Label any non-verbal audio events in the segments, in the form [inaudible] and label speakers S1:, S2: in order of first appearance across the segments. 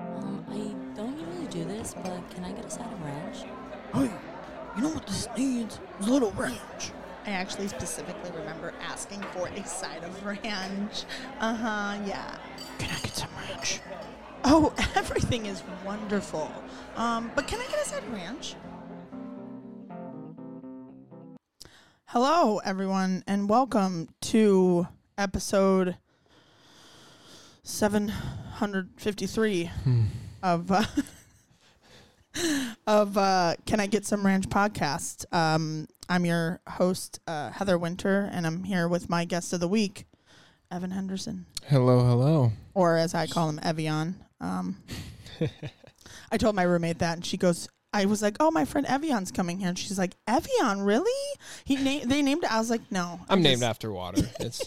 S1: Um, do this, but can I get a side of ranch?
S2: Hey, you know what this needs? It's a little ranch.
S3: I actually specifically remember asking for a side of ranch. Uh huh, yeah.
S2: Can I get some ranch?
S3: Oh, [laughs] everything is wonderful. Um, but can I get a side of ranch? Hello, everyone, and welcome to episode 753 of uh, [laughs] of uh, Can I Get Some Ranch podcast. Um, I'm your host, uh, Heather Winter, and I'm here with my guest of the week, Evan Henderson,
S4: Hello, hello.
S3: or as I call him, Evian.
S4: [laughs]
S3: Um, I told my roommate that, and she goes, I was like, "Oh, my friend Evian's coming here," and she's like, "Evian, really?" He na- they named it. I was like, "No, I
S4: I'm named
S3: just-
S4: after water. It's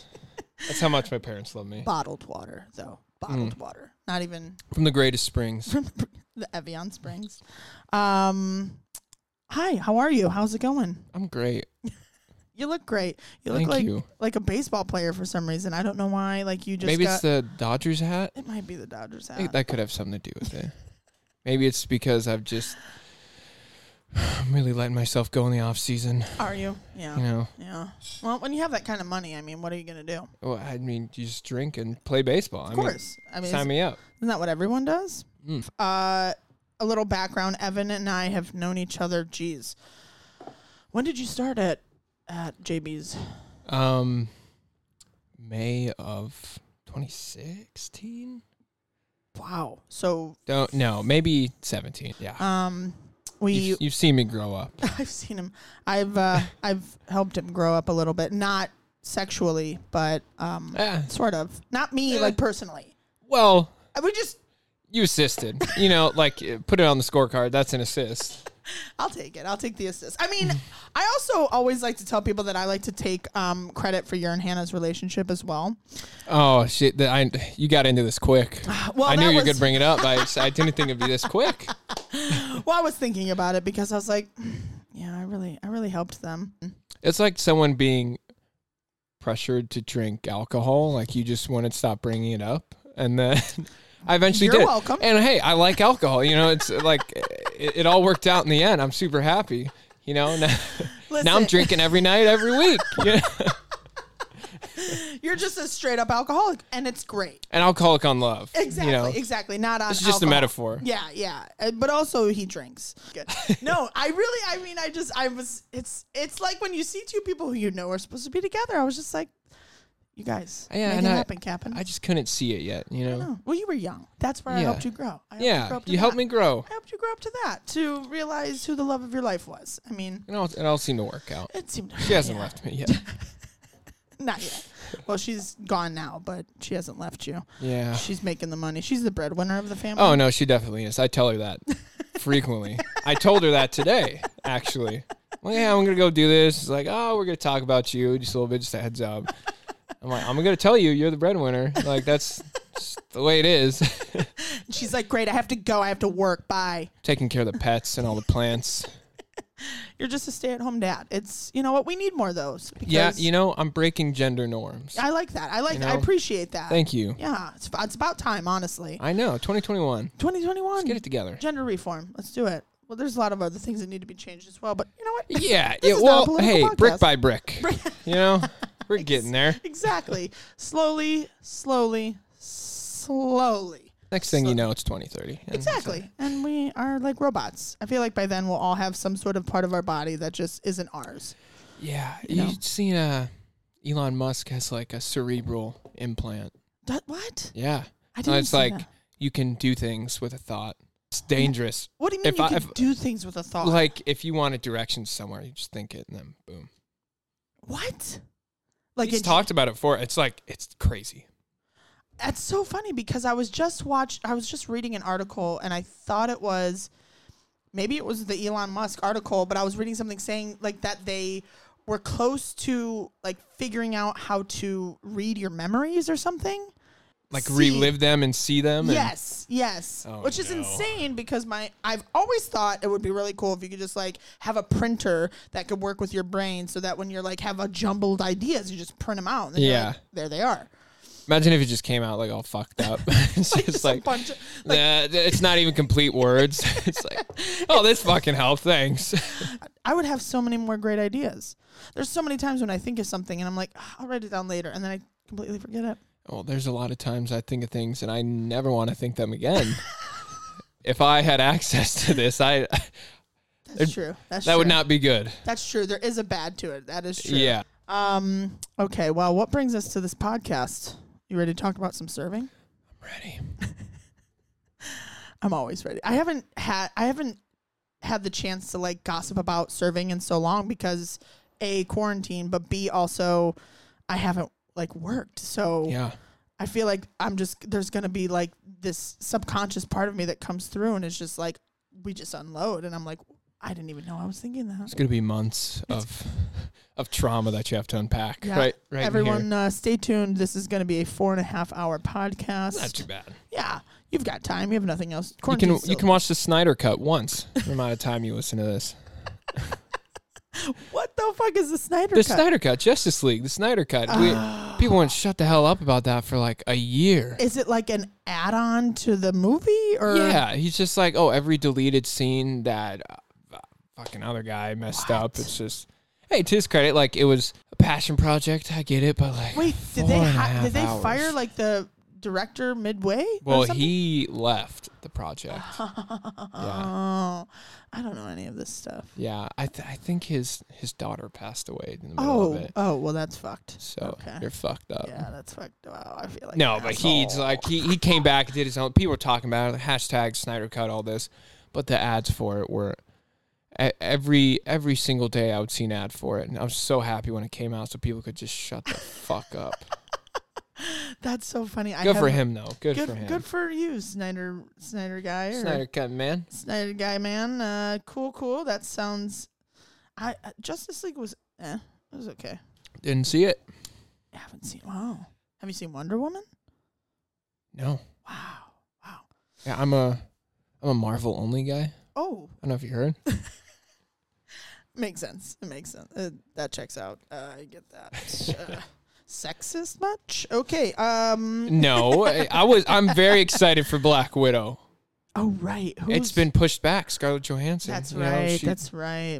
S4: that's how much my parents love me.
S3: bottled water, though.
S4: Mm.
S3: Bottled water, not even
S4: From the greatest springs.
S3: from the Evian Springs." Um, hi, how are you? How's it going?
S4: I'm great.
S3: You look great. You look
S4: Thank
S3: like
S4: you.
S3: like a baseball player for some reason. I don't know why. Like you just
S4: Maybe
S3: got,
S4: it's the Dodgers hat.
S3: it might be the Dodgers
S4: I think
S3: hat.
S4: that could have something to do with it. Maybe it's because I've just [sighs] I'm really letting myself go in the off season.
S3: Are you? Yeah.
S4: You know,
S3: Yeah. Well, when you have that kind of money, I mean, what are you gonna do? Of
S4: well, I mean, you just drink and play baseball. I
S3: course. I
S4: mean,
S3: mean,
S4: sign
S3: isn't
S4: me up.
S3: that what everyone does?
S4: Mm.
S3: Uh, a little background. Evan and I have known each other. Geez, when did you start at at JB's?
S4: Um, May of 2016.
S3: Wow. So,
S4: Don't no, maybe 17. Yeah,
S3: um, we
S4: you've, you've seen me grow up.
S3: [laughs] I've seen him. I've
S4: [laughs]
S3: uh, I've helped him grow up a little bit, not sexually, but um,
S4: Ah,
S3: sort of. Not me, like personally.
S4: well,
S3: I would just.
S4: you assisted. You know, like uh, put it on the scorecard. That's an assist.
S3: I'll take it. I'll take the assist. I
S4: [laughs]
S3: mean, I also always like to tell people that I like to take um, credit for your and Hannah's relationship as well.
S4: Oh shit! That I you got into this quick.
S3: [sighs] Well,
S4: I
S3: that
S4: knew you
S3: was,
S4: were gonna bring it up. I just, I didn't think it'd be this quick.
S3: Well, I was thinking about it because I was like, [sighs] yeah, I really, I really helped them.
S4: It's like someone being pressured to drink alcohol. Like you just want to stop bringing it up, and then [laughs] I eventually
S3: You're
S4: did. it.
S3: welcome.
S4: And hey, I like alcohol. You know, it's like it, it all worked out in the end. I'm super happy. You know, [laughs] now, now I'm
S3: Listen.
S4: drinking every night, every week.
S3: [laughs]
S4: Yeah.
S3: You're just a straight up alcoholic, and it's great.
S4: And alcoholic on love.
S3: Exactly,
S4: You know,
S3: exactly. Not on.
S4: it's just a
S3: alcohol.
S4: metaphor.
S3: Yeah, yeah. Uh, But also he drinks.
S4: [laughs]
S3: Good. No, I really I mean I just I was it's it's like when you see two people who you know are supposed to be together. I was just like you guys
S4: Yeah,
S3: make
S4: and
S3: it
S4: I-
S3: happen, Captain.
S4: I just couldn't see it yet, you know.
S3: no. Well, you were young. That's where I
S4: Yeah.
S3: helped you grow. I helped you, grow
S4: Yeah,
S3: up to
S4: you helped
S3: that.
S4: me grow.
S3: I helped you grow up to that to realize who the love of your life was. I mean,
S4: It all, it all seemed to work out.
S3: it seemed
S4: She hasn't
S3: yeah,
S4: left
S3: [laughs]
S4: me yet.
S3: Not yet. Well, she's gone now, but she hasn't left you.
S4: Yeah.
S3: She's making the money. She's the breadwinner of the family.
S4: Oh no, she definitely is. I tell her
S3: [laughs]
S4: that frequently. I told her that today, actually. Well, yeah, I'm gonna go do this. It's like, oh, we're gonna talk about you just a little bit, just a heads up. I'm like, I'm gonna tell you, you're the breadwinner. Like that's just the way it is. [laughs]
S3: She's like, "Great, I have to go. I have to work. Bye."
S4: Taking care of the pets and all the plants.
S3: You're just a stay-at-home dad. It's you know what we need more of those. Because
S4: Yeah, you know, I'm breaking gender norms.
S3: I like that. I like.
S4: You
S3: I
S4: know?
S3: appreciate that.
S4: Thank you.
S3: Yeah, it's, ab- it's about time, honestly.
S4: I know. 2021.
S3: 2021.
S4: Get it together.
S3: Gender reform. Let's do it. Well, there's a lot of other things that need to be changed as well, but you know what?
S4: [laughs] Yeah.
S3: This
S4: yeah
S3: is not a
S4: well,
S3: political
S4: hey,
S3: podcast.
S4: brick by
S3: [laughs]
S4: brick. You know, we're getting there.
S3: exactly. Slowly, slowly, slowly.
S4: Next thing you know, it's 2030. And it's uh, like,
S3: Exactly. And we are like robots. I feel like by then we'll all have some sort of part of our body that just isn't ours.
S4: yeah.
S3: You know.
S4: You've seen uh, Elon Musk has like a cerebral implant.
S3: That, what?
S4: Yeah.
S3: I
S4: And
S3: didn't
S4: it's
S3: see
S4: like
S3: that.
S4: you can do things with a thought. It's dangerous.
S3: What do you mean
S4: if
S3: you
S4: I-
S3: can
S4: if-
S3: do things with a thought?
S4: Like if you want a direction somewhere, you just think it and then boom.
S3: what?
S4: Like
S3: Like
S4: He's
S3: it,
S4: talked about it before. It's like it's crazy.
S3: That's so funny because I was just watch I was just reading an article and I thought it was maybe it was the Elon Musk article, but I was reading something saying like that they were close to like figuring out how to read your memories or something.
S4: Like
S3: See-
S4: relive them and see them. and-
S3: Yes, yes.
S4: Oh,
S3: Which is
S4: no.
S3: insane because my I've always thought it would be really cool if you could just like have a printer that could work with your brain so that when you're like have a jumbled ideas, you just print them out and then you're
S4: Yeah.
S3: like, there they are.
S4: Imagine if it just came out like all fucked up. [laughs] it's just
S3: a
S4: like,
S3: bunch of-
S4: nah, it's not even complete words. [laughs] it's like, oh, this fucking helped. Thanks. [laughs]
S3: I would have so many more great ideas. There's so many times when I think of something and I'm like, "Ah, I'll write it down later, and then I completely forget it.
S4: Well, there's a lot of times I think of things and I never want to think them again. if I had access to this, I
S3: That's true. That's
S4: that would
S3: true.
S4: not be good.
S3: That's true. There is a bad to it. That is true.
S4: Yeah.
S3: Um. Okay. Well, what brings us to this podcast? You ready to talk about some serving?
S4: Ready.
S3: I'm always ready. I haven't had I haven't had the chance to like gossip about serving in so long because a quarantine, but b also I haven't like worked. So
S4: Yeah.
S3: I feel like I'm just there's gonna be like this subconscious part of me that comes through and it's just like we just unload and I'm like I didn't even know I was thinking that.
S4: It's going to be months of of trauma that you have to unpack.
S3: Yeah.
S4: Right. Right. in here.
S3: Everyone, uh, stay tuned. This is going to be a four and a half hour podcast.
S4: Not too bad.
S3: yeah, you've got time. You have nothing else.
S4: You can
S3: Quarantine's
S4: you can watch the Snyder cut once. The amount of time you listen to this.
S3: still- What the fuck is the Snyder
S4: The
S3: Cut?
S4: Snyder cut, Justice League, the Snyder cut. we, people went shut the hell up about that for like a year.
S3: is it like an add-on to the movie or
S4: Yeah, he's just like, oh, every deleted scene that uh, fucking other guy messed up. It's just, hey, to his credit, like it was a passion project. I get it, but like,
S3: wait did
S4: four
S3: they
S4: and a
S3: hi-
S4: half
S3: did they
S4: hours.
S3: fire like the director midway
S4: Well,
S3: or something? Uh-huh.
S4: he left the project. yeah,
S3: oh i don't know any of this stuff
S4: yeah. I th- I think his his daughter passed away in the middle
S3: oh
S4: of it.
S3: oh well that's fucked
S4: So
S3: okay.
S4: you're fucked up.
S3: yeah that's fucked wow i feel like
S4: No,
S3: an
S4: but
S3: asshole.
S4: he's like he, he came back, did his own. People were talking about it, hashtag Snyder Cut, all this, but the ads for it were e- every every single day I would see an ad for it, and I was so happy when it came out, so people could just shut
S3: [laughs]
S4: the fuck up.
S3: [laughs] that's so funny I
S4: Good
S3: have-
S4: for him though. Good,
S3: good
S4: for him.
S3: good for you snyder snyder guy or
S4: Snyder Cut, man.
S3: snyder guy man uh cool cool that sounds i uh, justice league was eh it was okay
S4: Didn't see it.
S3: i haven't seen wow have you seen wonder woman
S4: No.
S3: wow wow
S4: Yeah, I'm a I'm a Marvel only guy. I
S3: oh
S4: don't know if you
S3: [laughs]
S4: heard.
S3: Makes sense. It makes sense. Uh, that checks out. Uh, I get
S4: [laughs]
S3: that. Uh, sexist much? Okay. Um.
S4: No, I, I was. I'm very excited for Black Widow.
S3: Oh right. Who's,
S4: it's been pushed back. Scarlett Johansson.
S3: That's
S4: you know,
S3: right.
S4: she-
S3: that's right.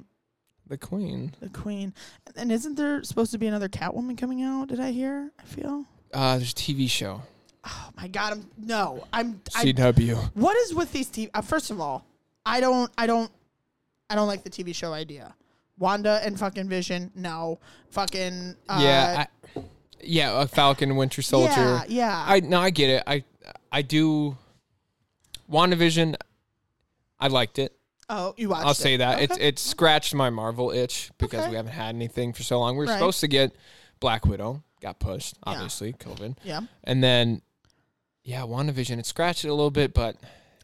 S4: the queen.
S3: The queen. And, and isn't there supposed to be another Catwoman coming out? Did I hear? I feel.
S4: Uh, there's a TV show.
S3: Oh my God. I'm no. I'm. I,
S4: CW.
S3: what is with these TV? Uh, first of all, I don't. I don't. I don't like the TV show idea. Wanda and fucking Vision. No. Fucking. Uh,
S4: yeah, I, yeah, uh, Falcon and Winter Soldier.
S3: Yeah. Yeah.
S4: I no, I get it. I I do. WandaVision, I liked it.
S3: oh, you watched.
S4: I'll say
S3: it.
S4: that
S3: Okay.
S4: it's it's scratched my Marvel itch because
S3: Okay.
S4: we haven't had anything for so long. We were
S3: Right.
S4: supposed to get Black Widow, got pushed, obviously COVID,
S3: Yeah.
S4: and then yeah, WandaVision. It scratched it a little bit, but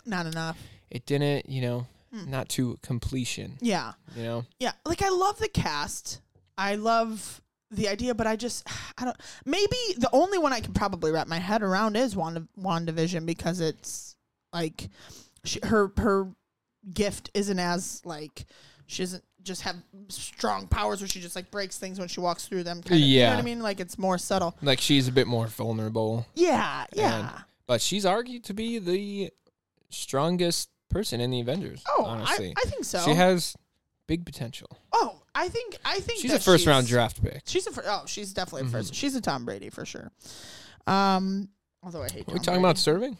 S3: Not enough.
S4: it didn't. You know,
S3: Hmm.
S4: not to completion.
S3: Yeah.
S4: You know,
S3: Yeah, like I love the cast. I love the idea, but I just I don't maybe the only one I can probably wrap my head around is Wanda WandaVision because it's like she, her her gift isn't as like she doesn't just have strong powers where she just like breaks things when she walks through them. kind of- You know
S4: Yeah.
S3: what I mean? Like it's more subtle.
S4: like she's a bit more vulnerable.
S3: Yeah, yeah.
S4: And- but she's argued to be the strongest person in the Avengers.
S3: oh,
S4: honestly,
S3: I, I think so.
S4: she has big potential.
S3: oh, I think I think
S4: She's a
S3: that
S4: first round
S3: she's-
S4: draft pick.
S3: She's a fir- oh, she's definitely
S4: Mm-hmm.
S3: a 1st She's a Tom Brady for sure. Um, although I hate.
S4: Are
S3: Tom
S4: we talking about
S3: Brady.
S4: serving?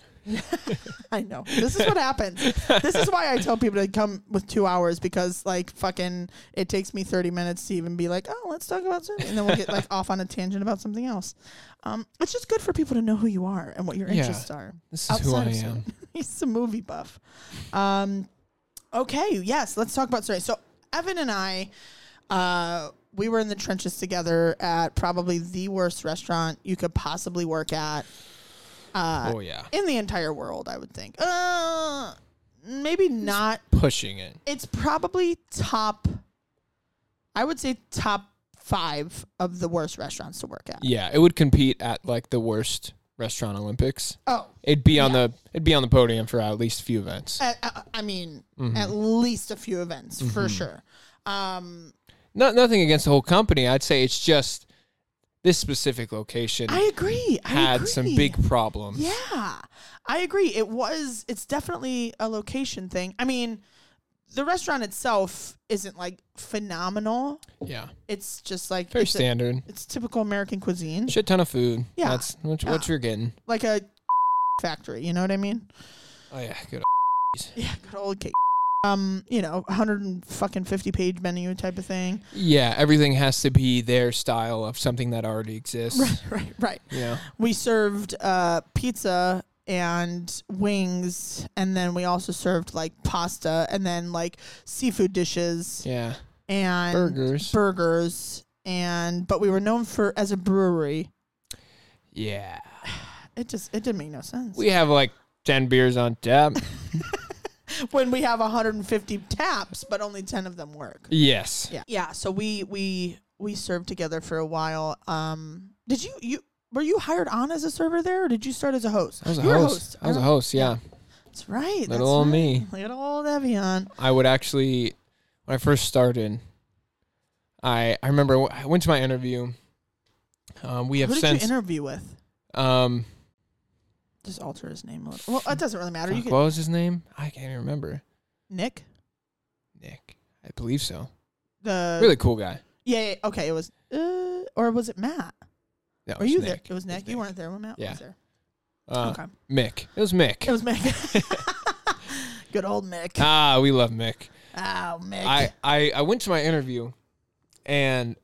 S3: I know this is what happens. This is why
S4: [laughs]
S3: I tell people to come with two hours because like fucking it takes me thirty minutes to even be like, oh, let's talk about something, and then we'll
S4: [laughs]
S3: get like off on a tangent about something else. Um, it's just good for people to know who you are and what your
S4: Yeah.
S3: interests are.
S4: This is who I
S3: of
S4: am.
S3: serving. Oh, [laughs] He's a movie buff. Um, okay, yes, let's talk about Surrey. So Evan and I, uh, we were in the trenches together at probably the worst restaurant you could possibly work at
S4: oh yeah,
S3: in the entire world. I would think. Uh, maybe not.
S4: pushing it.
S3: It's probably top. I would say top five of the worst restaurants to work at.
S4: Yeah, it would compete at like the worst restaurant Olympics.
S3: Oh,
S4: It'd be on the it'd be on the podium for at least a few events.
S3: I, I, I mean,
S4: Mm-hmm.
S3: at least a few events for sure. Um,
S4: Not nothing against the whole company. I'd say it's just this specific location
S3: I agree. I
S4: had
S3: agree.
S4: some big problems.
S3: Yeah, I agree. It was. It's definitely a location thing. I mean, the restaurant itself isn't like phenomenal.
S4: Yeah.
S3: It's just like
S4: Very
S3: it's a-
S4: standard.
S3: it's typical American cuisine,
S4: Shit ton of food.
S3: Yeah.
S4: That's what, what you're getting.
S3: like a factory. You know what I mean?
S4: Oh yeah, good.
S3: Yeah, [laughs] good old cake. Um, you know, hundred and fucking fifty page menu type of thing.
S4: Yeah, everything has to be their style of something that already exists.
S3: Right, right, right.
S4: Yeah.
S3: [laughs] We served uh pizza and wings, and then we also served like pasta, and then like seafood dishes
S4: Yeah.
S3: and
S4: Burgers.
S3: burgers, and but we were known for as a brewery.
S4: Yeah.
S3: It just it didn't make no sense
S4: We have like 10 beers on
S3: [laughs]
S4: tap.
S3: when we have 150 taps, but only 10 of them work.
S4: yes.
S3: Yeah. Yeah. So we we we served together for a while. Um, did you you were you hired on as a server there, or did you start as a host? Oh.
S4: I was a
S3: you were
S4: host. I was a
S3: don't-
S4: host, yeah.
S3: That's right.
S4: Little
S3: that's
S4: old
S3: right.
S4: me.
S3: Little old Evian.
S4: I would actually when I first started I I remember w- I went to my interview. Um, we have
S3: Who did
S4: since
S3: you interview with?
S4: um
S3: Just alter his name a little. Well, it doesn't really matter. You
S4: fuck,
S3: can
S4: what was his name? I can't even remember.
S3: Nick.
S4: Nick. I believe so.
S3: The
S4: really cool guy.
S3: yeah, yeah, okay. It was uh, or was it Matt?
S4: No, it
S3: Were
S4: was
S3: you
S4: Nick.
S3: there? It was Nick. You weren't there when Matt
S4: Yeah.
S3: was there.
S4: Uh,
S3: okay.
S4: Mick. It was Mick.
S3: It was Mick.
S4: [laughs]
S3: Good old Mick.
S4: ah, we love Mick.
S3: oh, Mick.
S4: I, I, I went to my interview and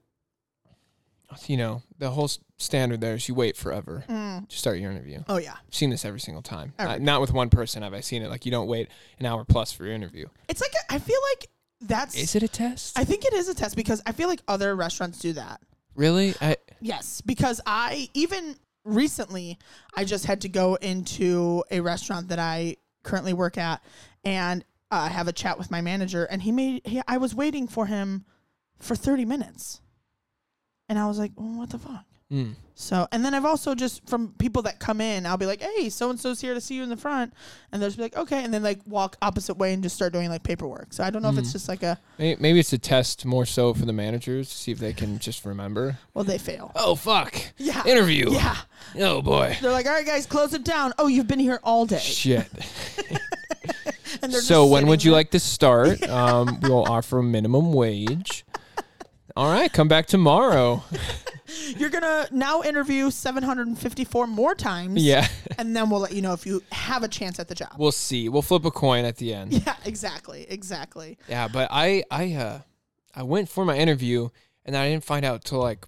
S4: you know, the whole s- standard there is you wait forever
S3: Mm.
S4: to start your interview.
S3: Oh yeah.
S4: I've seen this every single time.
S3: Every
S4: Uh, not with one person have I seen it. Like you don't wait an hour plus for your interview.
S3: It's like a, I feel like that's
S4: Is it a test?
S3: I think it is a test because I feel like other restaurants do that.
S4: really? I
S3: Yes, because I even recently I just had to go into a restaurant that I currently work at and uh, have a chat with my manager, and he made he, I was waiting for him for thirty minutes, and I was like, well, what the fuck.
S4: mm,
S3: So, and then I've also just from people that come in, I'll be like, "Hey, so and so's here to see you in the front," and they'll just be like, "Okay," and then like walk opposite way and just start doing like paperwork. So I don't know if it's just like a
S4: may- maybe it's a test more so for the managers to see if they can just remember.
S3: well, they fail.
S4: Oh fuck!
S3: Yeah.
S4: Interview.
S3: Yeah.
S4: Oh boy.
S3: They're like, all right, guys, close it down. Oh, you've been here all day.
S4: Shit.
S3: And they're
S4: so
S3: just
S4: when would
S3: sitting
S4: you
S3: there.
S4: like to start? Um, we'll offer minimum wage. All right, come back tomorrow.
S3: You're gonna now interview 754 more times.
S4: yeah,
S3: And then we'll let you know if you have a chance at the job.
S4: we'll see. We'll flip a coin at the end.
S3: [laughs] yeah, exactly, exactly.
S4: Yeah, but I I uh I went for my interview and I didn't find out till like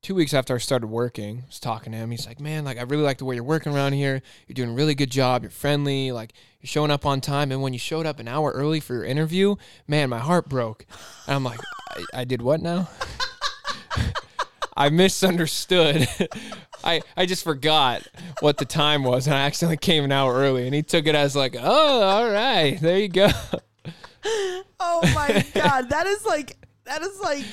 S4: two weeks after I started working. I was talking to him. He's like, Man, like I really like the way you're working around here. You're doing a really good job. You're friendly, like you're showing up on time. And when you showed up an hour early for your interview, man, my heart broke. And I'm like, I, I did what now? [laughs] I misunderstood. [laughs] I I just forgot what the time was and I accidentally came an hour early and he took it as like, Oh, all right, there you go. [laughs]
S3: Oh my god, that is like that is like.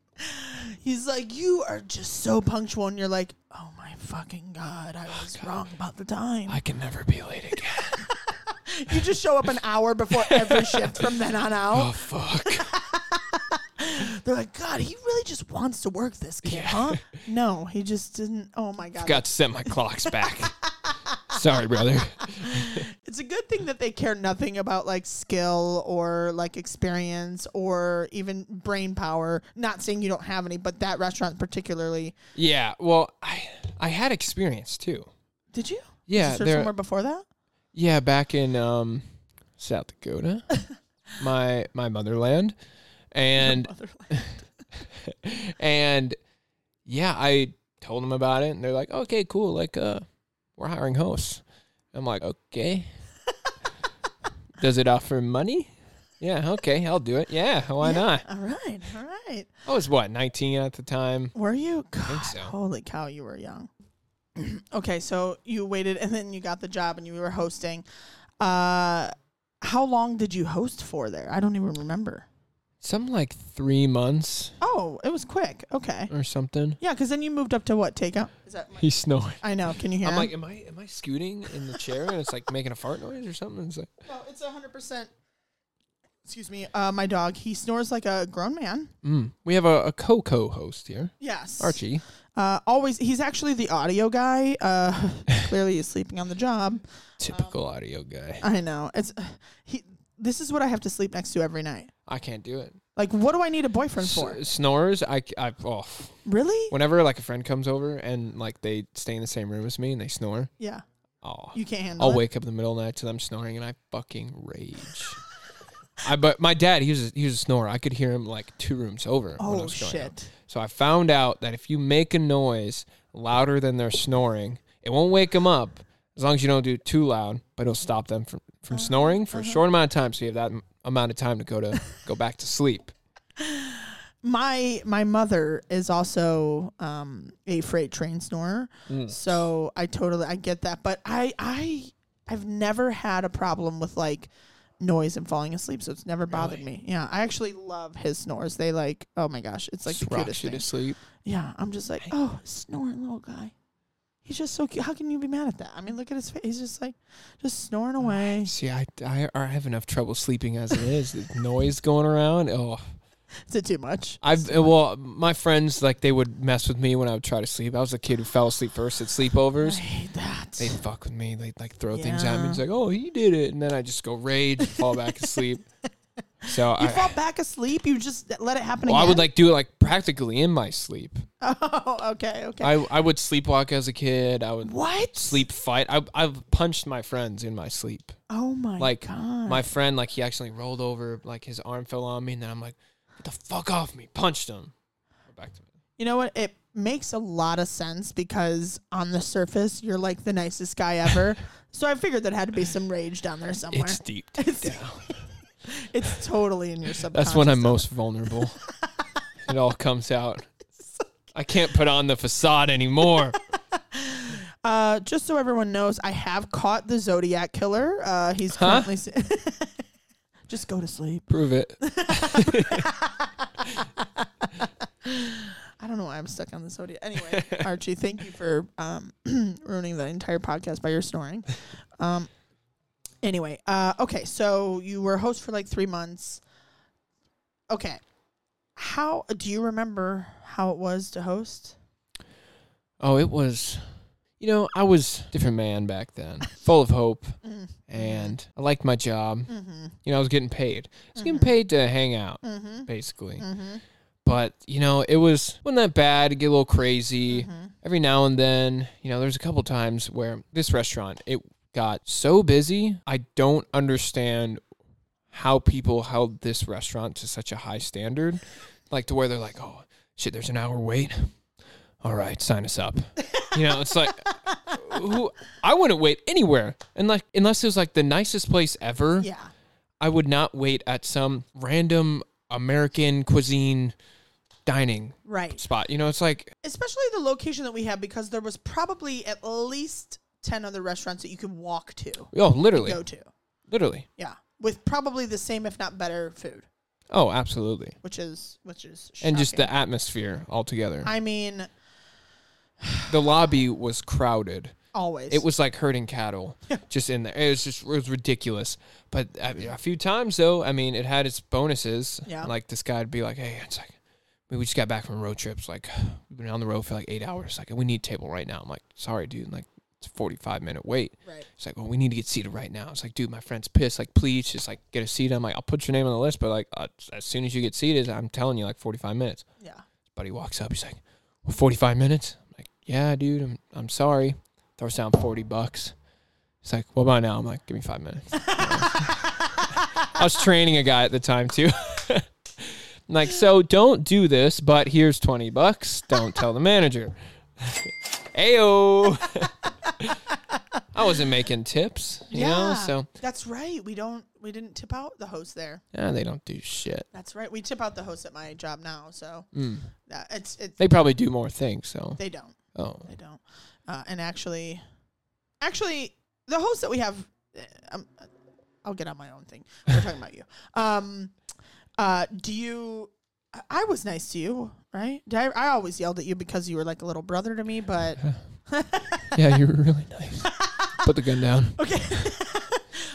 S3: [laughs] He's like, you are just so punctual, and you're like, oh my fucking god, I was wrong about the time.
S4: Oh I can never be late again.
S3: you just show up an hour before
S4: [laughs]
S3: every shift from then on out.
S4: [gasps] oh [laughs] fuck.
S3: They're like, God, he really just wants to work this
S4: [laughs]
S3: kid, huh? No, he just didn't. Oh my God.
S4: Got to set my clocks [laughs] back. Sorry, brother.
S3: It's a good thing that they care nothing about like skill or like experience or even brain power. Not saying you don't have any, but that restaurant particularly.
S4: Yeah, well, I I had experience too.
S3: Did you? Did
S4: Yeah,
S3: you serve
S4: there-
S3: somewhere before that?
S4: yeah, back in um, South Dakota, [laughs] my my motherland, [laughs] and and yeah, I told them about it, and they're like, okay, cool, like uh, we're hiring hosts. I'm like, [laughs] okay. Does it offer money? Yeah, okay, I'll do it. Yeah, why not?
S3: [laughs] All right. All right.
S4: I was what, 19 at the time.
S3: Were you? God,
S4: so.
S3: Holy cow, you were young. [clears throat] okay, so you waited and then you got the job and you were hosting. Uh, how long did you host for there? I don't even remember.
S4: Some like three months
S3: Oh, it was quick. Okay.
S4: or something.
S3: Yeah, because then you moved up to what takeout? Is that my-
S4: He's snoring.
S3: I know. Can you hear?
S4: I'm
S3: him?
S4: like, am I am I scooting in the chair and it's like making a fart noise or something? It's like,
S3: no, it's hundred percent excuse me, uh, my dog, he snores like a grown man.
S4: Mm. We have a, a co-co host here,
S3: Yes.
S4: Archie.
S3: Uh, always, he's actually the audio guy. Uh, [laughs] clearly, he's sleeping on the job.
S4: Typical audio guy.
S3: I know. It's he. This is what I have to sleep next to every night.
S4: I can't do it.
S3: Like, what do I need a boyfriend
S4: S-
S3: for?
S4: snores. I, c- I- oh.
S3: Really?
S4: Whenever like a friend comes over and like they stay in the same room as me and they snore,
S3: Yeah.
S4: oh,
S3: You can't handle
S4: I'll
S3: it.
S4: wake up in the middle of the night to them snoring and I fucking rage. I but my dad he was a, he was a snorer. I could hear him like two rooms over. when I
S3: Oh
S4: was growing up.
S3: shit.
S4: So I found out that if you make a noise louder than they're snoring, it won't wake them up as long as you don't do it too loud, but it'll stop them from, from
S3: Uh-huh,
S4: snoring for a short amount of time. So you have that m- amount of time to go to go back to sleep.
S3: My my mother is also um, a freight train snorer,
S4: Hmm.
S3: so I totally I get that. But I I I've never had a problem with like noise and falling asleep, so it's never bothered me. Yeah, I actually love his snores. They like oh my gosh, it's [laughs] like
S4: Just
S3: the
S4: rocks
S3: cutest
S4: you
S3: thing.
S4: to sleep.
S3: Yeah, I'm just like oh snoring little guy. He's just so cute. How can you be mad at that? I mean, look at his face. He's just like just
S4: Oh,
S3: snoring away.
S4: See, I, I, I have enough trouble sleeping as it is. The noise going around. Oh,
S3: Is it too much?
S4: I've uh, well, my friends like they would mess with me when I would try to sleep. I was the kid who fell asleep first at
S3: I
S4: sleepovers.
S3: hate that.
S4: They'd fuck with me. They'd like throw things at me.
S3: Yeah.
S4: It's like, oh, he did it, and then I just go rage, fall back
S3: [laughs]
S4: asleep. So I,
S3: You fall back asleep. You just let it happen
S4: well, I
S3: again.
S4: would like do it like practically in my sleep.
S3: [laughs] Oh, okay, okay.
S4: I I would sleepwalk as a kid. I would
S3: what?
S4: sleep fight. I I've punched my friends in my sleep.
S3: Oh my
S4: like
S3: god.
S4: my friend like he accidentally rolled over like his arm fell on me and then i'm like get the fuck off me punched him back to me
S3: you know what? It makes a lot of sense because on the surface you're like the nicest
S4: [laughs]
S3: guy ever. so I figured there had to be some rage down there somewhere.
S4: it's deep
S3: [laughs] It's-
S4: down
S3: It's totally in your subconscious.
S4: that's when i'm most vulnerable it all comes out i can't put on the facade anymore
S3: Uh, just so everyone knows, I have caught the Zodiac killer. Uh, he's
S4: Huh?
S3: currently. si- [laughs] just go to sleep.
S4: [laughs] prove it
S3: I don't know why I'm stuck on the Zodiac. Anyway, [laughs] Archie, thank you for um, [clears throat] ruining the entire podcast by your snoring. [laughs] Um, anyway, uh, okay, so you were host for like three months. Okay, how do you remember how it was to host?
S4: oh it was you know i was a different man back then full of hope
S3: Mm.
S4: and i liked my job
S3: Mm-hmm.
S4: you know i was getting paid i was getting paid to hang out
S3: Mm-hmm.
S4: basically
S3: Mm-hmm.
S4: but you know it was wasn't that bad it get a little crazy every now and then you know there's a couple times where this restaurant it got so busy i don't understand how people held this restaurant to such a high standard like to where they're like oh shit there's an hour wait all right sign us up you know it's like who i wouldn't wait anywhere and like unless it was like the nicest place ever
S3: Yeah.
S4: I would not wait at some random American cuisine dining
S3: Right.
S4: spot. You know, it's like
S3: Especially the location that we have because there was probably at least 10 other restaurants that you could walk to,
S4: oh, literally,
S3: go to.
S4: literally.
S3: Yeah. With probably the same, if not better, food.
S4: Oh, absolutely.
S3: which is which is
S4: And just the
S3: shocking.
S4: atmosphere altogether.
S3: I mean,
S4: the lobby was crowded.
S3: always
S4: It was like herding
S3: [laughs]
S4: cattle, just in there. It was just it was ridiculous. But I mean, a few times though, I mean, it had its bonuses.
S3: Yeah.
S4: Like this guy'd be like, "Hey, it's like, we we just got back from a road trips. Like, we've been on the road for like eight hours. Like, we need a table right now." I'm like, "Sorry, dude. Like, it's a 45 minute wait."
S3: right.
S4: It's like, well, we need to get seated right now. It's like, dude, my friend's pissed. Like, please just like get a seat. I'm like, I'll put your name on the list, but like, uh, as soon as you get seated, I'm telling you, like 45 minutes.
S3: Yeah,
S4: Buddy walks up. He's like, well, 45 minutes. I'm like, yeah, dude, I'm I'm sorry. Throws down 40 bucks. He's like, what about now? I'm like, give me five minutes. I was training a guy at the time too. [laughs] I'm like, so don't do this, but here's 20 bucks. Don't tell the manager. [laughs] Ayo. [laughs] I wasn't making tips, you know, so
S3: that's right. We don't we didn't tip out the host there.
S4: yeah, they don't do shit.
S3: That's right. We tip out the host at my job now, so
S4: Mm.
S3: that, it's it's
S4: They probably do more things, so
S3: they don't
S4: oh.
S3: they don't. Uh, and actually, actually, the host that we have, uh, um, I'll get on my own thing. We're talking about you. Um, uh, do you? I- I was nice to you, right? Did I, I always yelled at you because you were like a little brother to me, but
S4: Yeah, you were really
S3: [laughs]
S4: nice. Put the gun down.
S3: Okay.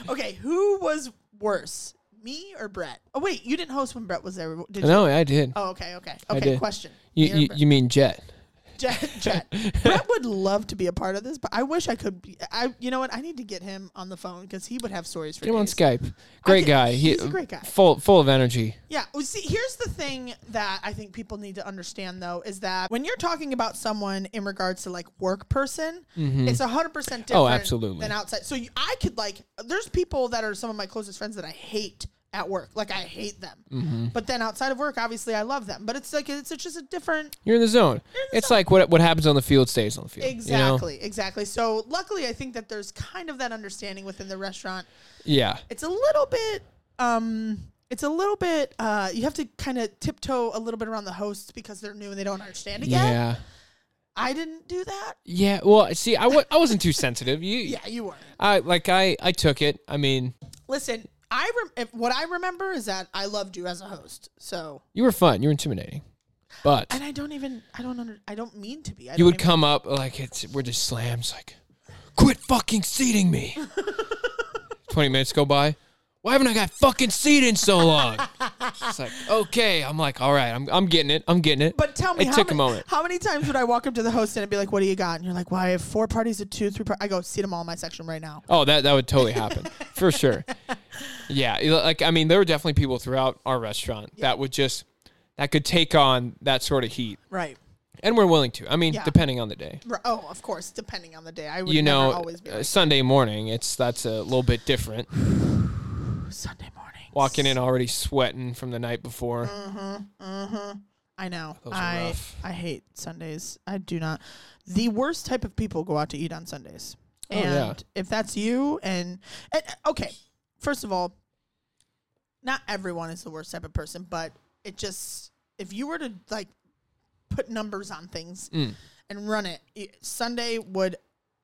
S3: okay, who was worse? Me or Brett? Oh wait, you didn't host when Brett was there, did you?
S4: No, I did.
S3: Oh okay, okay,
S4: I
S3: okay.
S4: did.
S3: Question.
S4: You,
S3: Me or
S4: you,
S3: Brett?
S4: you mean Jet?
S3: [laughs] Jet,
S4: [laughs]
S3: Jet. Brett would love to be a part of this, but I wish I could. Be, I, you know what? I need to get him on the phone because he would have stories for
S4: Get him on
S3: days.
S4: Skype. Great
S3: did.
S4: guy. He-
S3: He's a great guy.
S4: Full full of energy.
S3: Yeah. Well, see, here's the thing that I think people need to understand though is that when you're talking about someone in regards to like work person, it's hundred percent different.
S4: Mm-hmm. Oh, absolutely.
S3: Than outside. So you, I could like, there's people that are some of my closest friends that I hate at work. Like I hate them.
S4: Mm-hmm.
S3: But then outside of work, obviously I love them. But it's like it's just a different.
S4: You're in the zone. it's like what what happens on the field stays on the field. you know?
S3: Exactly. Exactly. So luckily, I think that there's kind of that understanding within the restaurant.
S4: Yeah.
S3: it's a little bit um it's a little bit uh you have to kind of tiptoe a little bit around the hosts because they're new and they don't understand it yet
S4: Yeah.
S3: i didn't do that
S4: Yeah. Well, see, I w- I wasn't too sensitive. You,
S3: [laughs] yeah you were
S4: I like I I took it. I mean,
S3: listen i rem- if, what i remember is that i loved you as a host so
S4: you were fun. You were intimidating, but
S3: and i don't even i don't under i don't mean to be I
S4: you
S3: don't
S4: would
S3: even-
S4: come up like it's we're just slams like, quit fucking seating
S3: [laughs]
S4: me. Twenty minutes go by. Why haven't I got fucking seat in so long? it's like okay. I'm like all right. I'm I'm getting it. I'm getting it.
S3: but tell me
S4: it
S3: how,
S4: took
S3: many,
S4: a moment.
S3: how many times would i walk up to the host and I'd be like what do you got and you're like well i have four parties of two three par-. i go see them all in my section right now
S4: Oh, that that would totally happen
S3: [laughs]
S4: for sure. Yeah, you know, like I mean, there were definitely people throughout our restaurant that would just that could take on that sort of heat,
S3: right
S4: and we're willing to. I mean,
S3: Yeah.
S4: depending on the day,
S3: R- oh of course depending on the day i would
S4: you
S3: never
S4: know,
S3: always be
S4: uh,
S3: like,
S4: Sunday morning, it's that's a little bit different.
S3: sunday morning
S4: Walking in already sweating from the night before.
S3: Mm. Mm-hmm. I know.
S4: Those are
S3: I
S4: rough.
S3: I hate Sundays. I do not. The worst type of people go out to eat on Sundays.
S4: Oh,
S3: and
S4: yeah.
S3: if that's you and, and okay, first of all, not everyone is the worst type of person, but it just if you were to like put numbers on things
S4: Mm.
S3: and run it, it, Sunday would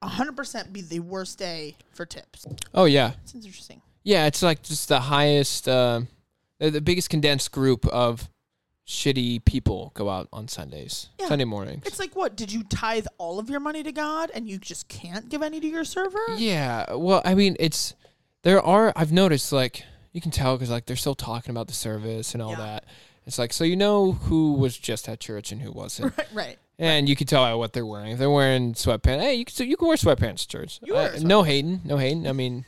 S3: 100% be the worst day for tips.
S4: Oh yeah,
S3: It's interesting.
S4: yeah. It's like just the highest, uh, the, the biggest condensed group of shitty people go out on Sundays,
S3: Yeah.
S4: Sunday mornings.
S3: It's like what? Did you tithe all of your money to God and you just can't give any to your server?
S4: Yeah. Well, I mean, it's there are I've noticed like you can tell because like they're still talking about the service and all
S3: Yeah.
S4: that. It's like so you know who was just at church and who wasn't,
S3: Right, right.
S4: and you can tell by what they're wearing. If they're wearing sweatpants, hey, you can so you can wear sweatpants to church.
S3: You wear
S4: Uh, no hating, no hating. I mean,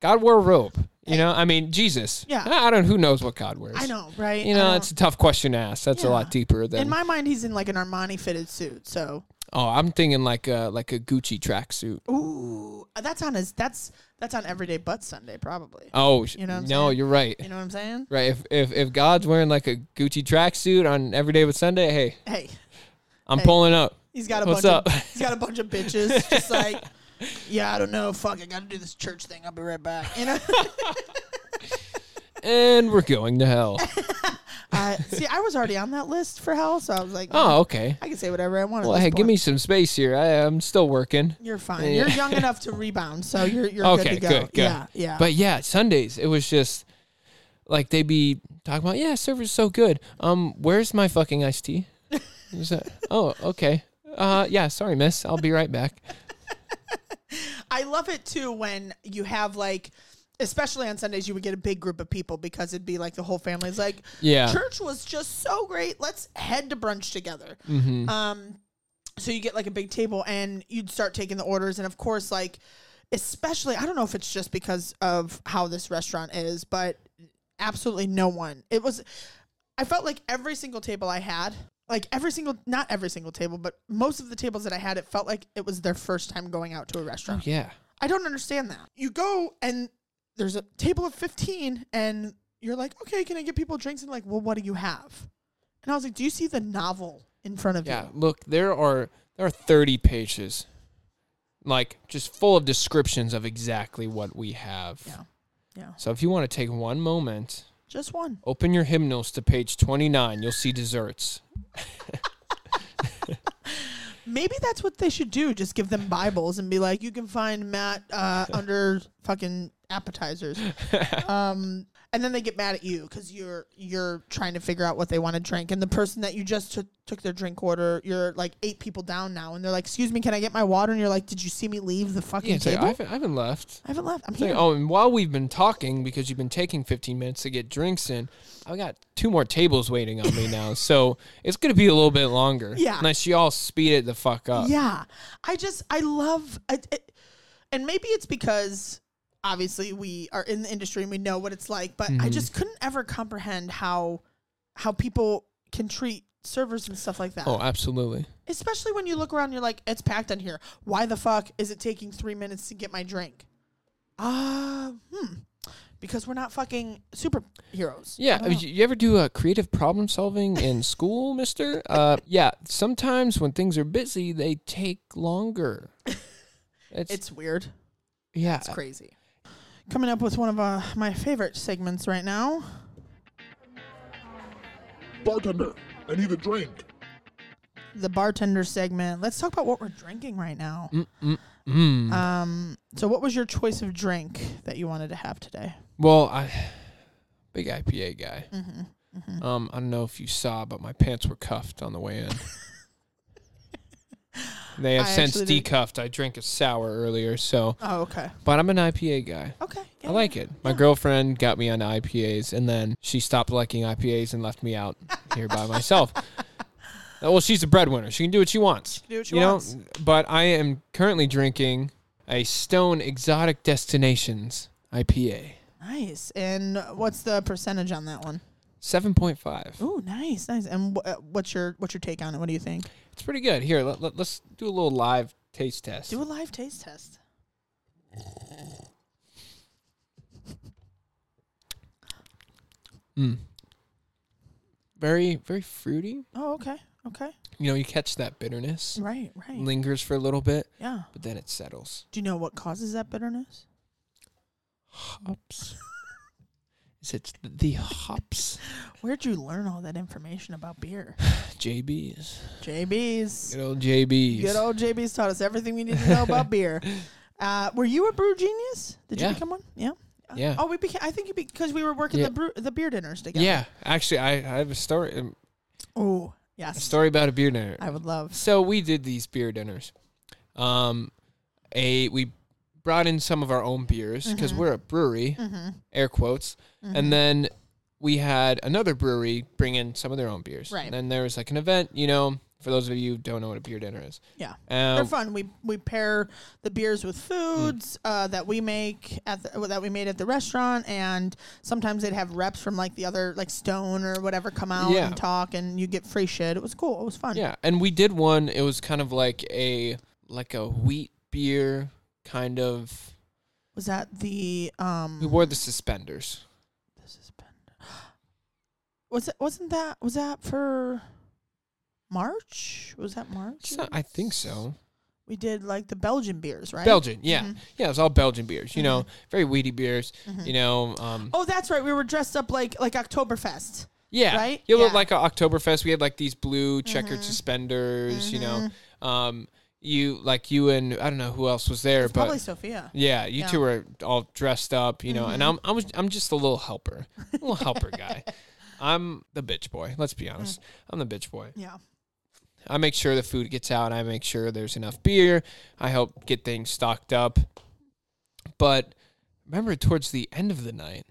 S4: God wore a robe. You know, I mean Jesus.
S3: Yeah.
S4: I, I don't. Who knows what God wears?
S3: I know, right?
S4: You
S3: I
S4: know,
S3: don't-
S4: it's a tough question to ask. That's a
S3: Yeah.
S4: lot deeper than.
S3: in my mind, he's in like an Armani fitted suit. So,
S4: oh, I'm thinking like a like a Gucci tracksuit.
S3: ooh, that's on his. That's that's on everyday but Sunday probably.
S4: Oh, sh-
S3: You know what I'm
S4: no,
S3: saying?
S4: you're right.
S3: You know what I'm saying?
S4: Right. If if if God's wearing like a Gucci tracksuit on every day with Sunday, hey,
S3: Hey,
S4: I'm
S3: Hey.
S4: pulling up.
S3: he's got a
S4: What's
S3: bunch. Of,
S4: up? [laughs]
S3: he's got a bunch of bitches. Just like, yeah, I don't know. Fuck, I got to do this church thing. I'll be right back.
S4: [laughs]
S3: You know.
S4: And we're going to
S3: [laughs]
S4: hell.
S3: uh, see, I was already on that list for hell, so I was like,
S4: oh, okay.
S3: I can say whatever I want. at
S4: Well,
S3: this
S4: hey, give
S3: point.
S4: me some space here. I, I'm still working.
S3: You're fine.
S4: Yeah.
S3: You're young enough to rebound, so you're you're
S4: [laughs]
S3: good
S4: Okay,
S3: to go.
S4: good, good.
S3: Yeah, yeah.
S4: But yeah, Sundays, it was just like they'd be talking about, yeah, server's so good. Um, where's my fucking iced
S3: [laughs]
S4: tea? Is that- oh, okay. Uh, yeah, sorry, miss. I'll be right back.
S3: I love it too when you have like, especially on Sundays, you would get a big group of people because it'd be like the whole family's like,
S4: Yeah.
S3: church was just so great. Let's head to brunch together.
S4: Mm-hmm.
S3: Um, so you get like a big table and you'd start taking the orders, and of course, like, especially I don't know if it's just because of how this restaurant is, but absolutely no one. It was, I felt like every single table I had. Like every single, not every single table, but most of the tables that I had, it felt like it was their first time going out to a restaurant.
S4: Yeah.
S3: I don't understand that. You go and there's a table of 15 and you're like, okay, can I get people drinks? And like, well, what do you have? And I was like, do you see the novel in front of
S4: Yeah,
S3: you?
S4: look, there are there are 30 pages like just full of descriptions of exactly what we have.
S3: Yeah. Yeah.
S4: So if you want to take one moment,
S3: Just one.
S4: open your hymnals to page 29, you'll see desserts.
S3: Maybe that's what they should do. Just give them Bibles and be like,
S4: [laughs]
S3: you can find Matt uh, under fucking appetizers. Um, and then they get mad at you because you're you're trying to figure out what they want to drink, and the person that you just took took their drink order, you're like eight people down now, and they're like, "Excuse me, can I get my water?" And you're like, "Did you see me leave the fucking
S4: Yeah, it's like,
S3: table?
S4: I haven't, I haven't left.
S3: I haven't left. I'm
S4: It's like,
S3: here."
S4: oh, and while we've been talking, because you've been taking 15 minutes to get drinks in, I've got two more tables waiting on me now.
S3: [laughs]
S4: So it's going to be a little bit longer.
S3: Yeah.
S4: Unless you all speed it the fuck up.
S3: Yeah. I just, I love, I, it, and maybe it's because obviously we are in the industry and we know what it's like, but
S4: Mm-hmm.
S3: I just couldn't ever comprehend how, how people can treat servers and stuff like that.
S4: Oh, absolutely.
S3: Especially when you look around and you're like, it's packed in here. Why the fuck is it taking three minutes to get my drink? Uh, hmm. Because we're not fucking superheroes.
S4: Yeah. I mean, you ever do uh, creative problem solving
S3: [laughs]
S4: in school, mister? Uh, yeah. Sometimes when things are busy, they take
S3: [laughs]
S4: longer. It's,
S3: It's weird.
S4: yeah.
S3: It's crazy. Uh, Coming up with one of uh, my favorite segments right now.
S5: Bartender, I need a drink.
S3: the bartender segment. Let's talk about what we're drinking right now.
S4: Mm.
S3: Um, so what was your choice of drink that you wanted to have today?
S4: Well, I big IPA guy.
S3: Mm-hmm,
S4: Um, I don't know if you saw, but my pants were cuffed on the way
S3: [laughs]
S4: in. they have
S3: I
S4: since
S3: actually didn't-
S4: decuffed. I drank a sour earlier, so
S3: Oh, okay,
S4: but I'm an IPA guy.
S3: okay.
S4: I like it. My girlfriend got me onto IPAs, and then she stopped liking IPAs and left me
S3: [laughs]
S4: out here by myself. Uh, Well, she's a breadwinner. She can do what she wants.
S3: can do what she
S4: you
S3: wants.
S4: know. But I am currently drinking a Stone Exotic Destinations IPA.
S3: Nice. And what's the percentage on that one?
S4: Seven point five.
S3: Ooh, nice, nice. And wh- uh, what's your what's your take on it? What do you think?
S4: It's pretty good. Here, let, let, us do a little live taste test.
S3: Do a live taste test.
S4: Hmm. Very, very fruity.
S3: Oh, okay, okay.
S4: You know, you catch that bitterness,
S3: Right, right.
S4: lingers for a little bit,
S3: yeah.
S4: but then it settles.
S3: Do you know what causes that bitterness?
S4: Hops. [laughs] Is it the hops?
S3: Where'd you learn all that information about beer?
S4: JBs.
S3: JB's.
S4: Good old JBs.
S3: Good old JB's taught us everything we need to know
S4: [laughs]
S3: about beer. Uh, were you a brew genius? Did
S4: Yeah.
S3: you become one? Yeah. Uh,
S4: Yeah.
S3: Oh, we became. I think you because we were working
S4: Yeah.
S3: the brew, the beer dinners together.
S4: yeah, actually, I, I have a story. um,
S3: Oh,
S4: A
S3: yes.
S4: story about a beer dinner.
S3: I would love.
S4: So we did these beer dinners. Um, a we brought in some of our own beers because
S3: Mm-hmm.
S4: we're a brewery, air quotes, and then we had another brewery bring in some of their own beers.
S3: Right.
S4: And then there was like an event, you know, for those of you who don't know what a beer dinner is.
S3: Yeah. They're
S4: Um,
S3: fun. We we pair the beers
S4: Mm.
S3: with foods uh, that we make at the, that we made at the restaurant, and sometimes they'd have reps from like the other like Stone or whatever come out
S4: Yeah.
S3: and talk, and you get free shit. It was cool. It was fun.
S4: yeah, and we did one. It was kind of like a like a wheat beer kind of.
S3: Was that the
S4: We
S3: um?
S4: wore the suspenders.
S3: This is been. [gasps] Was it? Wasn't that? Was that for March? Was that March?
S4: It's not- I think so.
S3: We did like the Belgian beers, right? Mm-hmm.
S4: Belgian, yeah, yeah. It was all Belgian beers. You know, very wheaty beers.
S3: Mm.
S4: You know, um,
S3: Oh, that's right. We were dressed up like like Oktoberfest.
S4: Yeah.
S3: Right?
S4: You look
S3: Yeah. Mm-hmm.
S4: like a Oktoberfest. We had like these blue checkered suspenders, you know. Um you like you and I don't know who else was there, but
S3: Probably Sophia.
S4: yeah, you two were all dressed up, you know, and
S3: Mm-hmm.
S4: I'm I was I'm just a little helper. A little
S3: [laughs]
S4: helper guy. I'm the bitch boy, let's be
S3: Mm.
S4: honest. I'm the bitch boy.
S3: Yeah.
S4: I make sure the food gets out. I make sure there's enough beer. I help get things stocked up. But remember, towards the end of the night,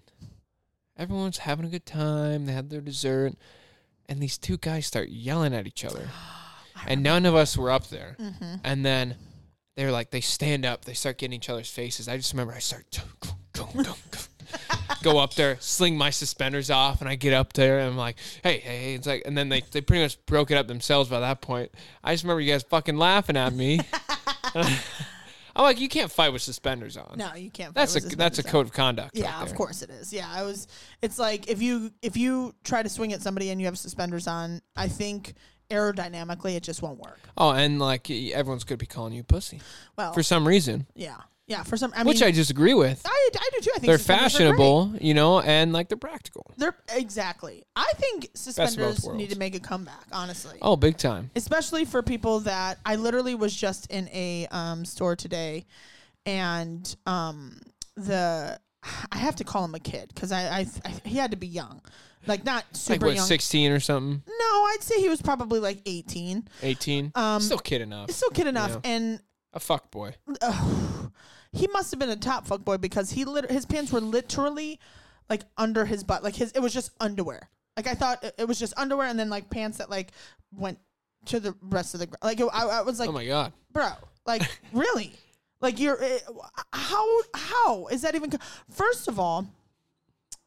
S4: everyone's having a good time. They had their dessert, and these two guys start yelling at each other. And none of us were up there. And then they're like, they stand up, they start getting each other's faces. I just remember I start go up there, sling my suspenders off, and I get up there and I'm like, hey, hey, hey. It's like, and then they, they pretty much broke it up themselves by that point. I just remember you guys fucking laughing at me. [laughs] I'm like, you can't fight with suspenders on.
S3: No, you can't.
S4: That's a
S3: fight with
S4: that's a
S3: suspenders on.
S4: code of conduct.
S3: Yeah,
S4: right
S3: of
S4: there.
S3: course it is. Yeah, I was. It's like if you if you try to swing at somebody and you have suspenders on, I think aerodynamically it just won't work.
S4: Oh, and like y- everyone's gonna be calling you pussy
S3: Well,
S4: for some reason,
S3: yeah, yeah. For some, Oh. I
S4: which
S3: mean,
S4: I disagree with.
S3: I, I do too. I think
S4: They're
S3: suspenders are great.
S4: fashionable, you know, and like they're practical.
S3: They're exactly. I think
S4: both
S3: suspenders need
S4: worlds.
S3: to make a comeback. Honestly,
S4: Oh, big time.
S3: especially for people that I literally was just in a um, store today, and um, the I have to call him a kid because I, I, I he had to be young, like not
S4: Like
S3: super
S4: what,
S3: young.
S4: sixteen or something,
S3: No, I'd say he was probably like eighteen.
S4: eighteen?
S3: Um,
S4: Still kid enough.
S3: Still kid enough,
S4: Yeah.
S3: and
S4: A fuck boy.
S3: Ugh. he must have been a top fuck boy because he lit- his pants were literally like under his butt. Like his it was just underwear. Like I thought it- it was just underwear and then like pants that like went to the rest of the gr- like it, I, I was like
S4: oh my god.
S3: bro like really like you're eh, how how is that even co- first of all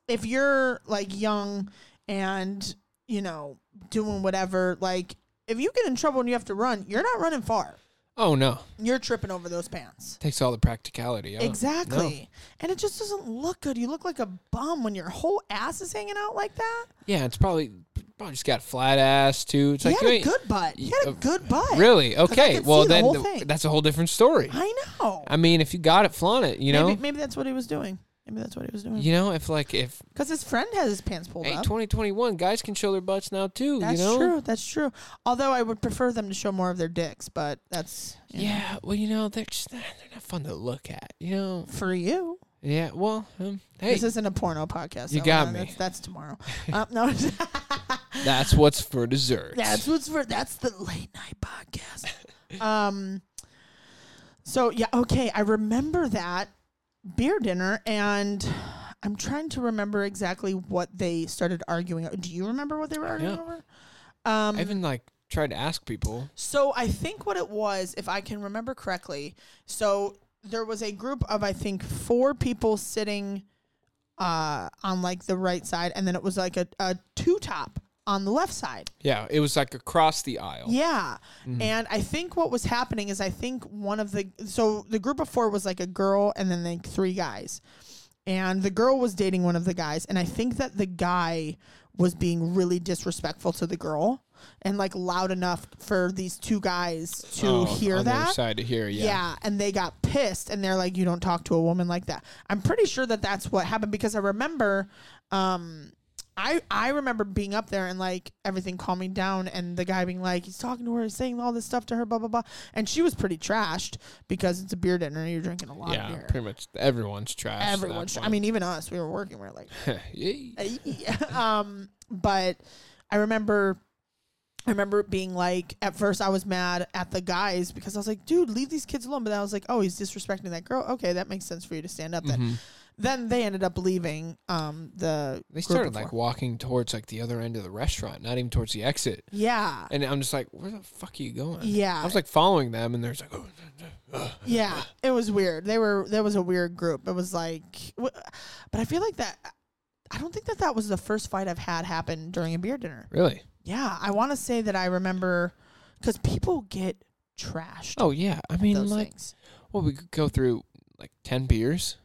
S3: if you're like young and you know doing whatever like if you get in trouble and you have to run you're not running far
S4: Oh no.
S3: you're tripping over those pants
S4: Takes all the practicality. out.
S3: exactly and it just doesn't look good you look like a bum when your whole ass is hanging out like that
S4: No. Yeah, it's probably probably just got flat ass too. It's
S3: he
S4: like
S3: had
S4: you
S3: a
S4: ain't-
S3: good butt he had a
S4: uh,
S3: good butt
S4: Really?
S3: 'Cause I
S4: Okay.
S3: could
S4: Well,
S3: see the
S4: then
S3: whole
S4: th-
S3: thing.
S4: that's a whole different story.
S3: i know
S4: I mean, if you got it, flaunt it. You know.
S3: maybe, maybe that's what he was doing maybe that's what he was doing
S4: You know, if like if
S3: Because his friend has his pants pulled
S4: hey,
S3: up.
S4: twenty twenty one guys can show their butts now too.
S3: that's
S4: you know.
S3: true. That's true. Although I would prefer them to show more of their dicks, but that's you know,
S4: Yeah, well, you know, they're just not, they're not fun to look at. You know.
S3: for you.
S4: Yeah. Well, um, hey,
S3: This isn't a porno podcast.
S4: You
S3: Ellen.
S4: got me.
S3: That's, that's tomorrow.
S4: [laughs]
S3: um, no, [laughs]
S4: that's what's for dessert.
S3: that's what's for. That's the late night podcast. [laughs] Um. So yeah, okay. I remember that beer dinner, and I'm trying to remember exactly what they started arguing. o- Do you remember what they were arguing
S4: Yeah.
S3: over? Um,
S4: I
S3: mm.
S4: even like tried to ask people.
S3: So I think what it was, if I can remember correctly, so there was a group of I think four people sitting uh, on like the right side, and then it was like a, a two top on the left side.
S4: Yeah, it was like across the aisle.
S3: Yeah.
S4: Mm-hmm.
S3: And I think what was happening is I think one of the so the group of four was like a girl and then like three guys. And the girl was dating one of the guys and I think that the guy was being really disrespectful to the girl and like loud enough for these two guys to
S4: Oh,
S3: hear
S4: on The other
S3: that.
S4: side to hear. Yeah.
S3: Yeah. and they got pissed, and they're like, "You don't talk to a woman like that." I'm pretty sure that that's what happened because I remember, um, I I remember being up there and like everything calming down, and the guy being like, "He's talking to her, he's saying all this stuff to her, blah blah blah," and she was pretty trashed because it's a beer dinner, and you're drinking a lot
S4: Yeah,
S3: of beer.
S4: pretty much everyone's trash. at that
S3: Everyone's, I
S4: point.
S3: mean, even us, we were working, we are like,
S4: [laughs] Yeah.
S3: yeah. [laughs] um but i remember i remember it being like at first i was mad at the guys because i was like dude leave these kids alone but then i was like oh he's disrespecting that girl okay that makes sense for you to stand up
S4: Mm-hmm.
S3: then then they ended up leaving um the
S4: They
S3: group
S4: started
S3: of
S4: like
S3: four.
S4: walking towards like the other end of the restaurant, not even towards the exit.
S3: yeah
S4: And I'm just like, where the fuck are you going?
S3: Yeah.
S4: I was like following them, and there's like, oh,
S3: yeah it was weird they were there was a weird group it was like w- but i feel like that i don't think that that was the first fight i've had happen during a beer dinner
S4: really?
S3: yeah i want to say that i remember because people get trashed
S4: Oh yeah. I mean,
S3: those
S4: like,
S3: things.
S4: well, we could go through like ten beers.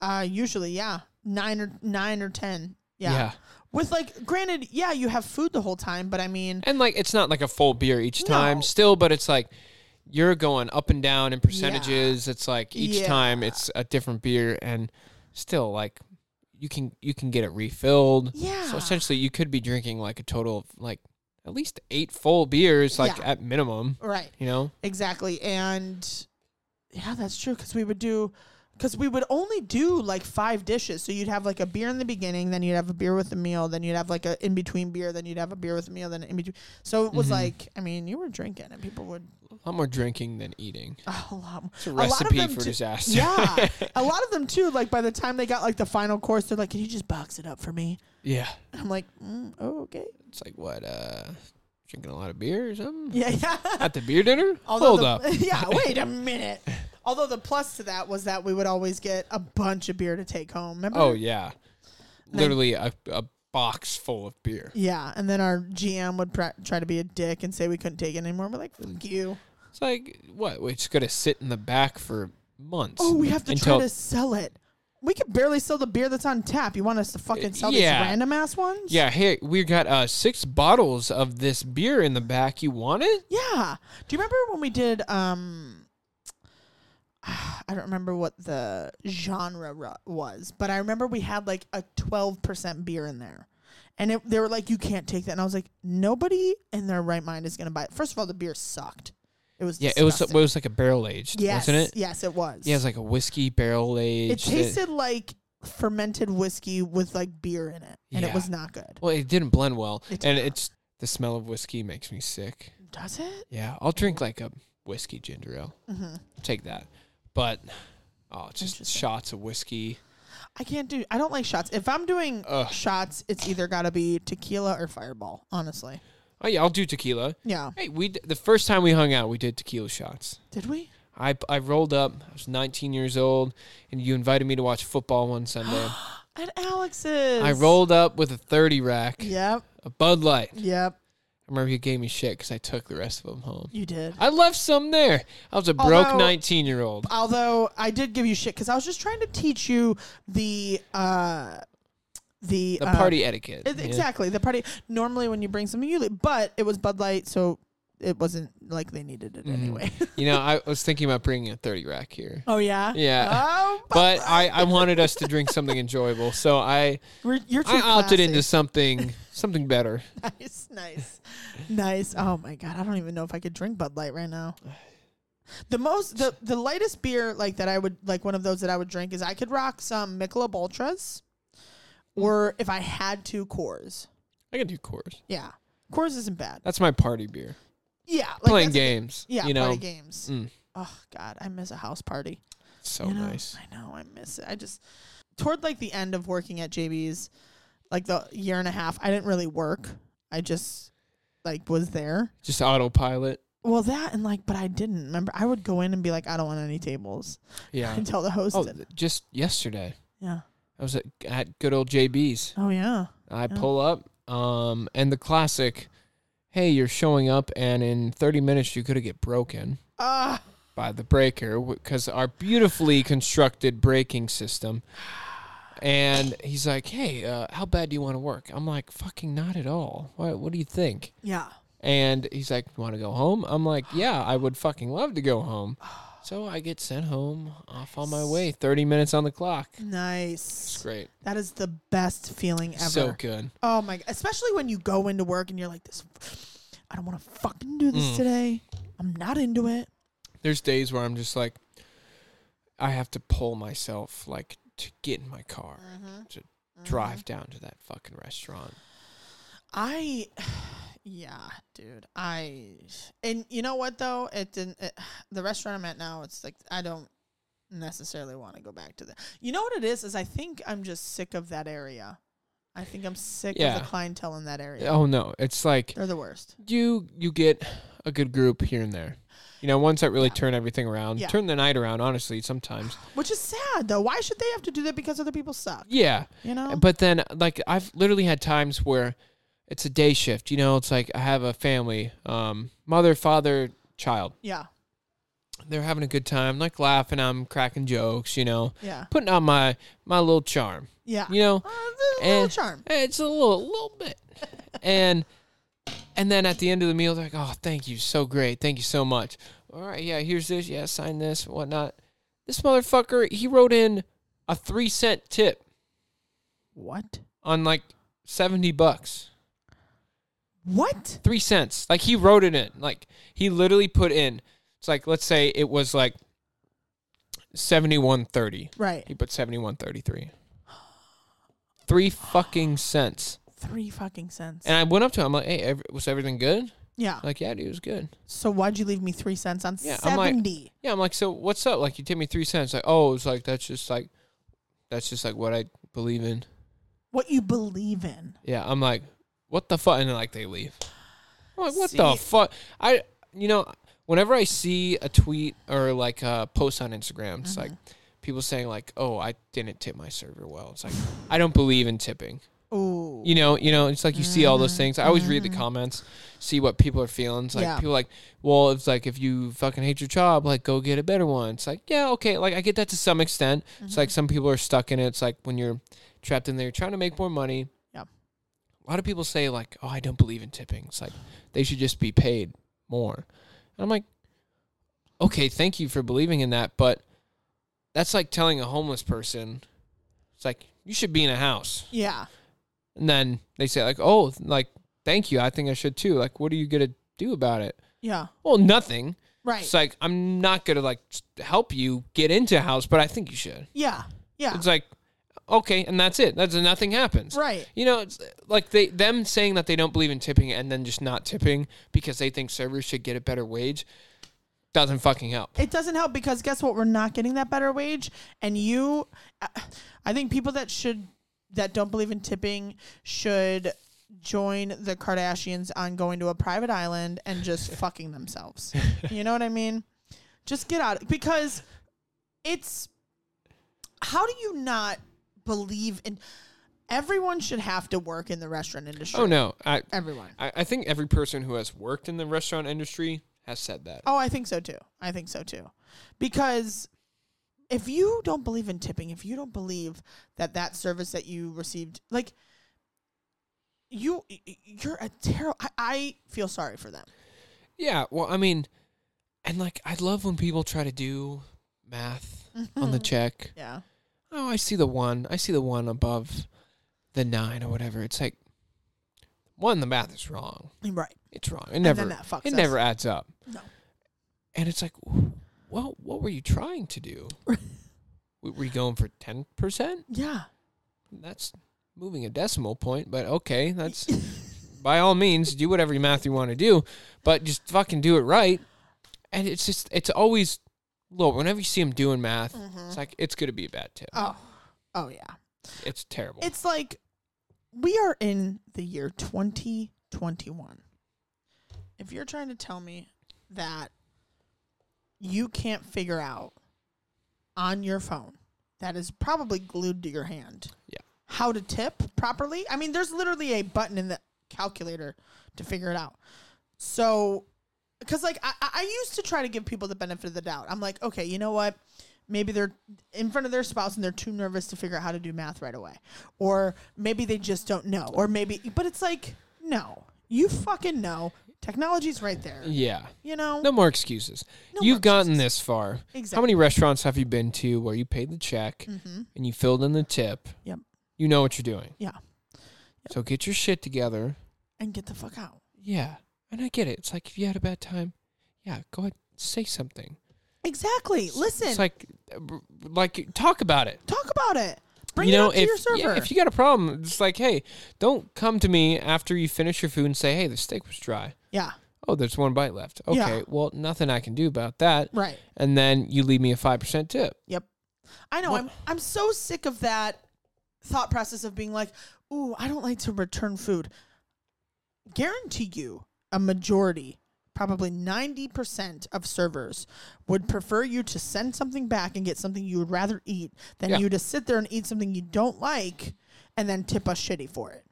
S3: Uh, usually, yeah, nine or nine or ten. Yeah. With like, granted, yeah, you have food the whole time, but I mean,
S4: And like it's not like a full beer each time
S3: No.
S4: still, but it's like you're going up and down in percentages. It's like each
S3: Yeah.
S4: time it's a different beer and still like you can you can get it refilled.
S3: yeah,
S4: So essentially you could be drinking like a total of like at least eight full beers like
S3: Yeah.
S4: at minimum,
S3: right,
S4: you know?
S3: exactly, and yeah, that's true because we would do. Because we would only do like five dishes. So you'd have like a beer in the beginning, then you'd have a beer with a meal, then you'd have like a in between beer, then you'd have a beer with a meal, then an in between. So it was
S4: Mhm.
S3: like, I mean, you were drinking and people would
S4: A lot more drinking than eating.
S3: oh, a lot more.
S4: It's a
S3: lot of
S4: recipe
S3: them
S4: for
S3: do-
S4: disaster. [laughs]
S3: [laughs] Yeah. a lot of them too, like by the time they got like the final course, they're like, Can you just box it up for me?
S4: yeah.
S3: And I'm like, mm, oh, okay. [laughs]
S4: It's like what, uh drinking a lot of beer or something?
S3: Yeah, yeah.
S4: At the beer dinner?
S3: [laughs] Although
S4: Hold
S3: the-
S4: up.
S3: Yeah, wait a minute. Although the plus to that was that we would always get a bunch of beer to take home.
S4: [laughs]
S3: Remember?
S4: Oh yeah,
S3: then-
S4: literally a, a box full of beer.
S3: Yeah, and then our GM would pra- try to be a dick and say we couldn't take it anymore. We're like, fuck you.
S4: It's like what? We just gotta sit in the back for months.
S3: Oh, we have to
S4: until
S3: try to sell it. We could barely sell the beer that's on tap. You want us to fucking sell
S4: yeah.
S3: these random ass ones?
S4: yeah. Hey, we got uh six bottles of this beer in the back. You want it?
S3: Yeah. Do you remember when we did um [sighs] I don't remember what the genre ru- was, but I remember we had like a 12% beer in there. And it, they were like you can't take that and I was like nobody in their right mind is going to buy it. First of all, the beer sucked. It was
S4: Yeah. It was it
S3: disgusting.
S4: was like a barrel aged,
S3: yes,
S4: wasn't it?
S3: Yes, it was.
S4: Yeah, it was like a whiskey barrel
S3: it
S4: aged.
S3: tasted like fermented whiskey with like beer in it, and
S4: Yeah.
S3: it was not good.
S4: Well, it didn't blend well,
S3: It did
S4: and
S3: not.
S4: it's the smell of whiskey makes me sick.
S3: Does it?
S4: Yeah, I'll drink like a whiskey ginger ale.
S3: hmm
S4: Take that, but oh, it's just
S3: Interesting.
S4: shots of whiskey.
S3: I can't do. I don't like shots. If I'm doing
S4: Ugh.
S3: shots, it's either got to be tequila or Fireball. Honestly,
S4: Oh yeah, I'll do tequila.
S3: yeah.
S4: Hey, we d- the first time we hung out, we did tequila shots.
S3: Did we?
S4: I I rolled up. I was 19 years old, and you invited me to watch football one
S3: [gasps]
S4: Sunday.
S3: At Alex's.
S4: I rolled up with a 30 rack,
S3: Yep.
S4: a Bud Light. I
S3: Yep.
S4: remember you gave me shit because I took the rest of them home.
S3: You did.
S4: I left some there. I
S3: Oh,
S4: was a broke
S3: Although-
S4: 19 year old.
S3: Although I did give you shit because I was just trying to teach you the uh the
S4: The
S3: uh,
S4: party etiquette.
S3: It-
S4: yeah.
S3: Exactly. The party. Normally, when you bring something, you leave. But it was Bud Light, so it wasn't like they needed it
S4: Mhm.
S3: anyway.
S4: You know, I was thinking about bringing a 30 rack here.
S3: oh yeah.
S4: Yeah.
S3: Oh,
S4: But I, I wanted us to drink something enjoyable, so I
S3: We're- you're too
S4: I opted into
S3: classy.
S4: something something better.
S3: nice, nice, nice. Oh my god, I don't even know if I could drink Bud Light right now. The most, the the lightest beer like that I would like one of those that I would drink is I could rock some Michelob Ultras, or if I had to Coors.
S4: I can do Coors.
S3: Yeah, Coors isn't bad.
S4: That's my party beer.
S3: Yeah, like
S4: Playing
S3: that's a-
S4: games.
S3: Yeah,
S4: you know,
S3: party games.
S4: Mm.
S3: Oh God, I miss a house party.
S4: so
S3: You know,
S4: nice.
S3: I know, I miss it. I just toward like the end of working at JB's, like the year and a half, I didn't really work. I just like was there.
S4: Just autopilot.
S3: Well, that and like, but I didn't remember. I would go in and be like, I don't want any tables,
S4: Yeah.
S3: and tell the host.
S4: Oh,
S3: that-
S4: th- just yesterday.
S3: yeah.
S4: I was at, at good old JB's.
S3: Oh yeah.
S4: I
S3: Yeah.
S4: pull up, um, and the classic, "Hey, you're showing up, and in 30 minutes you're gonna get broken
S3: Ah,
S4: by the breaker because our beautifully constructed braking system." And he's like, "Hey, uh, how bad do you want to work?" I'm like, "Fucking not at all. What What do you think?"
S3: yeah.
S4: And he's like, "Want to go home?" I'm like, "Yeah, I would fucking love to go home." So I get sent home, off on my way, 30 minutes on the clock. It's
S3: Nice.
S4: great,
S3: That is the best feeling ever.
S4: so good.
S3: Oh my! g- Especially when you go into work and you're like, "This, I don't want to fucking do this
S4: Mm.
S3: today. I'm not into it."
S4: there's days where I'm just like, I have to pull myself like to get in my car, to drive down to that fucking restaurant.
S3: I, [sighs] yeah, dude. I and you know what though? It didn't. It, [sighs] the restaurant I'm at now, it's like I don't necessarily want to go back to that. You know what it is? Is I think I'm just sick of that area. I think I'm sick of
S4: Yeah.
S3: the clientele in that area.
S4: Oh no, it's like
S3: They're the worst.
S4: you you get a good group here and there. You know, once I really turn everything around,
S3: Yeah.
S4: turn the night around. Honestly, sometimes,
S3: Which is sad though. Why should they have to do that because other people suck?
S4: yeah.
S3: You know?
S4: But then, like, I've literally had times where it's a day shift. You know, it's like I have a family, um, mother, father, child.
S3: Yeah.
S4: They're having a good time, like laughing. I'm cracking jokes. You know,
S3: Yeah.
S4: putting on my my little charm.
S3: Yeah.
S4: You know,
S3: Uh, it's a little
S4: And-
S3: charm.
S4: It's a little, little bit, and and then at the end of the meal, they're like, "Oh, thank you, so great, thank you so much." All right, yeah, here's this, yeah, sign this, whatnot. This motherfucker, he wrote in a three cent tip
S3: What?
S4: on like seventy bucks,
S3: What?
S4: three cents. Like he wrote it in, like he literally put in. It's like let's say it was like seventy one thirty.
S3: Right.
S4: He put seventy one thirty three. Three fucking cents.
S3: Three fucking cents.
S4: And I went up to him. I'm like, "Hey, ev- was everything good?"
S3: Yeah.
S4: Like, "Yeah, dude, it was good."
S3: So why'd you leave me three cents on
S4: Yeah, I'm like-
S3: seventy?
S4: Yeah, I'm like, "So what's up?" Like, you tip me three cents. Like, oh, it's like that's just like, that's just like what I believe in.
S3: what you believe in.
S4: Yeah, I'm like, what the fuck? And then like they leave. I'm like, what the
S3: See-
S4: fuck? I, you know, whenever I see a tweet or like a post on Instagram, it's like people saying like, oh, I didn't tip my server well. It's like I don't believe in tipping.
S3: Ooh.
S4: You know, you know, it's like you see all those things. I always read the comments, see what people are feeling. It's like
S3: Yeah.
S4: people are like, well, it's like if you fucking hate your job, like go get a better one. It's like, yeah, okay, like I get that to some extent. It's like some people are stuck in it. It's like when you're trapped in there, you're trying to make more money.
S3: Yeah.
S4: A lot of people say like, oh, I don't believe in tipping. It's like they should just be paid more. And I'm like, okay, thank you for believing in that, but that's like telling a homeless person, it's like you should be in a house.
S3: Yeah.
S4: And then they say like, "Oh, like thank you. I think I should too. Like what are you going to do about it?"
S3: Yeah.
S4: Well, nothing.
S3: Right.
S4: It's like I'm not going to like s- help you get into a house, but I think you should.
S3: yeah. Yeah.
S4: It's like okay, and that's it. That's nothing happens.
S3: Right.
S4: You know, it's like they them saying that they don't believe in tipping and then just not tipping because they think servers should get a better wage doesn't fucking help.
S3: It doesn't help because guess what? We're not getting that better wage, and you, I- I think people that should that don't believe in tipping should join the Kardashians on going to a private island
S4: [laughs]
S3: and just fucking themselves. You know what I mean? Just get out because it's how do you not believe in everyone should have to work in the restaurant industry.
S4: Oh no, I,
S3: Everyone.
S4: I I think every person who has worked in the restaurant industry has said that.
S3: Oh, I think so too. I think so too. Because if you don't believe in tipping, if you don't believe that that service that you received, like you, y- y- you're a terrible. I, I feel sorry for them.
S4: Yeah, well, I mean, and like I love when people try to do math on
S3: Mm-hmm.
S4: the check.
S3: Yeah.
S4: Oh, I see the one. I see the one above the nine or whatever. It's like one. The math is wrong.
S3: Right.
S4: It's wrong. It never.
S3: then that fucks
S4: it
S3: us.
S4: never adds up.
S3: No.
S4: And it's like, well, what were you trying to
S3: [laughs]
S4: do? W- were you going for ten percent?
S3: Yeah.
S4: That's moving a decimal point, but okay, that's by all means do whatever math you want to do, but just fucking do it right. And it's just it's always low. Whenever you see them doing math,
S3: Mm-hmm.
S4: it's like it's gonna be a bad tip.
S3: Oh. Oh yeah.
S4: It's terrible.
S3: It's like we are in the year 2021. If you're trying to tell me that you can't figure out on your phone that is probably glued to your hand
S4: Yeah.
S3: how to tip properly, I mean, there's literally a button in the calculator to figure it out. So, because like I, I I used to try to give people the benefit of the doubt. I'm like, okay, you know what? Maybe they're in front of their spouse and they're too nervous to figure out how to do math right away, or maybe they just don't know, or maybe. But it's like, no, you fucking know. Technology's right there.
S4: yeah.
S3: You know.
S4: No more excuses.
S3: No
S4: You've
S3: more
S4: gotten
S3: excuses.
S4: this far. How
S3: Exactly. Mm-hmm.
S4: many restaurants have you been to where you paid the check and you filled in the tip?
S3: Yep.
S4: You know what you're doing.
S3: Yeah.
S4: So get your shit together.
S3: And get the fuck out.
S4: Yeah. And I get it. It's like if you had a bad time, yeah, go ahead, say something.
S3: Exactly. Listen.
S4: It's like, uh, b- like talk about it.
S3: talk about it. Bring
S4: you know,
S3: it up to
S4: if
S3: your server.
S4: yeah, if you got a problem, it's like, hey, don't come to me after you finish your food and say, hey, the steak was dry.
S3: yeah.
S4: Oh, there's one bite left. Okay,
S3: Yeah.
S4: well, nothing I can do about that.
S3: Right.
S4: And then you leave me a five percent tip.
S3: Yep. I know.
S4: What-
S3: I'm I'm so sick of that thought process of being like, "Ooh, I don't like to return food." Guarantee you, a majority, probably 90% of servers would prefer you to send something back and get something you would rather eat than
S4: Yeah.
S3: you to sit there and eat something you don't like and then tip us shitty for it.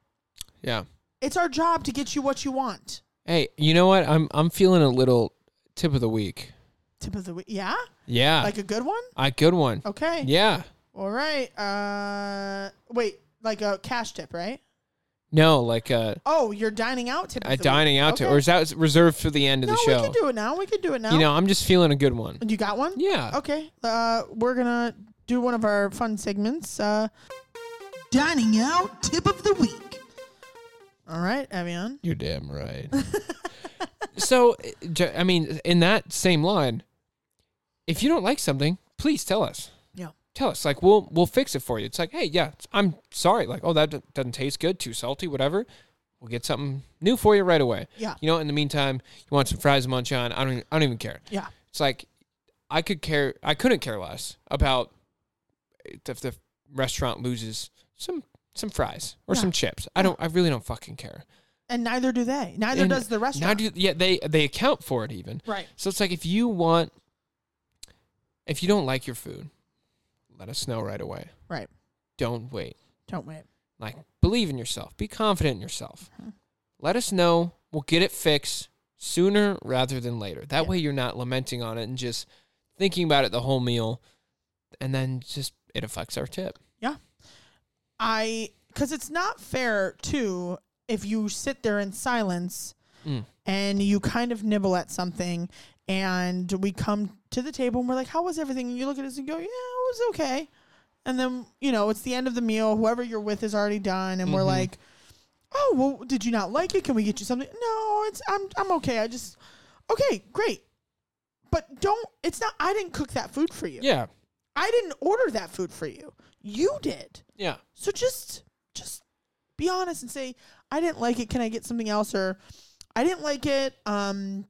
S4: Yeah.
S3: It's our job to get you what you want.
S4: Hey, you know what? I'm I'm feeling a little tip of the week.
S3: Tip of the week. Yeah?
S4: Yeah,
S3: Like a good one?
S4: a good one.
S3: Okay.
S4: Yeah.
S3: All right. Uh wait, like a cash tip, right?
S4: No, like a,
S3: Oh, you're dining out tip. of
S4: a
S3: the
S4: Uh, dining
S3: week.
S4: out
S3: okay.
S4: tip, or is that reserved for the end of
S3: no?
S4: the show?
S3: We can do it now. We can do it now.
S4: You know, I'm just feeling a good one.
S3: you got one?
S4: Yeah.
S3: Okay. Uh, we're gonna do one of our fun segments. Uh, dining out tip of the week. All right, Avion.
S4: You're damn right. so, uh, ju- I mean, in that same line, if you don't like something, please tell us.
S3: Yeah.
S4: Tell us, like we'll we'll fix it for you. It's like, hey, yeah, I'm sorry, like, oh, that d- doesn't taste good, too salty, whatever. We'll get something new for you right away.
S3: Yeah.
S4: You know, in the meantime, you want some fries to munch on? I don't, even, I don't even care.
S3: Yeah.
S4: It's like I could care, I couldn't care less about if the restaurant loses some some fries or
S3: Yeah.
S4: some chips. I don't, I really don't fucking care.
S3: And neither do they. Neither
S4: And
S3: does the
S4: Now
S3: restaurant.
S4: do yeah, they they account for it even.
S3: right.
S4: So it's like if you want if you don't like your food, let us know right away.
S3: Right.
S4: Don't wait.
S3: Don't wait.
S4: Like believe in yourself. Be confident in yourself.
S3: Uh-huh.
S4: Let us know. We'll get it fixed sooner rather than later. That
S3: Yeah.
S4: way you're not lamenting on it and just thinking about it the whole meal and then just it affects our tip.
S3: I because it's not fair too if you sit there in silence
S4: Mm.
S3: and you kind of nibble at something and we come to the table and we're like, How was everything? And you look at us and go, Yeah, it was okay. And then, you know, it's the end of the meal, whoever you're with is already done, and we're
S4: Mhm.
S3: like, Oh, well, did you not like it? Can we get you something? No, it's I'm I'm okay. I just okay, great. But don't it's not I didn't cook that food for you.
S4: Yeah.
S3: I didn't order that food for you. You did.
S4: Yeah.
S3: So just just be honest and say, I didn't like it. Can I get something else? Or I didn't like it. Um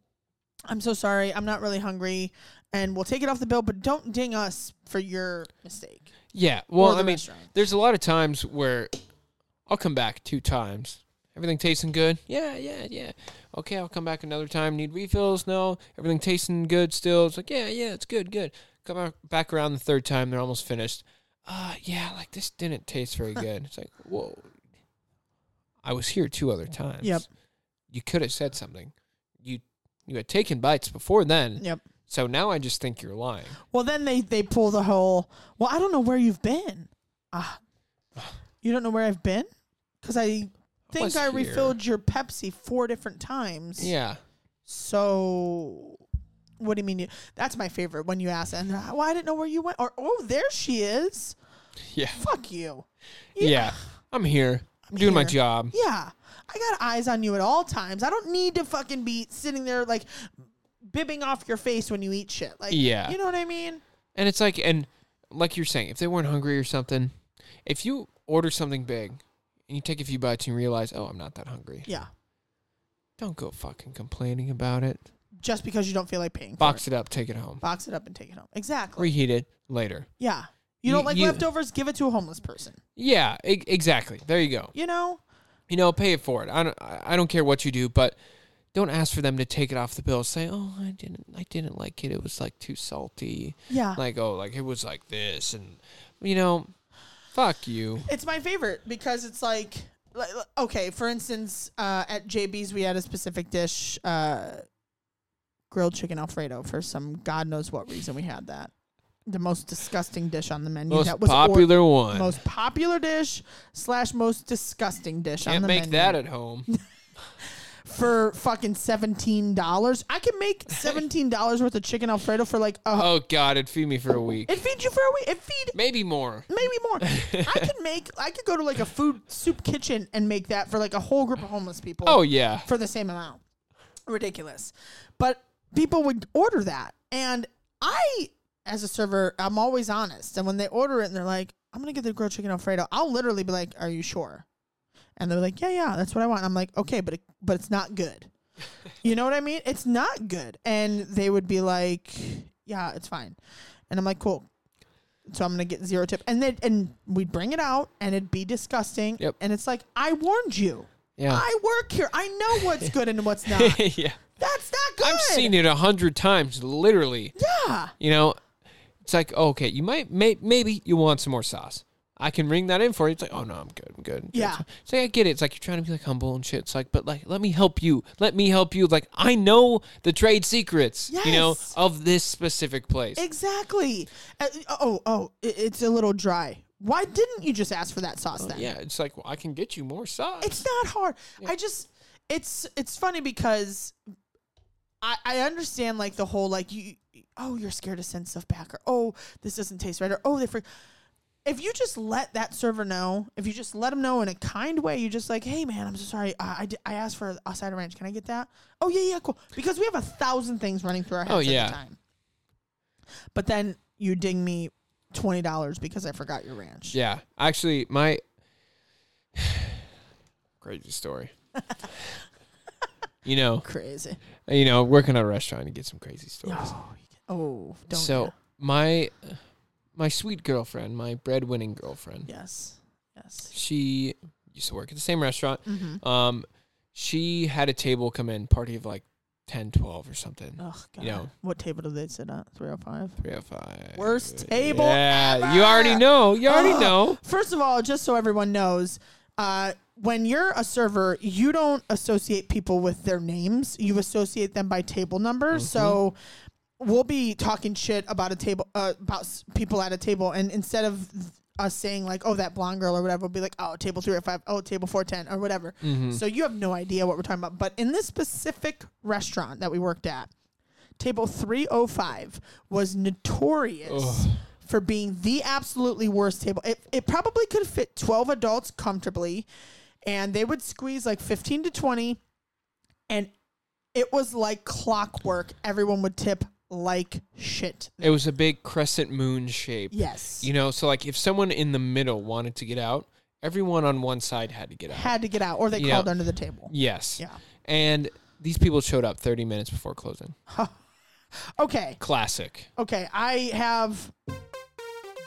S3: I'm so sorry. I'm not really hungry. And we'll take it off the bill, but don't ding us for your mistake.
S4: Yeah. Well,
S3: the
S4: I mean,
S3: restaurant.
S4: there's a lot of times where I'll come back two times. Everything tasting good? Yeah, yeah, yeah. Okay, I'll come back another time. Need refills? No. Everything tasting good still? It's like, yeah, yeah, it's good, good. Come ar- back around the third time. They're almost finished. Uh, yeah, like this didn't taste
S3: [laughs]
S4: very good. It's like, whoa. I was here two other times.
S3: Yep.
S4: You could have said something. You you had taken bites before then.
S3: Yep.
S4: So now I just think you're lying.
S3: Well, then they they pull the whole. Well, I don't know where you've been. Ah, you don't know where I've been because I think
S4: was
S3: I
S4: here.
S3: refilled your Pepsi four different times.
S4: Yeah.
S3: So, what do you mean? You, that's my favorite when you ask, and they're like, well, I didn't know where you went, or oh, there she is.
S4: Yeah.
S3: Fuck you.
S4: Yeah. I'm here. I'm doing my
S3: here.
S4: job.
S3: Yeah, I got eyes on you at all times. I don't need to fucking be sitting there like bibbing off your face when you eat shit. Like,
S4: Yeah.
S3: you know what I mean?
S4: And it's like, and like you're saying, if they weren't hungry or something, if you order something big and you take a few bites and you realize, oh, I'm not that hungry,
S3: Yeah.
S4: don't go fucking complaining about it.
S3: Just because you don't feel like paying. for it.
S4: Box it up, take it home,
S3: box it up and take it home. Exactly.
S4: reheat it later.
S3: yeah. You
S4: You-
S3: don't like
S4: you-
S3: leftovers? Give it to a homeless person.
S4: Yeah, e- exactly. There you go.
S3: You know?
S4: You know, pay it forward. I don't, I I don't care what you do, but don't ask for them to take it off the bill. Say, oh, I didn't, I didn't like it. It was like too salty.
S3: Yeah.
S4: Like, oh, like it was like this, and you know, fuck you.
S3: it's my favorite because it's like, like okay, for instance, uh, at JB's we had a specific dish, uh, grilled chicken alfredo. For some god knows what reason, we had that. The most disgusting dish on the menu.
S4: Most
S3: that was or-
S4: popular one.
S3: most popular dish slash most disgusting dish on
S4: Can't
S3: the
S4: make
S3: menu.
S4: that at
S3: [laughs]
S4: home.
S3: for fucking seventeen dollars. I can make seventeen dollars worth of chicken alfredo for like a
S4: Oh God, it'd feed me for a week,
S3: It feeds you for a week. It feed
S4: maybe more.
S3: maybe more. I could make. I could go to like a food soup kitchen and make that for like a whole group of homeless people.
S4: Oh yeah, [laughs]
S3: for the same amount. Ridiculous, but people would order that, and I, as a server, I'm always honest. And when they order it, and they're like, "I'm gonna get the grilled chicken alfredo," I'll literally be like, "Are you sure?" And they're like, "Yeah, yeah, that's what I want." I'm like, "Okay, but it, but it's not good." You know what I mean? It's not good. And they would be like, "Yeah, it's fine," and I'm like, "Cool." So I'm gonna get zero tip, and then and we'd bring it out, and it'd be disgusting.
S4: Yep.
S3: And it's like, I warned you.
S4: yeah,
S3: I work here. I know what's good and
S4: [laughs]
S3: what's not. That's
S4: yeah.
S3: not good.
S4: I've seen it a hundred times, literally.
S3: Yeah.
S4: You know, it's like oh, okay, you might may, maybe you want some more sauce. I can ring that in for you. It's like, oh no, I'm good. I'm good. I'm good.
S3: Yeah.
S4: It's like I get it. It's like you're trying to be like humble and shit. It's like, but like, let me help you. Let me help you. Like I know the trade secrets. You know
S3: Yes.
S4: of this specific place.
S3: Exactly. Uh, oh, oh, it- it's a little dry. Why didn't you just ask for that sauce then?
S4: yeah. It's like well, I can get you more sauce.
S3: It's not hard. I just it's it's funny because I I understand like the whole like you oh you're scared to send stuff back or oh this doesn't taste right or oh they forgot. If you just let that server know, if you just let them know in a kind way, you just like, hey man, I'm so sorry. I, I, di- I asked for a cider ranch. Can I get that? Oh yeah, yeah, cool. Because we have a thousand things running through our heads
S4: Oh,
S3: at
S4: yeah.
S3: the time. But then you ding me twenty dollars because I forgot your ranch.
S4: Yeah. Actually, my [sighs] crazy story. you know,
S3: Crazy.
S4: you know, working at a restaurant, you get some crazy stories.
S3: Oh, you get- oh, don't.
S4: so
S3: yeah.
S4: my my sweet girlfriend, my breadwinning girlfriend,
S3: Yes. Yes.
S4: she used to work at the same restaurant.
S3: Mm-hmm.
S4: Um, she had a table come in, party of like 10, 12 or something.
S3: Oh god.
S4: You know.
S3: What table did they sit at? 305.
S4: 305.
S3: Worst table
S4: Yeah, you already know. You
S3: [gasps]
S4: already
S3: Ugh.
S4: know.
S3: First of all, just so everyone knows, uh, when you're a server, you don't associate people with their names. You associate them by table number. So we'll be talking shit about a table uh, about s- people at a table, and instead of us saying like, "Oh, that blonde girl" or whatever, we'll be like, "Oh, table three or five, oh, table four ten or whatever."
S4: Mm-hmm.
S3: So you have no idea what we're talking about. But in this specific restaurant that we worked at, table 305 was notorious for being the absolutely worst table. It, it probably could fit 12 adults comfortably, and they would squeeze like 15 to 20, and it was like clockwork. Everyone would tip like shit.
S4: It was a big crescent moon shape.
S3: Yes.
S4: You know, so like if someone in the middle wanted to get out, everyone on one side had to get out.
S3: had to get out or they
S4: Yeah.
S3: crawled under the table.
S4: yes.
S3: Yeah.
S4: And these people showed up 30 minutes before closing.
S3: Okay.
S4: Classic.
S3: Okay. I have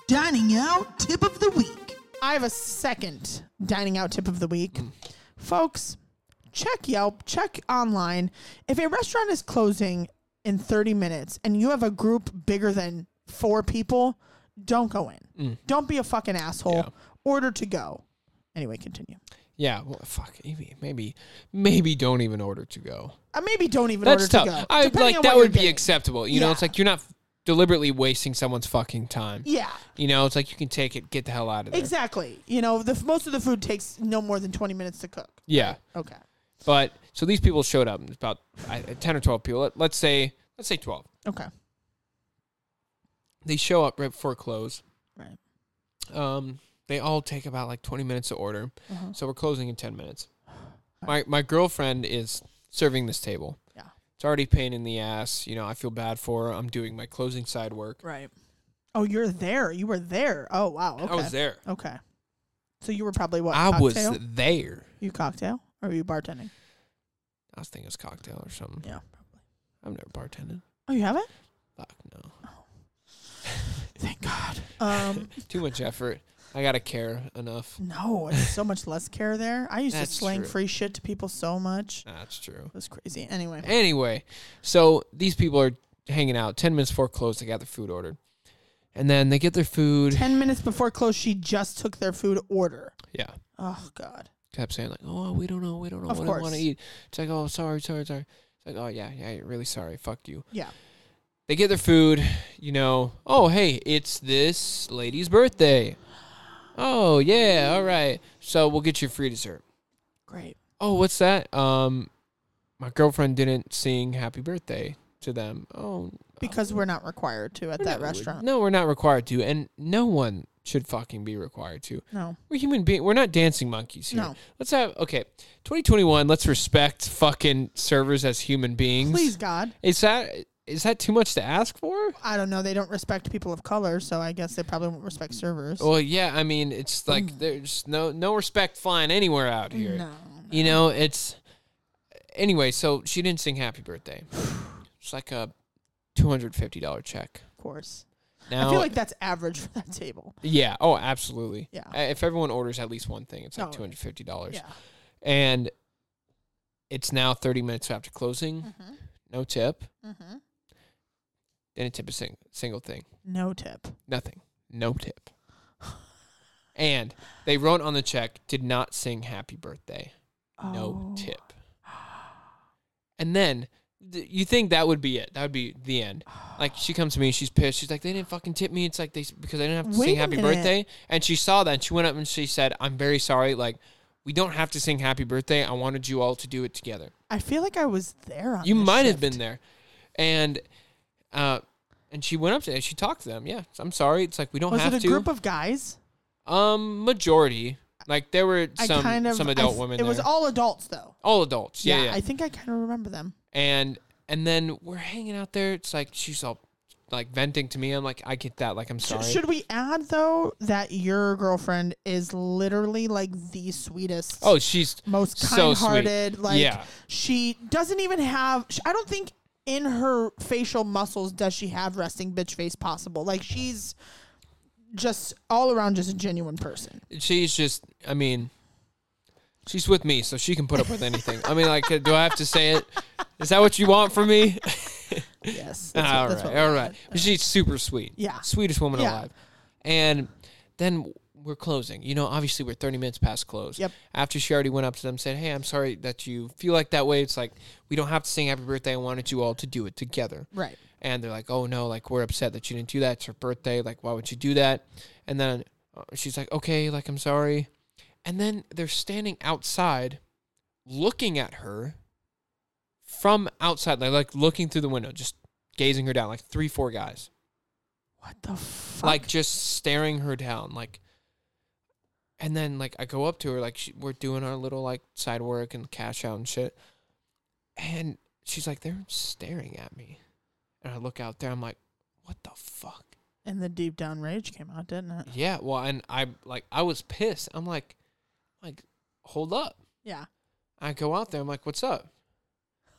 S2: Dining out tip of the week.
S3: I have a second dining out tip of the week.
S4: Mm.
S3: Folks, check Yelp, check online. If a restaurant is closing in 30 minutes and you have a group bigger than four people, don't go in. Don't be a fucking asshole.
S4: Mm. Yeah.
S3: Order to go. Anyway, continue.
S4: Yeah. Well, fuck. Maybe, maybe, maybe don't even order to go.
S3: Uh, maybe don't even
S4: That's
S3: order
S4: tough.
S3: to go.
S4: I
S3: depending
S4: like
S3: on
S4: that
S3: what you're
S4: would be
S3: getting.
S4: acceptable. You know, it's
S3: Yeah.
S4: like you're not deliberately wasting someone's fucking time.
S3: Yeah,
S4: You know, it's like you can take it, get the hell out of there.
S3: exactly. You know, the f- most of the food takes no more than 20 minutes to cook.
S4: Yeah.
S3: Okay.
S4: But so these people showed up, about I- 10 or 12 people. Let- Let's say, let's say 12.
S3: Okay.
S4: They show up right before close.
S3: Right.
S4: Um, they all take about like 20 minutes to order.
S3: Uh-huh.
S4: So we're closing in 10
S3: [sighs]
S4: minutes. My, my girlfriend is serving this table.
S3: Yeah.
S4: It's already a pain in the ass. You know, I feel bad for her. I'm doing my closing side work.
S3: Right. Oh, you're there. You were there. Oh, wow. Okay.
S4: I was there.
S3: Okay. So you were probably what?
S4: I was
S3: cocktail?
S4: there.
S3: You cocktail or were you bartending?
S4: I was thinking it was cocktail or something.
S3: Yeah.
S4: I've never bartended.
S3: Oh, you haven't?
S4: Fuck no.
S3: Thank God.
S4: [laughs]
S3: Um,
S4: Too much effort. I gotta care enough.
S3: no, it's so much less care there. I used to
S4: That's
S3: sling
S4: true.
S3: free shit to people so much. It
S4: That's true.
S3: was crazy. Anyway.
S4: Anyway, so these people are hanging out. Ten minutes before close, they got their food ordered, and then they get their food.
S3: Ten minutes before close, she just took their food order.
S4: Yeah,
S3: Oh God.
S4: kept saying like, "Oh, we don't know, we don't know
S3: Of
S4: what I want
S3: course.
S4: to eat." It's like, "Oh, sorry, sorry, sorry." It's like, "Oh yeah, yeah, really sorry. Fuck you."
S3: Yeah.
S4: They get their food. You know, oh hey, it's this lady's birthday. Oh yeah, all right. So we'll get you a free dessert.
S3: Great.
S4: oh, what's that? Um, my girlfriend didn't sing happy birthday to them. Oh,
S3: Because we're not required to at
S4: we're not-
S3: that restaurant.
S4: No, we're not required to, and no one should fucking be required to.
S3: No.
S4: We're human beings. We're not dancing monkeys here.
S3: No.
S4: Let's have okay, 2021. Let's respect fucking servers as human beings.
S3: Please God.
S4: Is that is that too much to ask for?
S3: I don't know. They don't respect people of color, so I guess they probably won't respect servers.
S4: Well, yeah. I mean, it's like there's no no respect flying anywhere out here.
S3: Mm. No.
S4: You know, it's anyway. So she didn't sing "Happy
S3: [sighs]
S4: Birthday." It's like a two hundred fifty dollar check.
S3: Of course.
S4: Now,
S3: I feel like that's average for that table.
S4: yeah. Oh, absolutely.
S3: Yeah.
S4: Uh, If everyone orders at least one thing, it's like
S3: Oh,
S4: two hundred fifty dollars,
S3: Yeah.
S4: and it's now thirty minutes after closing.
S3: Mm.
S4: No tip.
S3: Mm-hmm.
S4: Didn't tip a sing- single thing.
S3: No tip.
S4: Nothing. No
S3: [laughs]
S4: tip. And they wrote on the check, did not sing happy birthday. no
S3: Oh.
S4: tip. And then th- you think that would be it. That would be the end. Like she comes to me, she's pissed. She's like, they didn't fucking tip me. It's like they s- because I didn't have to
S3: Wait
S4: sing
S3: a
S4: happy
S3: minute.
S4: birthday. And she saw that and she went up and she said, I'm very sorry. Like we don't have to sing happy birthday. I wanted you all to do it together.
S3: I feel like I was there on
S4: you
S3: this
S4: might have
S3: shift.
S4: been there. And uh and she went up to she talked to them. Yeah, I'm sorry. It's like we don't
S3: Was
S4: have
S3: it a
S4: to.
S3: group of guys?
S4: um majority. Like there were some
S3: I kind of
S4: some
S3: I
S4: adult
S3: f-
S4: women
S3: It was
S4: there.
S3: all adults though.
S4: all adults. Yeah, yeah.
S3: I think I kind of remember them.
S4: and and then we're hanging out there. It's like she's all like venting to me. I'm like, I get that. Like I'm
S3: Sh-
S4: sorry.
S3: Should we add though that your girlfriend is literally like the sweetest,
S4: oh, she's
S3: most
S4: so sweet.
S3: kind-hearted. like
S4: Yeah.
S3: she doesn't even have. sh I don't think in her facial muscles does she have resting bitch face possible. Like she's just all around just a genuine person.
S4: she's just. I mean, she's with me, so she can put up with anything. I mean, like, uh, do I have to say it? Is that what you want from me?
S3: Yes.
S4: All
S3: that's
S4: right,
S3: what- that's what we
S4: all
S3: want.
S4: right. But she's super sweet.
S3: Yeah.
S4: sweetest woman
S3: Yeah.
S4: alive. And then we're closing. You know, obviously we're 30 minutes past close.
S3: Yep.
S4: After she already went up to them, said, "Hey, I'm sorry that you feel like that way. It's like we don't have to sing Happy Birthday. I wanted you all to do it together."
S3: Right.
S4: and they're like, "Oh no, like we're upset that you didn't do that. It's her birthday. Like, why would you do that?" And then uh, she's like, "Okay, like I'm sorry." And then they're standing outside, looking at her from outside, like like looking through the window, just gazing her down, like three, four guys,
S3: What the fuck?
S4: like just staring her down, like. And then like I go up to her, like she, we're doing our little like side work and cash out and shit, and she's like, "They're staring at me," And I look out there. I'm like, what the fuck?
S3: And the deep down rage came out, didn't it?
S4: Yeah. Well, and I like I was pissed. I'm like, like, hold up.
S3: Yeah.
S4: I go out there. I'm like, what's up?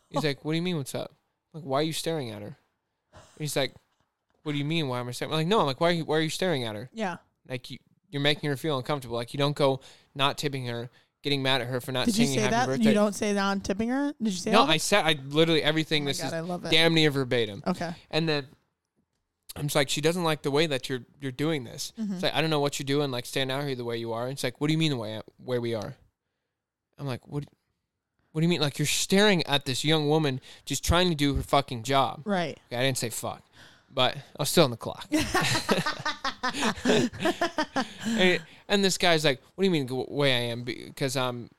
S4: He's like, what do you mean, what's up? I'm like, why are you staring at her? He's like, what do you mean? Why am I staring? I'm like, no. I'm like, why are you, why are you staring at her?
S3: Yeah.
S4: Like you, you're making her feel uncomfortable. Like you don't go not tipping her, getting mad at her for not
S3: Did you
S4: singing
S3: say
S4: happy
S3: that?
S4: birthday.
S3: You don't say that on tipping her? Did you say
S4: no,
S3: that?
S4: I said I literally everything.
S3: Oh my
S4: this
S3: God,
S4: is
S3: I love it. Oh.
S4: damn near verbatim.
S3: Okay.
S4: And then I'm just like, she doesn't like the way that you're you're doing this.
S3: Mm-hmm.
S4: It's like I don't know what you're doing. Like stand out here the way you are. And it's like, what do you mean the way where we are? I'm like, what? What do you mean? Like you're staring at this young woman just trying to do her fucking job.
S3: Right.
S4: Okay, I didn't say fuck, but I was still on the
S3: [laughs]
S4: clock. [laughs] and, and this guy's like, "What do you mean the way I am? Because I'm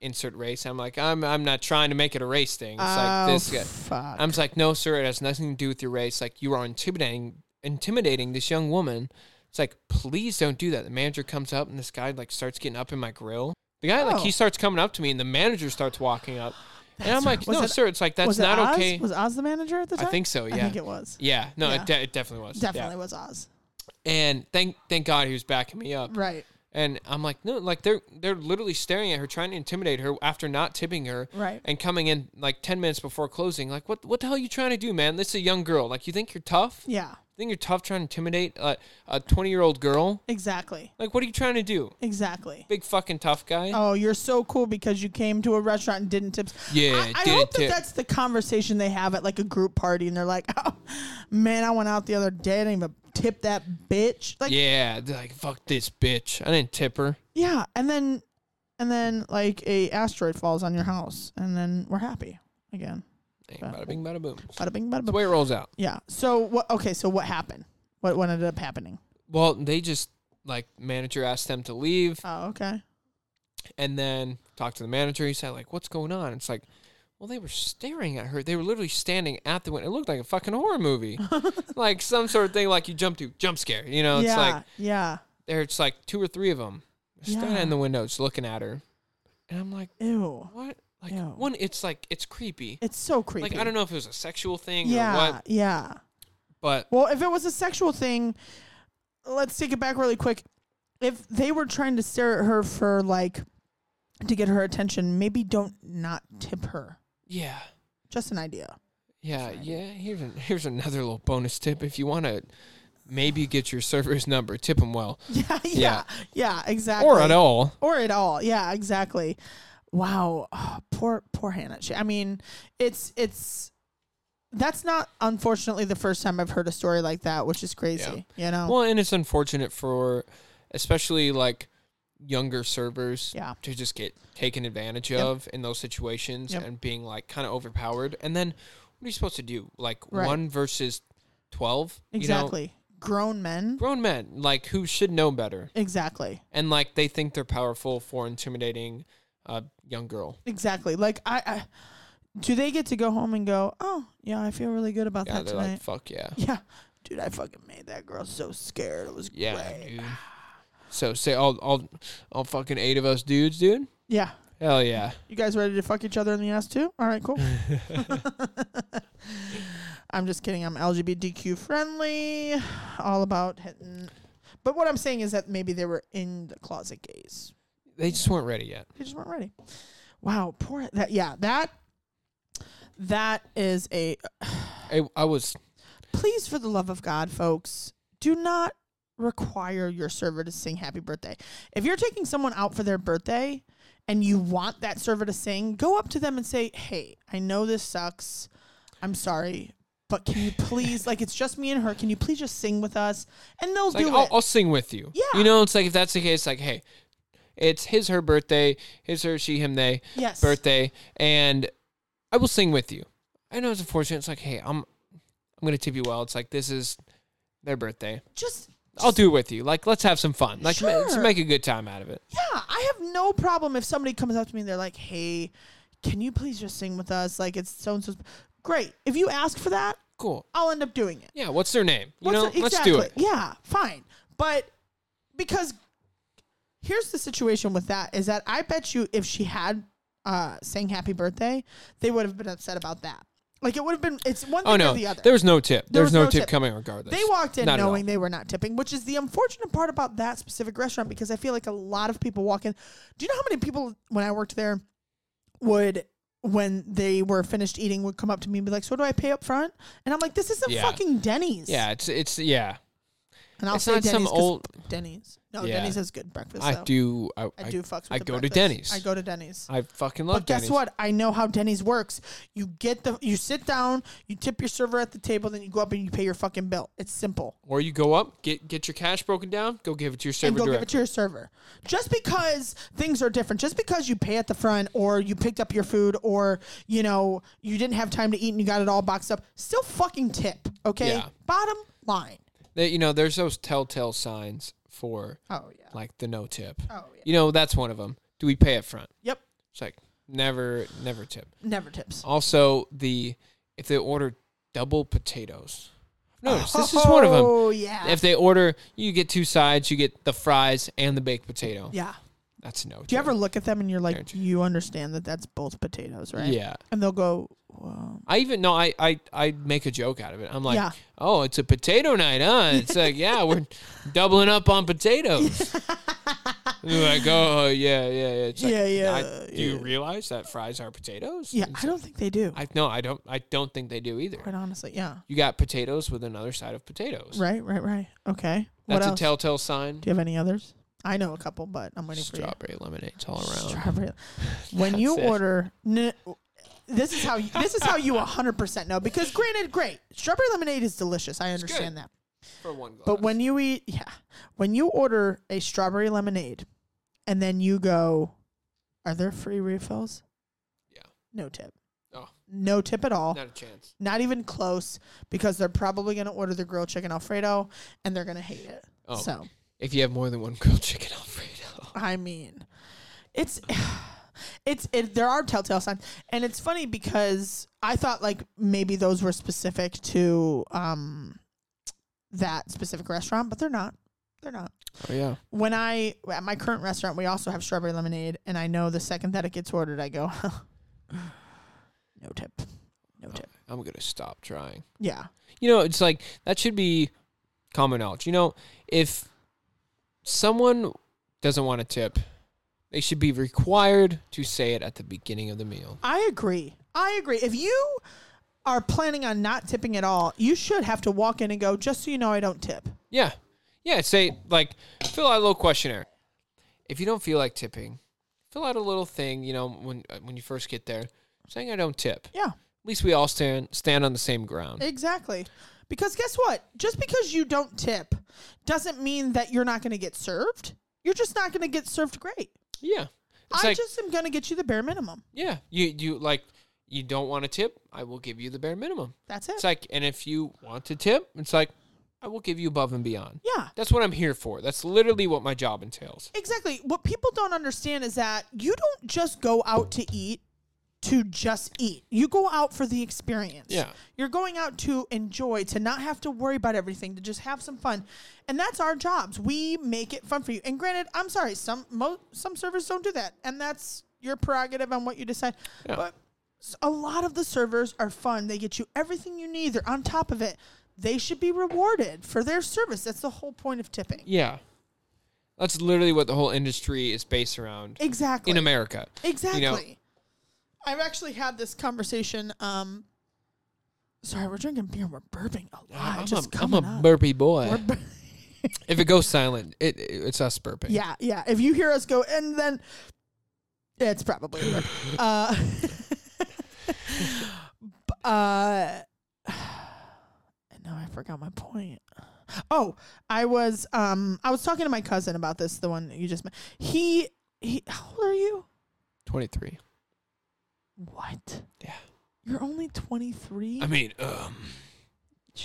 S4: insert race." I'm like, "I'm I'm not trying to make it a race thing." It's like
S3: oh,
S4: this guy.
S3: fuck.
S4: I'm just like, no, sir, it has nothing to do with your race. Like, you are intimidating, intimidating this young woman. It's like, please don't do that. The manager comes up and this guy like starts getting up in my grill. The guy like
S3: Oh.
S4: he starts coming up to me and the manager starts walking
S3: [gasps]
S4: up, and I'm like,
S3: Was
S4: no,
S3: it-
S4: sir, it's like that's
S3: was it
S4: not
S3: Oz?
S4: okay.
S3: Was Oz the manager at the
S4: I
S3: time?
S4: think so, yeah,
S3: I think it was.
S4: yeah, no,
S3: Yeah.
S4: It, de- it definitely was, Yeah.
S3: Definitely was Oz.
S4: And thank thank God he was backing me up.
S3: Right.
S4: And I'm like, no, like they're they're literally staring at her, trying to intimidate her after not tipping her,
S3: Right.
S4: And coming in like ten minutes before closing, like what what the hell are you trying to do, man? This is a young girl. Like you think you're tough?
S3: Yeah.
S4: You think you're tough trying to intimidate a a twenty year old girl?
S3: Exactly.
S4: Like what are you trying to do?
S3: Exactly.
S4: Big fucking tough guy.
S3: Oh, you're so cool because you came to a restaurant and didn't tip.
S4: Yeah,
S3: I, I
S4: didn't
S3: hope that
S4: tip.
S3: that's the conversation they have at like a group party, and they're like, "Oh, man, I went out the other day, I didn't even tip that bitch." Like,
S4: yeah, they're like fuck this bitch. I didn't tip her.
S3: yeah, and then, and then like a asteroid falls on your house, and then we're happy again.
S4: Hey, Bada bing, bada boom. That's
S3: Bada bing, bada
S4: the
S3: boom.
S4: way it rolls out.
S3: Yeah. So what? Okay. So what happened? What what ended up happening?
S4: Well, they just like manager asked them to leave.
S3: Oh, okay.
S4: and then talked to the manager. He said, like, what's going on? It's like, well, they were staring at her. They were literally standing at the window. It looked like a fucking horror
S3: [laughs]
S4: movie, like some sort of thing, like you jump to jump scare. You know, it's
S3: yeah.
S4: like
S3: yeah.
S4: there's like two or three of them standing
S3: Yeah.
S4: in the window, just looking at her. And I'm like,
S3: Ew.
S4: what? Like
S3: Ew.
S4: one, it's like it's creepy.
S3: It's so creepy.
S4: Like I don't know if it was a sexual thing
S3: Yeah.
S4: or what,
S3: Yeah.
S4: but
S3: Well, if it was a sexual thing, let's take it back really quick. If they were trying to stare at her for like to get her attention, maybe don't not tip her.
S4: yeah.
S3: Just an idea. [laughs]
S4: Yeah, yeah. Here's an, here's another little bonus tip. If you want to, maybe get your server's number. Tip them well,
S3: Yeah, yeah,
S4: Yeah.
S3: yeah, exactly.
S4: or at all.
S3: Or at all. Yeah, exactly. Wow, [sighs] Ah, poor poor Hannah. She, I mean, it's it's that's not unfortunately the first time I've heard a story like that, which is crazy. You know.
S4: Well, and it's unfortunate for especially like younger servers
S3: Yeah.
S4: to just get taken advantage
S3: Yep.
S4: of in those situations
S3: Yep.
S4: and being like kind of overpowered. And then what are you supposed to do? Like
S3: Right.
S4: one versus 12?
S3: exactly. Grown
S4: You know,
S3: men.
S4: grown men, like who should know better.
S3: Exactly.
S4: And like they think they're powerful for intimidating a young girl.
S3: Exactly. Like I, I do they get to go home and go, "Oh, yeah, I feel really good about
S4: Yeah,
S3: that
S4: they're
S3: tonight."
S4: like, fuck yeah.
S3: yeah. Dude, I fucking made that girl so scared. It was
S4: Yeah,
S3: great.
S4: dude. So say all, all, all fucking eight of us dudes, dude?
S3: Yeah.
S4: Hell yeah.
S3: You guys ready to fuck each other in the ass too? All right, cool. [laughs] I'm just kidding. I'm LGBTQ friendly. All about hitting. But what I'm saying is that maybe they were in the closet gays.
S4: They just weren't ready yet.
S3: They just weren't ready. Wow, poor that. Yeah, that. That is a
S4: I, I was
S3: please for the love of god folks do not require your server to sing happy birthday if you're taking someone out for their birthday and you want that server to sing go up to them and say hey i know this sucks i'm sorry but can you please like it's just me and her can you please just sing with us and they'll
S4: It's
S3: do
S4: like, I'll,
S3: it
S4: I'll sing with you.
S3: Yeah.
S4: You know, it's like if that's the case, like, hey, it's his, her birthday, his, her, she, him, they
S3: yes
S4: birthday, and I will sing with you. I know it's unfortunate. It's like, hey, I'm, I'm gonna tip you well. It's like this is their birthday.
S3: just
S4: I'll do it with you. Like, let's have some fun. Like, ma- let's
S3: Sure.
S4: make a good time out of it.
S3: Yeah, I have no problem if somebody comes up to me and they're like, "Hey, can you please just sing with us?" Like it's so and so. Great. If you ask for that,
S4: Cool.
S3: I'll end up doing it.
S4: Yeah. What's their name? You
S3: What's
S4: know,
S3: the-
S4: let's do it.
S3: exactly. Yeah, fine. But because here's the situation with that is that I bet you if she had uh, sang happy birthday, they would have been upset about that. Like it would have been. It's one thing
S4: Oh no,
S3: or the other.
S4: there was no tip. There, was, no, tip,
S3: tip.
S4: coming regardless.
S3: They walked in
S4: Not at all.
S3: knowing they were not tipping, which is the unfortunate part about that specific restaurant because I feel like a lot of people walk in. Do you know how many people when I worked there would when they were finished eating would come up to me and be like, "So do I pay up front?" And I'm like, "This isn't
S4: Yeah.
S3: fucking Denny's."
S4: Yeah, it's it's yeah.
S3: and I'll
S4: it's
S3: say
S4: not
S3: Denny's
S4: some
S3: 'cause
S4: old-
S3: f- Denny's. No,
S4: Yeah.
S3: Denny's has good breakfast.
S4: I
S3: though.
S4: do. I,
S3: I do fucks. With
S4: I
S3: the
S4: go to
S3: breakfast.
S4: Denny's.
S3: I go to Denny's.
S4: I fucking love.
S3: But guess
S4: Denny's.
S3: what? I know how Denny's works. You get the you sit down, you tip your server at the table, then you go up and you pay your fucking bill. It's simple.
S4: Or you go up, get get your cash broken down, go give it to your server
S3: and go give
S4: directly.
S3: it to your server. Just because things are different, just because you pay at the front or you picked up your food or you know you didn't have time to eat and you got it all boxed up, still fucking tip. Okay,
S4: Yeah.
S3: bottom line.
S4: They- you know, there's those telltale signs for
S3: Oh yeah.
S4: like the no tip.
S3: Oh yeah.
S4: You know, that's one of them. Do we pay up front?
S3: Yep.
S4: It's like never, never tip.
S3: Never tips.
S4: Also, the if they order double potatoes,
S3: [laughs]
S4: notice this Oh, is one of them.
S3: Oh yeah.
S4: If they order, you get two sides. You get the fries and the baked potato.
S3: yeah.
S4: That's a no.
S3: Do you ever look at them and you're like,
S4: Guaranteed.
S3: you understand that that's both potatoes, right?
S4: Yeah.
S3: And they'll go, well,
S4: I even no, I, I I make a joke out of it. I'm like,
S3: Yeah.
S4: oh, it's a potato night, huh? It's like, yeah, we're doubling up on
S3: [laughs]
S4: potatoes. They're like, oh yeah, yeah, yeah. It's like,
S3: Yeah, yeah,
S4: I- Do you
S3: yeah.
S4: realize that fries are potatoes?
S3: yeah.
S4: It's
S3: I don't think they do.
S4: like, I no, I don't. I don't think they do either.
S3: quite honestly, yeah.
S4: You got potatoes with another side of potatoes.
S3: Right, right, right. Okay. What
S4: That's a
S3: else?
S4: telltale sign.
S3: Do you have any others? I know a couple, but I'm waiting for you.
S4: Strawberry lemonades all around.
S3: Strawberry.
S4: [laughs]
S3: When you
S4: That's it.
S3: order, n- this is how you, this is how you 100 percent know. Because granted, great strawberry lemonade is delicious. I
S4: good.
S3: understand that.
S4: For one glass.
S3: But when you eat, yeah, when you order a strawberry lemonade, and then you go, are there free refills?
S4: Yeah.
S3: No tip.
S4: Oh.
S3: No tip at all.
S4: not a chance.
S3: Not even close, because they're probably gonna order the grilled chicken alfredo, and they're gonna hate it.
S4: Oh.
S3: So.
S4: If you have more than one grilled chicken [laughs] alfredo.
S3: I mean, it's [sighs] it's it, there are telltale signs, and it's funny because I thought like maybe those were specific to um that specific restaurant, but they're not. They're not.
S4: Oh yeah.
S3: When I at my current restaurant, we also have strawberry lemonade, and I know the second that it gets ordered, I go, [laughs] no tip, no tip.
S4: I'm gonna stop trying.
S3: Yeah,
S4: You know, it's like that should be common knowledge. You know, if someone doesn't want a tip, they should be required to say it at the beginning of the meal.
S3: I agree. I agree. If you are planning on not tipping at all, you should have to walk in and go. Just so you know, I don't tip.
S4: Yeah. Yeah, say like fill out a little questionnaire. If you don't feel like tipping, fill out a little thing, you know, when uh, when you first get there, saying I don't tip.
S3: Yeah.
S4: At least we all stand stand on the same ground.
S3: Exactly. Because guess what? Just because you don't tip doesn't mean that you're not going to get served. You're just not going to get served great.
S4: Yeah. It's
S3: I
S4: like
S3: just am going to get you the bare minimum.
S4: yeah, you you like you don't want a tip, I will give you the bare minimum.
S3: That's it.
S4: It's like, and if you want to tip, it's like, I will give you above and beyond.
S3: yeah.
S4: That's what I'm here for. That's literally what my job entails.
S3: Exactly. What people don't understand is that you don't just go out to eat to just eat. You go out for the experience.
S4: Yeah.
S3: You're going out to enjoy, to not have to worry about everything, to just have some fun. And that's our jobs. We make it fun for you. And granted, I'm sorry, some mo- some servers don't do that. And that's your prerogative on what you decide.
S4: Yeah.
S3: But s- a lot of the servers are fun. They get you everything you need. They're on top of it. They should be rewarded for their service. That's the whole point of tipping.
S4: Yeah. That's literally what the whole industry is based around
S3: Exactly.
S4: in America.
S3: Exactly. I've actually had this conversation. Um, sorry, we're drinking beer. We're burping a lot.
S4: I'm,
S3: just
S4: a, I'm a
S3: coming up.
S4: burpy boy.
S3: We're bur- [laughs]
S4: if it goes silent, it, it- it's us burping.
S3: yeah, yeah. If you hear us go, and then it's probably a
S4: [laughs]
S3: burp. uh, [laughs] b- uh, [sighs] and now I forgot my point. Oh, I was um I was talking to my cousin about this. The one that you just met. He he. How old are you?
S4: 23.
S3: What?
S4: Yeah.
S3: You're only twenty three.
S4: I mean, um,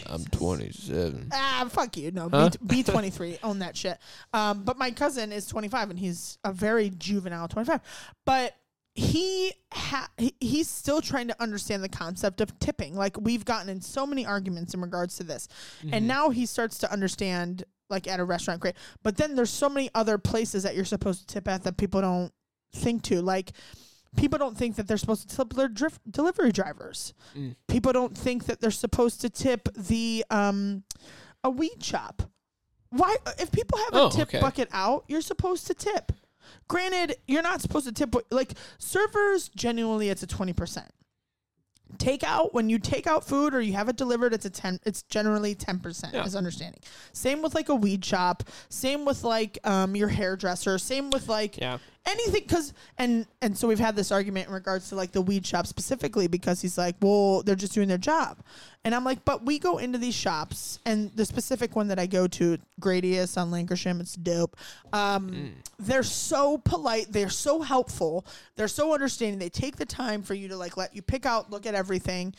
S4: I'm 27.
S3: Ah, fuck you. No,
S4: Huh? [laughs]
S3: B twenty three own that shit. Um, but my cousin is twenty five and he's a very juvenile twenty five. But he, ha- he he's still trying to understand the concept of tipping. Like we've gotten in so many arguments in regards to this,
S4: Mm-hmm.
S3: and now he starts to understand. Like at a restaurant, great. But then there's so many other places that you're supposed to tip at that people don't think to. Like people don't think that they're supposed to tip their drif- delivery drivers.
S4: Mm.
S3: People don't think that they're supposed to tip the um, a weed shop. Why, if people have
S4: Oh,
S3: a tip
S4: okay.
S3: bucket out, you're supposed to tip. Granted, you're not supposed to tip. what- Like servers, genuinely, it's a twenty percent. Take out when you take out food or you have it delivered, it's a ten. It's generally ten percent.
S4: Yeah.
S3: Is understanding. Same with like a weed shop. Same with like um your hairdresser. Same with like
S4: Yeah.
S3: anything because and and so we've had this argument in regards to like the weed shop specifically because he's like well they're just doing their job and i'm like but we go into these shops and the specific one that i go to gradius on lancashire it's dope um, they're so polite they're so helpful they're so understanding they take the time for you to like let you pick out look at everything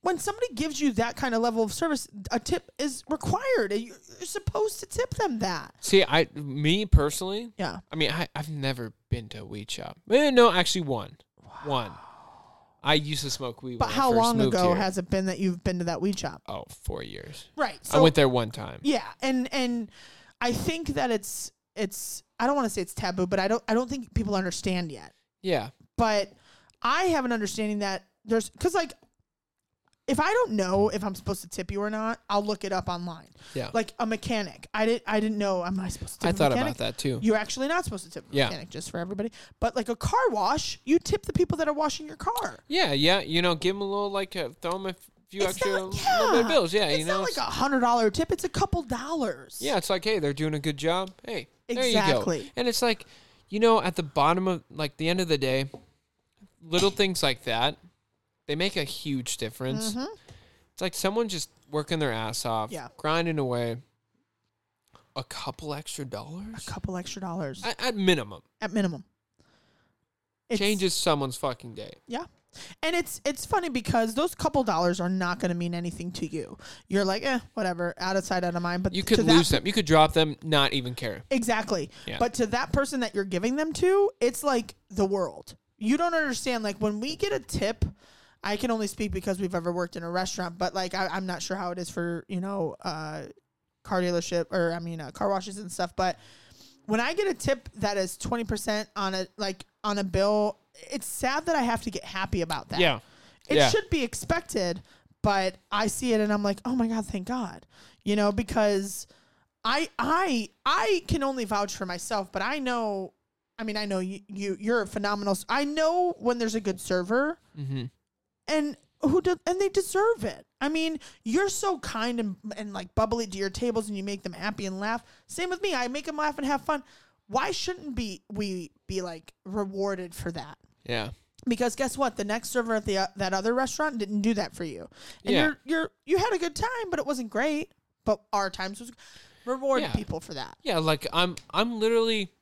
S3: when somebody gives you that kind of level of service a tip is required and you're you're supposed to tip them that
S4: See, I me personally,
S3: yeah
S4: I mean, I, I've never been to a weed shop. Eh, no, actually, one, one. I used to smoke weed.
S3: but
S4: when
S3: how
S4: I first
S3: long
S4: moved
S3: ago
S4: here.
S3: has it been that you've been to that weed shop
S4: Oh, four years.
S3: Right.
S4: I
S3: So
S4: went there one time.
S3: yeah, and and I think that it's it's I don't want to say it's taboo, but I don't I don't think people understand yet.
S4: Yeah,
S3: But I have an understanding that there's cuz like if I don't know if I'm supposed to tip you or not, I'll look it up online.
S4: Yeah.
S3: Like a mechanic. I didn't I didn't know am I supposed to tip
S4: I
S3: a
S4: thought
S3: mechanic?
S4: about that too.
S3: You're actually not supposed to tip a
S4: Yeah.
S3: mechanic just for everybody. But like a car wash, you tip the people that are washing your car.
S4: yeah, yeah. You know, give them a little like uh, throw them a few
S3: It's
S4: extra
S3: not-
S4: little bit of bills. Yeah,
S3: it's
S4: you know.
S3: not like a hundred dollar tip. It's a couple dollars.
S4: Yeah, it's like, hey, they're doing a good job. Hey, there you
S3: Exactly.
S4: go. And it's like, you know, at the bottom of like the end of the day, little things like that, they make a huge difference. It's like someone just working their ass off,
S3: Mm-hmm. Yeah.
S4: grinding away a couple extra dollars
S3: couple extra dollars
S4: at, at minimum
S3: at minimum. It's-
S4: changes someone's fucking day.
S3: Yeah. And it's it's funny because those couple dollars are not going to mean anything to you. You're like, eh, whatever, out of sight, out of mind. But
S4: You
S3: to
S4: could
S3: that-
S4: lose them. You could drop them, not even care.
S3: Exactly.
S4: Yeah.
S3: But to that person that you're giving them to, it's like the world. You don't understand. Like when we get a tip, I can only speak because we've ever worked in a restaurant, but like I, I'm not sure how it is for, you know, uh, car dealership or I mean, uh, car washes and stuff. But when I get a tip that is 20% on a, like on a bill, it's sad that I have to get happy about that.
S4: Yeah.
S3: It
S4: Yeah.
S3: should be expected, but I see it and I'm like, oh my god, thank God, you know, because I I I can only vouch for myself, but I know, I mean, I know you, you you're a phenomenal. s- I know when there's a good server,
S4: Mhm.
S3: and who do, and they deserve it. I mean, you're so kind and and like bubbly to your tables, and you make them happy and laugh. Same with me, I make them laugh and have fun. Why shouldn't be we be like rewarded for that?
S4: Yeah.
S3: because guess what the next server at the uh, that other restaurant didn't do that for you and
S4: Yeah.
S3: you're you're you had a good time but it wasn't great but our times was reward
S4: Yeah.
S3: people for that
S4: Yeah, like I'm I'm literally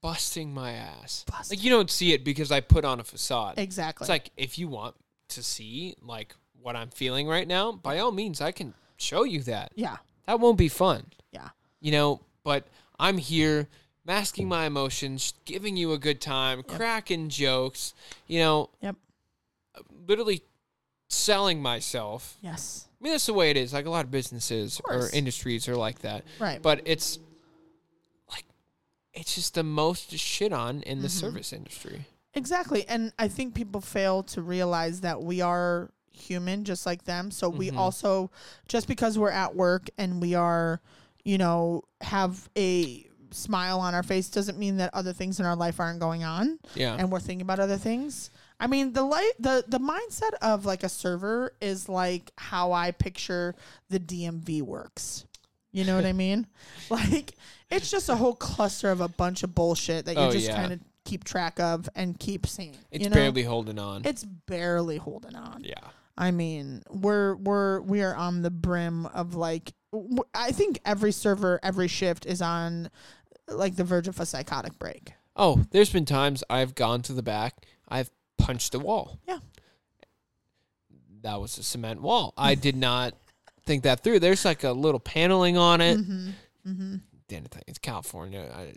S4: busting my ass.
S3: Busting.
S4: Like you don't see it because I put on a facade.
S3: exactly
S4: It's like if you want to see like what I'm feeling right now, by all means I can show you that.
S3: yeah
S4: That won't be fun.
S3: yeah
S4: You know, but I'm here masking my emotions, giving you a good time, cracking jokes, you know,
S3: yep
S4: literally selling myself.
S3: yes
S4: I mean, that's the way it is. Like a lot of businesses or
S3: course.
S4: industries are like that.
S3: Right.
S4: But it's like it's just the most to shit on in the
S3: Mm-hmm.
S4: service industry.
S3: exactly and i think people fail to realize that we are human just like them so we
S4: Mm-hmm.
S3: also just because we're at work and we are you know have a smile on our face doesn't mean that other things in our life aren't going on
S4: Yeah.
S3: and we're thinking about other things. I mean, the light, the the mindset of like a server is like how I picture the DMV works. You know what
S4: [laughs]
S3: I mean? Like it's just a whole cluster of a bunch of bullshit that you
S4: Oh,
S3: just
S4: yeah.
S3: kind of keep track of and keep seeing.
S4: it's
S3: you know?
S4: barely holding on.
S3: it's barely holding on.
S4: yeah.
S3: I mean, we're we're we are on the brim of like w- I think every server, every shift is on like the verge of a psychotic break.
S4: Oh, there's been times I've gone to the back, I've punched the wall.
S3: Yeah.
S4: That was a cement wall. I
S3: [laughs]
S4: did not think that through. There's like a little paneling on it.
S3: Mm-hmm. Mm-hmm.
S4: Didn't think- It's California. I,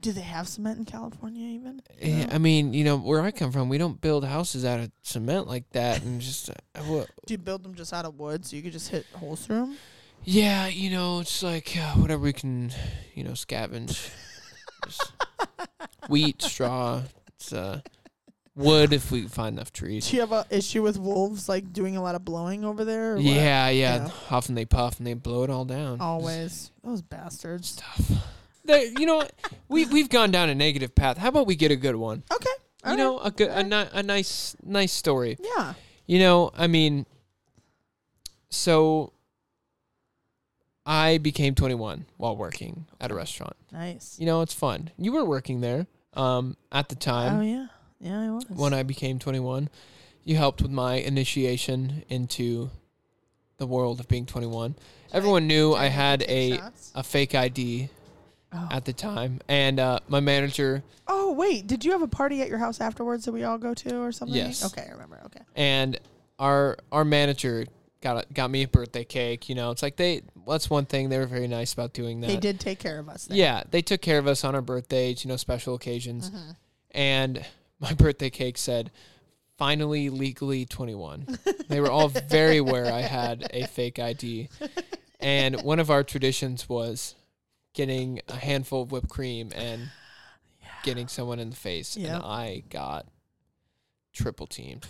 S3: Do they have cement in California even?
S4: Yeah, Eh, I mean, you know, where I come from, we don't build houses out of cement like that. And just, uh, what-
S3: Do you build them just out of wood so you could just hit holes through them?
S4: yeah, you know, it's like uh, whatever we can, you know,
S3: [laughs]
S4: scavenge. Just wheat, straw. It's uh, Would if we find enough trees.
S3: Do you have an issue with wolves like doing a lot of blowing over there? or what?
S4: Yeah, yeah.
S3: Yeah.
S4: Often they puff and they blow it all down.
S3: Always. Those bastards.
S4: They- you know, what? we we've gone down a negative path. How about we get a good one?
S3: Okay.
S4: you know, a good, a, ni- a nice, nice story.
S3: Yeah.
S4: You know, I mean, so I became 21 while working at a restaurant.
S3: Nice.
S4: You know, it's fun. You were working there um, at the
S3: Oh
S4: time
S3: yeah. Yeah, I was.
S4: when I became 21. You helped with my initiation into the world of being 21. Everyone knew I had a
S3: Shots.
S4: a fake ID
S3: Oh.
S4: at the time, and uh, my manager
S3: Oh wait, did you have a party at your house afterwards that we all go to or something?
S4: Yes.
S3: Okay, I remember. Okay.
S4: and our our manager got a, got me a birthday cake. You know, it's like they that's one thing they were very nice about doing that.
S3: They did take care of us. There.
S4: Yeah, they took care of us on our birthdays, you know, special occasions. And my [laughs] birthday cake said, finally legally 21. they were all very aware I had a fake ID. And one of our traditions was getting a handful of whipped cream and getting someone in the face.
S3: Yep.
S4: And I got triple teamed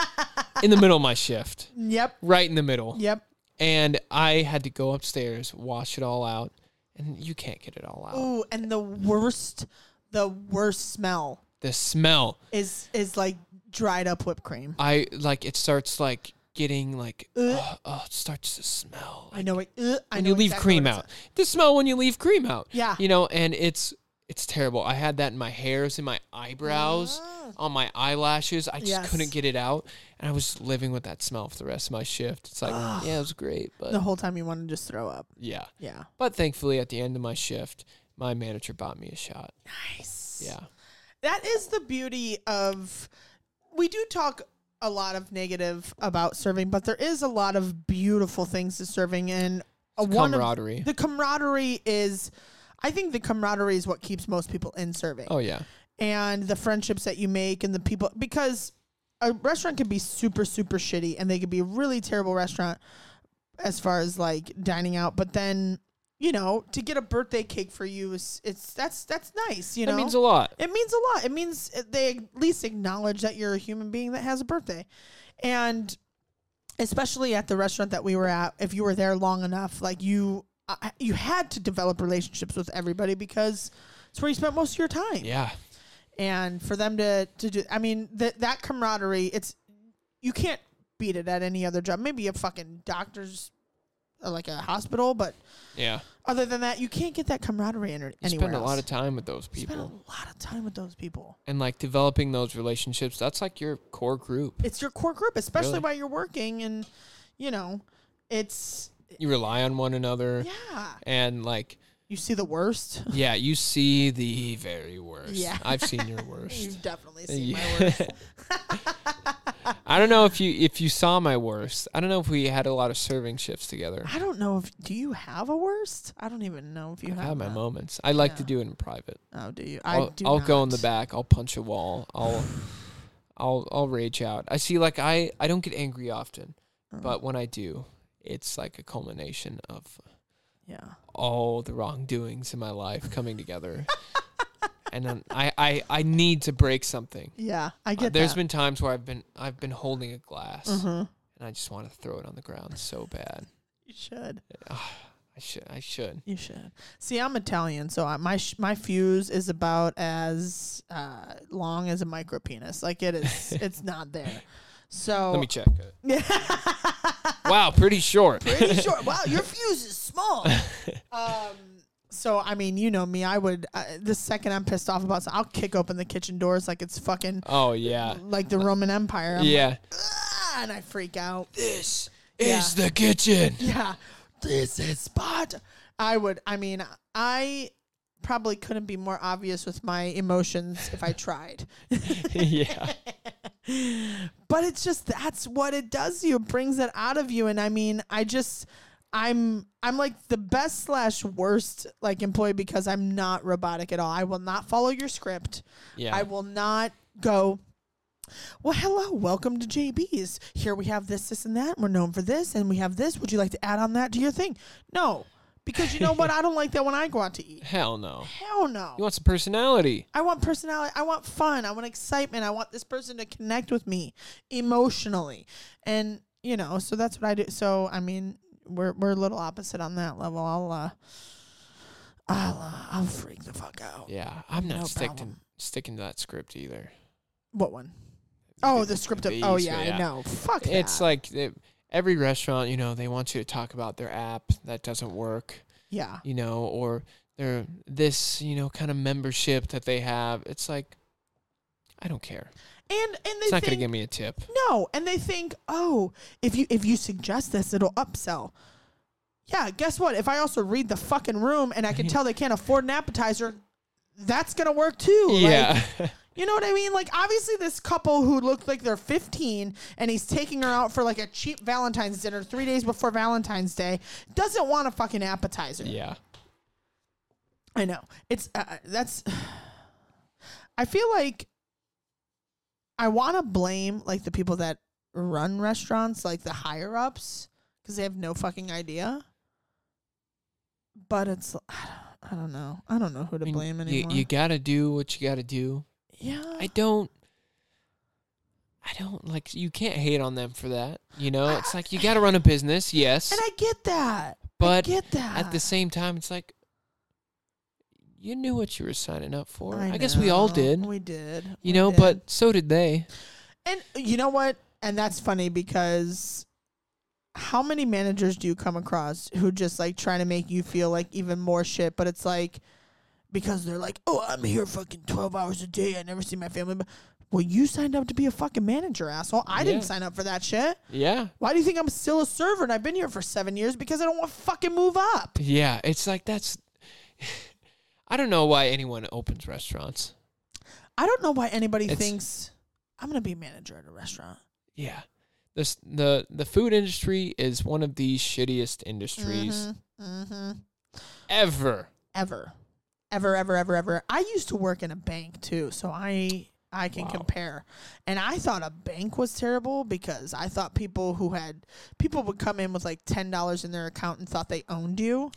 S4: [laughs] in the middle of my shift,
S3: Yep.
S4: right in the middle
S3: Yep.
S4: and I had to go upstairs, wash it all out, and you can't get it all out.
S3: Ooh, and the worst, the worst smell
S4: The smell,
S3: is is like dried up whipped cream.
S4: I like it starts like getting like
S3: Ugh.
S4: oh, oh, it starts to smell.
S3: Uh. I know. It, uh, I
S4: when
S3: know
S4: you leave
S3: exactly
S4: cream
S3: what it's-
S4: out, the smell when you leave cream out.
S3: Yeah.
S4: you know, and it's it's terrible. I had that in my hairs, in my eyebrows, on my eyelashes. I just
S3: Ah. Yes.
S4: couldn't get it out, and I was living with that smell for the rest of my shift. It's like yeah, it was great, but
S3: the whole time you want to just throw up.
S4: yeah.
S3: Yeah.
S4: But thankfully, at the end of my shift, my manager bought me a shot.
S3: Nice.
S4: Yeah.
S3: That is the beauty of we do talk a lot of negative about serving, but there is a lot of beautiful things to serving and a one of-
S4: camaraderie.
S3: the camaraderie is I think the camaraderie is what keeps most people in serving.
S4: Oh yeah.
S3: And the friendships that you make and the people because a restaurant could be super super shitty and they could be a really terrible restaurant as far as like dining out, but then you know, to get a birthday cake for you is it's that's that's nice, you know.
S4: That means a lot.
S3: It means a lot. It means they at least acknowledge that you're a human being that has a birthday. And especially at the restaurant that we were at, if you were there long enough, like you I you had to develop relationships with everybody because it's where you spent most of your time.
S4: Yeah.
S3: And for them to to do I mean that that camaraderie, it's you can't beat it at any other job. Maybe a fucking doctor's uh, like a hospital, but
S4: Yeah.
S3: other than that, you can't get that camaraderie any-
S4: You
S3: anywhere
S4: spend a
S3: else.
S4: lot of time with those
S3: You spend a
S4: people.
S3: lot of time with those people.
S4: And like developing those relationships, that's like your core group.
S3: it's your core group, especially
S4: Really.
S3: while you're working and you know,
S4: [laughs]
S3: it's
S4: You rely on one another.
S3: yeah.
S4: And like,
S3: You see the worst.
S4: yeah, you see the very worst.
S3: Yeah.
S4: I've seen
S3: [laughs]
S4: your
S3: You've
S4: worst.
S3: definitely seen
S4: [laughs] Yeah.
S3: my worst.
S4: I don't know if you if you saw
S3: [laughs]
S4: my worst. I don't know if we had a lot of serving shifts together.
S3: I don't know if do you have a worst? I don't even know if you
S4: I've
S3: have
S4: had my
S3: that.
S4: moments. I like to
S3: Yeah.
S4: do it in private.
S3: Oh, do you? I
S4: I'll,
S3: do
S4: I'll go in the
S3: not.
S4: back. I'll punch a wall. I'll, I'll, I'll rage out. I see, like I, I don't get angry often,
S3: Mm.
S4: but when I do, it's like a culmination of
S3: Yeah.
S4: all the wrongdoings in my life coming together, [laughs] and then I, I, I need to break something.
S3: Yeah. I
S4: Uh, There's
S3: get that.
S4: been times where I've been, I've been holding a glass,
S3: Mhm.
S4: and I just want to throw it on the ground so bad.
S3: You should.
S4: I should, I should.
S3: You should. See, I'm Italian, so I, my sh- my fuse is about as uh, long as a micro penis. Like
S4: [laughs]
S3: it is. it's not there. So
S4: Let me check.
S3: [laughs]
S4: wow, pretty short.
S3: pretty sure. Wow, your fuse is small. Um, so I mean, you know me. I would uh, the second I'm pissed off about something, I'll kick open the kitchen doors like it's fucking
S4: Oh yeah,
S3: like the Roman Empire. I'm
S4: yeah.
S3: like, "Ah," and I freak out.
S4: This
S3: Yeah.
S4: is the kitchen.
S3: Yeah, this is spot. I would. I mean, I probably couldn't be more obvious with my emotions if I tried.
S4: [laughs] yeah.
S3: but it's just that's what it does to you it brings it out of you and i mean i just i'm i'm like the best slash worst like employee because i'm not robotic at all i will not follow your script
S4: Yeah.
S3: i will not go well hello welcome to jb's here we have this this and that we're known for this and we have this would you like to add on that to your thing no Because you know what? I don't like that when I go out to eat.
S4: Hell no.
S3: Hell no.
S4: You want some personality.
S3: I want personality. I want fun. I want excitement. I want this person to connect with me emotionally. And, you know, so that's what I do. So, I mean, we're, we're a little opposite on that level. I'll, uh, I'll, uh, I'll freak the fuck out.
S4: Yeah, I'm not
S3: No
S4: sticking
S3: problem.
S4: sticking to that script either.
S3: What one? Oh, the script of, oh,
S4: These,
S3: yeah, I know. Fuck
S4: It's
S3: that.
S4: like they, every restaurant, you know, they want you to talk about their app that doesn't work,
S3: yeah.
S4: you know, or their this, you know, kind of membership that they have. It's like I don't care.
S3: And, and they
S4: It's not going to
S3: think,
S4: give me a tip.
S3: No, and they think, oh, if you if you suggest this, it'll upsell. Yeah, guess what? If I also read the fucking room and I can tell they can't afford an appetizer, that's gonna work too. Like, [laughs]
S4: Yeah. [laughs]
S3: you know what I mean? Like obviously this couple who looked like they're 15 and he's taking her out for like a cheap Valentine's dinner 3 days before Valentine's Day doesn't want a fucking appetizer.
S4: yeah.
S3: I know. It's uh, that's [sighs] I feel like I want to blame like the people that run restaurants, like the higher ups, cuz they have no fucking idea. But it's I don't, I don't know. I don't know who to
S4: I mean,
S3: blame
S4: you,
S3: anymore.
S4: you got to do what you got to do.
S3: yeah.
S4: I don't I don't like you can't hate on them for that. You know, it's like you got to run a business, yes.
S3: and I get that.
S4: But
S3: I get that.
S4: at the same time, it's like you knew what you were signing up for.
S3: I
S4: I, guess we all
S3: know.
S4: did,
S3: We did.
S4: you
S3: We
S4: know,
S3: did.
S4: but so did they.
S3: And you know what? And that's funny because how many managers do you come across who just like trying to make you feel like even more shit? But it's like because they're like, oh, I'm here fucking 12 hours a day. I never see my family. But Well, you signed up to be a fucking manager, asshole. I didn't
S4: Yeah.
S3: sign up for that shit.
S4: Yeah,
S3: Why do you think I'm still a server and I've been here for seven years? Because I don't want to fucking move up.
S4: yeah. It's like that's. [sighs] I don't know why anyone opens restaurants.
S3: I don't know why anybody
S4: It's-
S3: thinks I'm going to be a manager at a restaurant.
S4: Yeah, this the the food industry is one of the shittiest industries
S3: Mm-hmm.
S4: ever.
S3: ever, ever, ever, ever, ever. I used to work in a bank too, so I I can
S4: Wow.
S3: compare. And I thought a bank was terrible because I thought people who had people would come in with like ten dollars in their account and thought they owned you,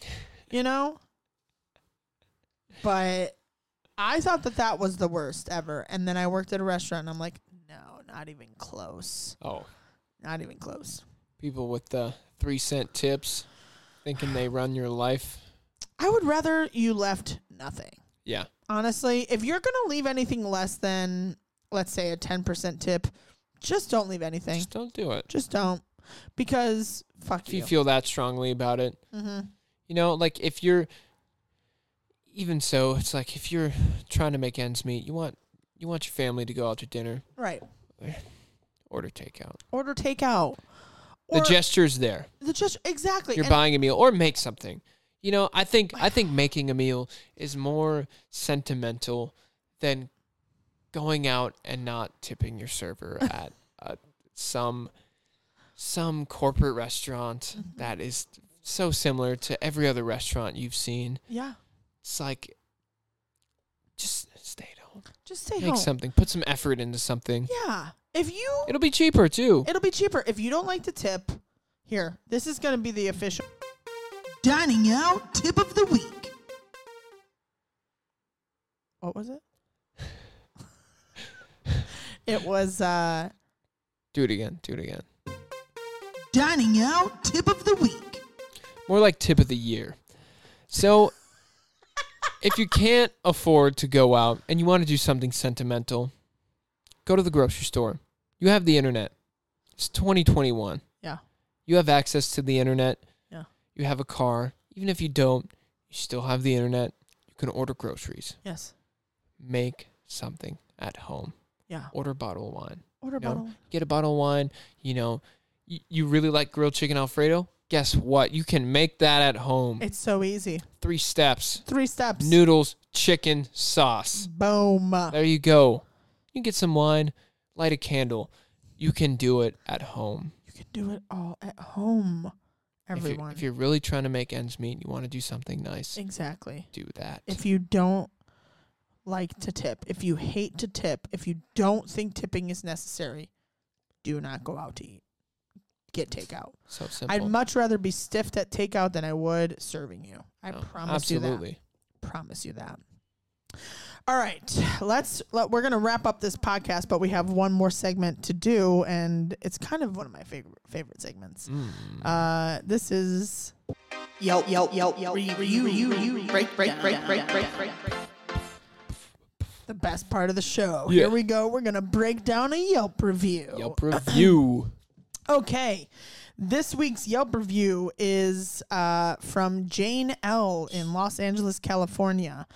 S3: you know. But I thought that that was the worst ever. And then I worked at a restaurant, and I'm like, no, not even close,
S4: Oh,
S3: not even close.
S4: people with the three cent tips, thinking they run your life.
S3: I would rather you left nothing.
S4: Yeah,
S3: honestly, if you're gonna leave anything less than, let's say, a ten percent tip, just don't leave anything.
S4: just don't do it.
S3: Just don't, because fuck
S4: If you
S3: you.
S4: feel that strongly about it,
S3: hmm
S4: You know, like if you're even so, it's like if you're trying to make ends meet, you want you want your family to go out to dinner,
S3: Right.
S4: order takeout.
S3: Order takeout.
S4: The
S3: Or
S4: gesture's there.
S3: the just exactly.
S4: You're
S3: And
S4: buying a meal or make something. You know, I think I
S3: [sighs]
S4: think making a meal is more sentimental than going out and not tipping your
S3: [laughs]
S4: server at uh, some some corporate restaurant
S3: Mm-hmm.
S4: that is so similar to every other restaurant you've seen.
S3: yeah.
S4: it's like just stay at home.
S3: Just stay
S4: Make
S3: home.
S4: something. Put some effort into something.
S3: yeah. If you,
S4: It'll be cheaper too.
S3: it'll be cheaper. If you don't like the tip, here, this is gonna be the official dining out tip of the week. What was it? [laughs] it was uh
S4: Do it again. Do it again.
S2: Dining out tip of the week.
S4: More like tip of the year. So if you can't afford to go out and you want to do something sentimental, go to the grocery store. You have the internet. It's 2021.
S3: Yeah.
S4: You have access to the internet.
S3: Yeah.
S4: You have a car. Even if you don't, you still have the internet. You can order groceries.
S3: Yes.
S4: Make something at home.
S3: Yeah.
S4: Order a bottle of wine.
S3: Order
S4: No.
S3: bottle.
S4: get a bottle of wine. You know, you, you really like grilled chicken Alfredo. Guess what? You can make that at home.
S3: It's so easy.
S4: Three steps
S3: Three steps.
S4: noodles, chicken, sauce.
S3: Boom.
S4: There you go. You can get some wine, light a candle. You can do it at home.
S3: You can do it all at home.
S4: If you're,
S3: Everyone.
S4: if you're really trying to make ends meet, you want to do something nice,
S3: exactly.
S4: do that.
S3: If you don't like to tip, if you hate to tip, if you don't think tipping is necessary, do not go out to eat. get takeout.
S4: So simple.
S3: I'd much rather be stiffed at takeout than I would serving you. I
S4: No,
S3: promise you that.
S4: Oh, absolutely.
S3: Promise you that. All right, let's. Let, we're gonna wrap up this podcast, but we have one more segment to do, and it's kind of one of my favorite favorite segments.
S4: Mm.
S3: Uh, this is
S2: Yelp, yelp, yelp, yelp. Review, you, you, break, break, break, break, break, break.
S3: the best part of the show.
S4: Yeah.
S3: Here we go. We're gonna break down a Yelp review.
S4: Yelp review.
S3: Okay. This week's Yelp review is uh, from Jane L. in Los Angeles, California.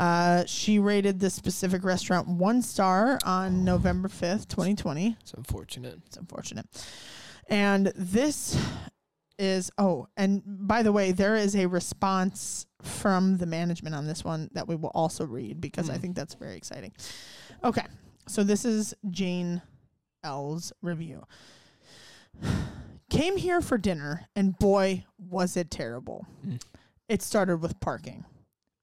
S3: Uh, she rated this specific restaurant one star on November 5th, 2020.
S4: It's
S3: [coughs]
S4: unfortunate.
S3: It's unfortunate. And this is, oh, and by the way, there is a response from the management on this one that we will also read because I think that's very exciting. Okay. So this is Jane L's review. Came here for dinner, and boy, was it terrible. It started with parking.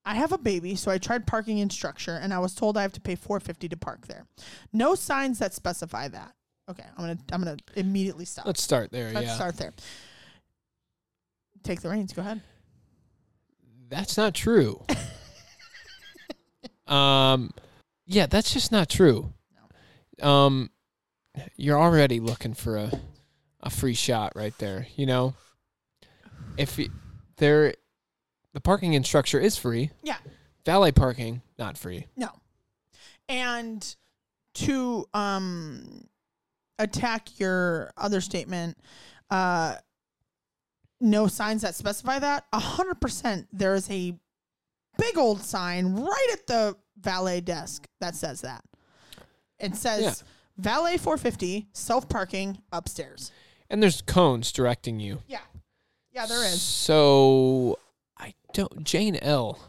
S3: I have a baby, so I tried parking in structure, and I was told I have to pay four fifty to park there. No signs that specify that. Okay, I'm gonna I'm gonna immediately stop.
S4: Let's start there.
S3: Let's
S4: yeah.
S3: start there. Take the reins. Go ahead.
S4: That's not
S3: [laughs]
S4: true. um, yeah, that's just not true. Um, you're already looking for a a free shot right there. You know, if y- there, the parking in structure is free.
S3: Yeah.
S4: Valet parking not free.
S3: No. And to um attack your other statement, uh no signs that specify that. A hundred percent there is a big old sign right at the valet desk that says that. It says
S4: Yeah.
S3: valet four fifty, self parking upstairs.
S4: And there's cones directing you.
S3: Yeah. Yeah, there is.
S4: So I don't. Jane L.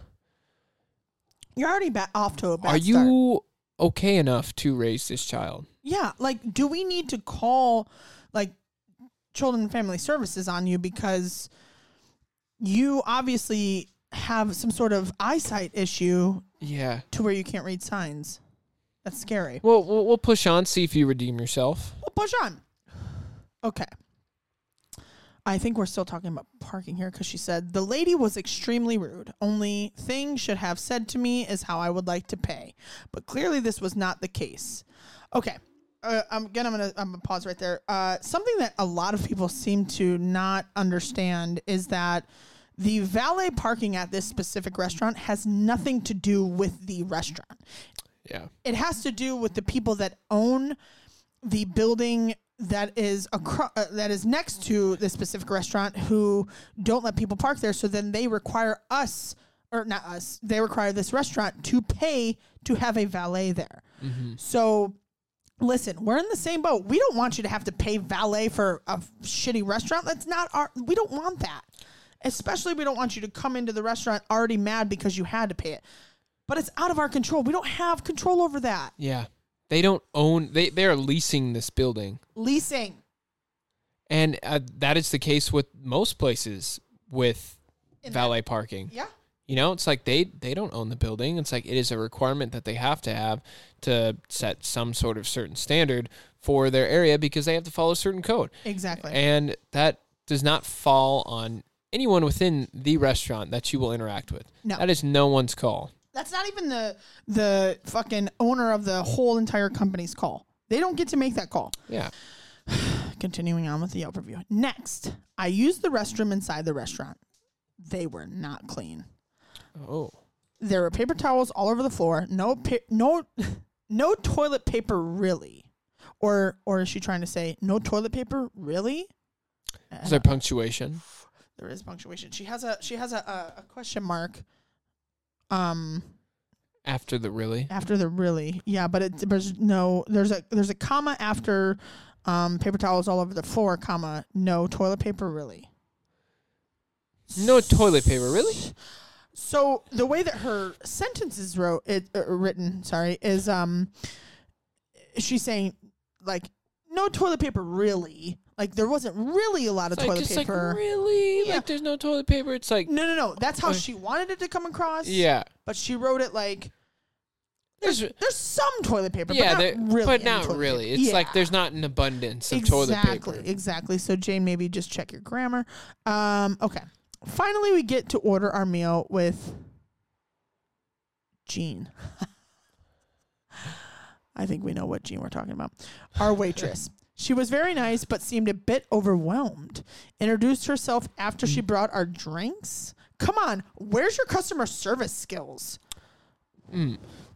S3: You're already ba- off to a bad
S4: Are
S3: start.
S4: you okay enough to raise this child?
S3: Yeah, like do we need to call like children and family services on you because you obviously have some sort of eyesight issue
S4: Yeah.
S3: to where you can't read signs. That's scary.
S4: Well, we'll, we'll push on. See if you redeem yourself.
S3: Well, push on. Okay. I think we're still talking about parking here because she said the lady was extremely rude. Only thing should have said to me is how I would like to pay, but clearly this was not the case. Okay. Uh, I'm, again, I'm gonna I'm gonna pause right there. Uh, something that a lot of people seem to not understand is that the valet parking at this specific restaurant has nothing to do with the restaurant
S4: Yeah.
S3: it has to do with the people that own the building that is acro- uh, that is next to the specific restaurant who don't let people park there so then they require us or not us they require this restaurant to pay to have a valet there so listen we're in the same boat we don't want you to have to pay valet for a shitty restaurant that's not our we don't want that especially we don't want you to come into the restaurant already mad because you had to pay it but it's out of our control we don't have control over that
S4: Yeah. They don't own they they are leasing this building.
S3: leasing
S4: And uh, that is the case with most places with valet parking.
S3: yeah
S4: You know, it's like they they don't own the building. It's like it is a requirement that they have to have to set some sort of certain standard for their area because they have to follow a certain code.
S3: exactly
S4: And that does not fall on anyone within the restaurant that you will interact with.
S3: No.
S4: That is no one's call.
S3: that's not even the the fucking owner of the whole entire company's call they don't get to make that call
S4: Yeah.
S3: continuing on with the Yelp review. Next, I used the restroom inside the restaurant. They were not clean.
S4: Oh.
S3: There were paper towels all over the floor. No, pa- no, [laughs] no toilet paper really, or or is she trying to say no toilet paper really?
S4: Is there punctuation?
S3: There is punctuation. She has a she has a, a, a question mark. Um,
S4: After the really?
S3: after the really, yeah, but it, there's no there's a there's a comma after, um, paper towels all over the floor, comma no toilet paper really.
S4: No toilet paper, really?
S3: So the way that her sentence is wrote, it, uh, written, sorry, is um, she's saying like no toilet paper really. Like there wasn't really a lot of
S4: It's like,
S3: toilet
S4: just
S3: paper.
S4: like really
S3: Yeah.
S4: like there's no toilet paper it's like
S3: no, no, no. That's how
S4: Uh,
S3: she wanted it to come across.
S4: yeah
S3: But she wrote it like
S4: There's,
S3: There's some toilet paper,
S4: yeah,
S3: but
S4: there-
S3: not really.
S4: but
S3: any
S4: not
S3: toilet
S4: really.
S3: paper.
S4: It's like
S3: Yeah.
S4: there's not an abundance of toilet
S3: exactly,
S4: paper.
S3: Exactly. So Jane, maybe just check your grammar. Um, okay. Finally, we get to order our meal with Jean. [laughs] I think we know what Jean we're talking about.
S4: [laughs]
S3: Our waitress. She was very nice, but seemed a bit overwhelmed. Introduced herself after
S4: Mm.
S3: she brought our drinks. Come on, where's your customer service skills?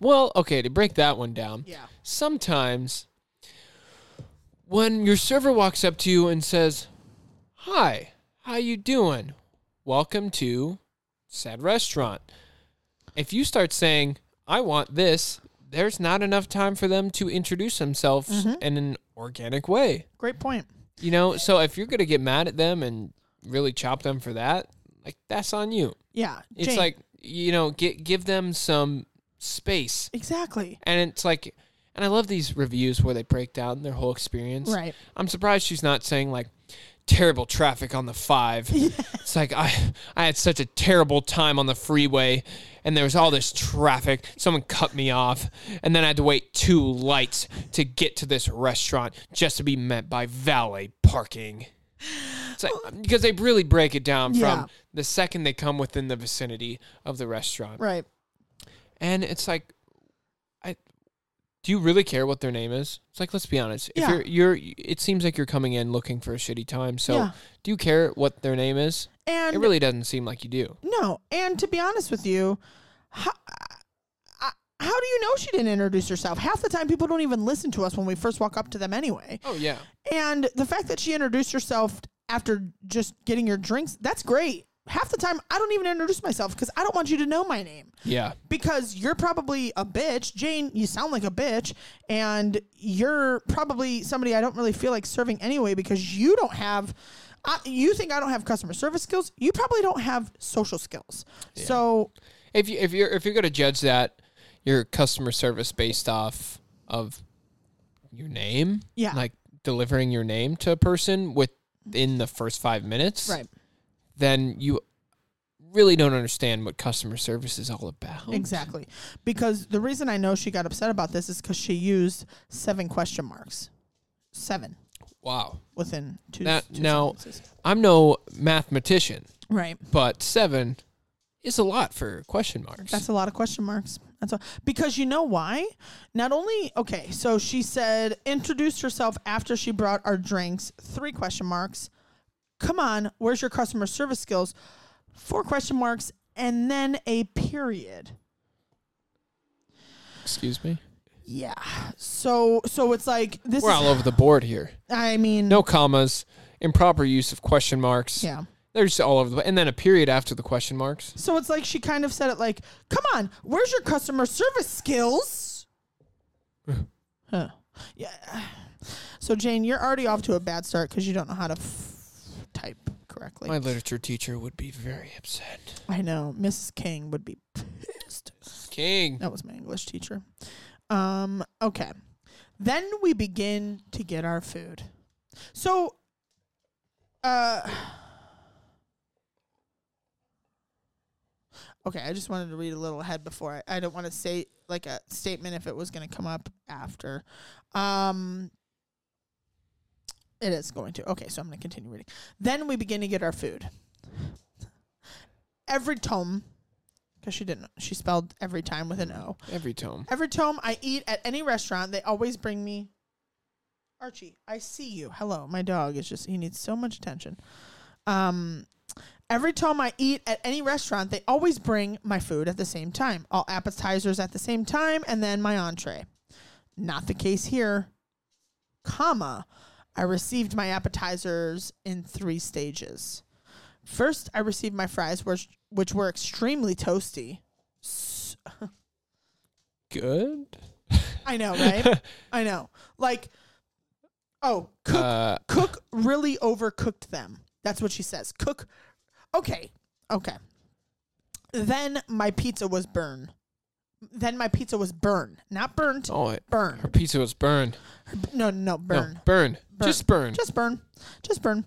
S4: Well, okay, to break that one down.
S3: Yeah.
S4: Sometimes when your server walks up to you and says, "Hi, how you doing? Welcome to said restaurant." If you start saying, "I want this," there's not enough time for them to introduce themselves in an organic way.
S3: Great point.
S4: You know, so if you're going to get mad at them and really chop them for that, like that's on you.
S3: Yeah.
S4: It's
S3: Jane.
S4: like, you know, get give them some space
S3: Exactly.
S4: and it's like and i love these reviews where they break down their whole experience
S3: Right.
S4: i'm surprised she's not saying like terrible traffic on the five
S3: [laughs]
S4: it's like i i had such a terrible time on the freeway and there was all this traffic someone cut me off and then i had to wait two lights to get to this restaurant just to be met by valet parking it's like, because they really break it down
S3: Yeah.
S4: from the second they come within the vicinity of the restaurant
S3: Right.
S4: and it's like, I do you really care what their name is? It's like let's be honest.
S3: Yeah.
S4: If you're you're, it seems like you're coming in looking for a shitty time. So
S3: Yeah.
S4: do you care what their name is?
S3: And
S4: It really doesn't seem like you do.
S3: No, and to be honest with you, how, I- how do you know she didn't introduce herself? Half the time, people don't even listen to us when we first walk up to them anyway.
S4: Oh yeah,
S3: And the fact that she introduced herself after just getting your drinks, that's great. Half the time, I don't even introduce myself because I don't want you to know my name
S4: yeah,
S3: because you're probably a bitch. Jane, you sound like a bitch, and you're probably somebody I don't really feel like serving anyway because you don't have. I, you think I don't have customer service skills? You probably don't have social skills. So
S4: If you if you're if you're gonna judge that your customer service based off of your name,
S3: Yeah.
S4: like delivering your name to a person within the first five minutes, Then you really don't understand what customer service is all about.
S3: exactly, because the reason I know she got upset about this is because she used seven question marks, seven
S4: Wow.
S3: within two.
S4: Now-
S3: two
S4: now-
S3: sentences.
S4: I'm no mathematician,
S3: right?
S4: but seven is a lot for question marks.
S3: That's a lot of question marks. That's all. because you know why? Not only okay, so she said introduced herself after she brought our drinks. Three question marks. Come on, where's your customer service skills? Four question marks, and then a period.
S4: Excuse me.
S3: Yeah. So so it's like this.
S4: We're
S3: is,
S4: all over the board here.
S3: I mean,
S4: No commas, improper use of question marks.
S3: Yeah.
S4: They're just all over the and then a period after the question marks.
S3: So it's like she kind of said it like, "Come on, where's your customer service skills?" huh. Yeah. So Jane, you're already off to a bad start because you don't know how to f- type correctly.
S4: My literature teacher would be very upset.
S3: I know Mrs. King would be pissed.
S4: King.
S3: That was my English teacher. Um. Okay. Then we begin to get our food. So, uh, okay, I just wanted to read a little ahead before I, I don't want to say like a statement if it was going to come up after. Um, it is going to. Okay, so I'm going to continue reading. Then we begin to get our food. Every tome, because she didn't, she spelled every time with an O.
S4: Every tome.
S3: Every tome I eat at any restaurant, they always bring me. Archie, I see you. Hello, my dog is just, he needs so much attention. Um, every tome I eat at any restaurant, they always bring my food at the same time, all appetizers at the same time, and then my entree. Not the case here, comma. I received my appetizers in three stages. First, I received my fries, which, which were extremely toasty.
S4: Good.
S3: I know,
S4: [laughs]
S3: right? I know. Like, oh, cook,
S4: Uh,
S3: cook really overcooked them. That's what she says. Cook. Okay, okay. Then my pizza was burn. Then my pizza was burn, not burnt.
S4: oh, it- [laughs] her
S3: Burn.
S4: pizza was burned.
S3: No, no, no, burn.
S4: No, burn.
S3: Burn.
S4: Just burn.
S3: Just burn. Just burn.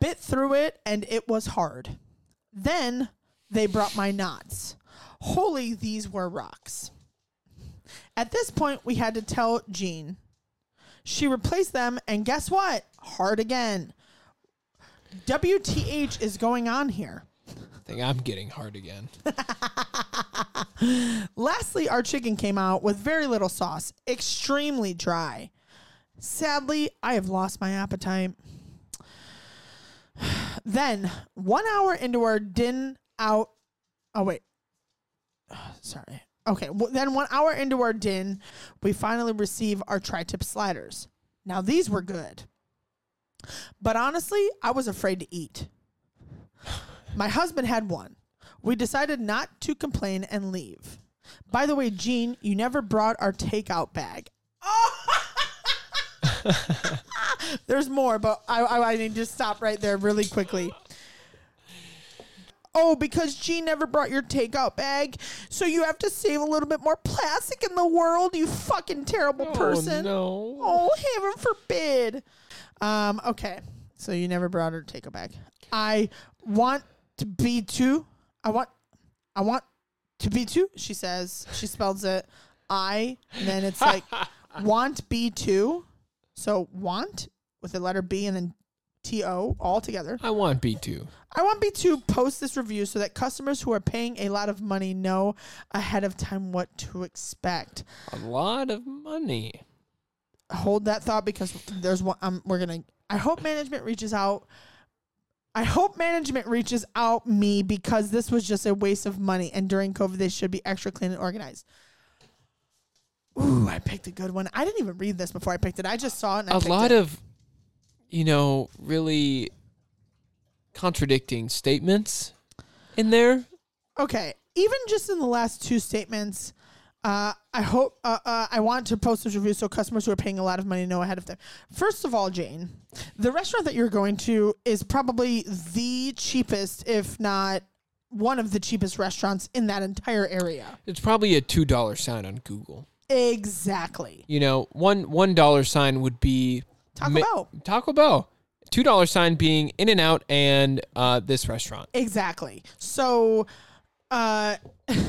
S3: Bit through it and it was hard. Then they brought my knots. Holy, these were rocks. At this point, we had to tell Jean. She replaced them, and guess what? Hard again. WTH is going on here.
S4: I think I'm getting hard again.
S3: Lastly, our chicken came out with very little sauce, extremely dry. Sadly, I have lost my appetite. [sighs] Then, one hour into our din out. Oh, wait. [sighs] Sorry. Okay. Well, then, one hour into our din, we finally receive our tri tip sliders. Now, these were good. But honestly, I was afraid to eat. My husband had one. We decided not to complain and leave. By the way, Gene, you never brought our takeout bag. [laughs] There's more, but I, I, I need to stop right there really quickly. Oh, because Gene never brought your takeout bag, so you have to save a little bit more plastic in the world, you fucking terrible person.
S4: Oh, no.
S3: Oh, heaven forbid. Um, okay. So you never brought her take a bag. I want to be too. I want I want to be too, she says. She spells it I and then it's like want be too. So want with the letter B and then T O all together.
S4: I want B2.
S3: I want B to post this review so that customers who are paying a lot of money know ahead of time what to expect.
S4: A lot of money.
S3: hold that thought because there's one um, we're gonna i hope management reaches out i hope management reaches out me because this was just a waste of money and during covid they should be extra clean and organized ooh i picked a good one i didn't even read this before i picked it i just saw it and I
S4: a
S3: picked
S4: lot
S3: it.
S4: of you know really contradicting statements in there
S3: okay even just in the last two statements uh, I hope uh, uh, I want to post this review so customers who are paying a lot of money know ahead of time. First of all, Jane, the restaurant that you're going to is probably the cheapest, if not one of the cheapest restaurants in that entire area.
S4: it's probably a two dollar sign on google
S3: Exactly.
S4: you know one one dollar sign would be
S3: Taco
S4: mi-
S3: Bell.
S4: taco bell two dollar sign being in and out and uh, this restaurant
S3: Exactly. So uh